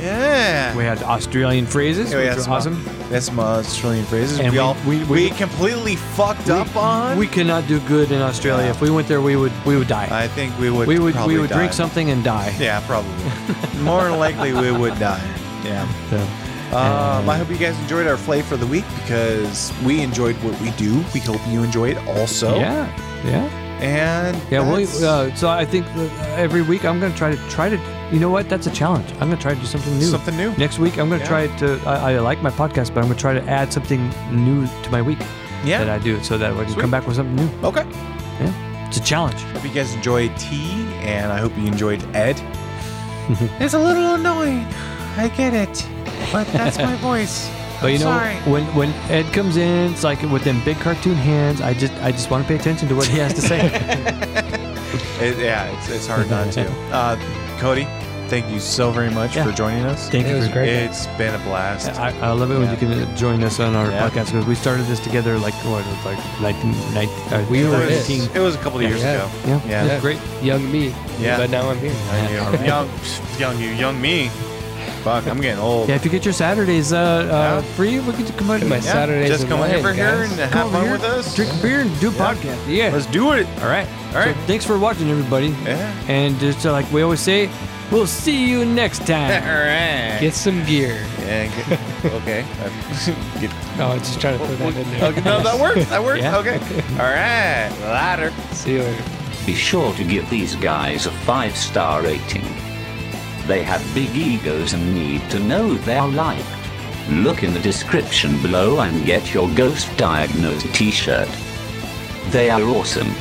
S7: Yeah.
S5: we had Australian phrases,
S7: Anyway,
S5: which
S7: that's
S5: were
S7: my-
S5: awesome.
S7: That's my Australian phrases.
S5: And
S7: we,
S5: we-
S7: all we,
S5: we-
S7: we,
S5: we-
S7: completely fucked up
S5: we,
S7: on.
S5: we cannot do good in Australia. If we went there, we would we would die.
S7: I think we would.
S5: we would
S7: probably
S5: we would drink
S7: die.
S5: something and die.
S7: Yeah, probably. More than likely, we would die. Yeah. Um, I hope you guys enjoyed our play for the week because we enjoyed what we do. We hope you enjoy it also.
S5: Yeah, yeah,
S7: And
S5: yeah. Well,
S7: that's-
S5: uh, so I think that every week I'm gonna try to try to. You know what? That's a challenge. I'm gonna try to do something new.
S7: Something new.
S5: Next week, I'm gonna
S7: Yeah.
S5: try to. I, I like my podcast, but I'm gonna try to add something new to my week that
S7: yeah.
S5: I do, so that I can
S7: Sweet.
S5: come back with something new.
S7: okay.
S5: Yeah, it's a challenge.
S7: Hope you guys enjoyed tea, and I hope you enjoyed Ed. it's a little annoying. I get it, but that's my voice.
S5: But you know, when when Ed comes in, it's like with them big cartoon hands. I just I just want to pay attention to what he has to say.
S7: It, yeah, it's, it's hard not to. Uh, Cody, thank you so very much
S5: Yeah.
S7: for joining us.
S5: Thank
S3: It
S5: you.
S3: was
S5: for-
S3: great.
S7: It's been a blast.
S5: I, I love it when you can uh, join us on our
S7: Yeah.
S5: podcast because we started this together like what like 19, 19 uh,
S3: We were
S7: It was,
S5: 19.
S7: it was a couple of years
S3: Yeah.
S7: ago.
S5: Yeah.
S7: Yeah.
S3: Yeah.
S5: Great.
S3: Young me.
S7: Yeah.
S3: But now I'm here.
S7: Young you. young, young you, young me. Fuck, I'm getting old.
S5: Yeah, if you get your Saturdays uh, uh,
S7: Yeah.
S5: free, we can come out
S3: Get my
S5: and
S3: Yeah. Saturdays
S7: Just
S3: in
S7: come
S3: Lane,
S7: over here
S3: guys.
S5: come
S7: and have
S5: over
S7: fun
S5: here,
S7: with us.
S5: drink beer, and do podcast. Yeah.
S7: Let's do it.
S5: All right.
S7: All right.
S5: So thanks for watching, everybody.
S7: Yeah.
S5: And just uh, like we always say, we'll see you next time.
S7: right.
S3: Get some gear.
S7: yeah, get, okay. I- get-
S3: Oh, I was just trying to put that in there.
S7: okay, No, that works. That works.
S5: Yeah.
S7: Okay. All right. Later.
S3: See you later.
S1: Be sure to give these guys a 5 star rating. They have big egos and need to know they're liked. Look in the description below and get your ghost diagnosed t shirt. They are awesome.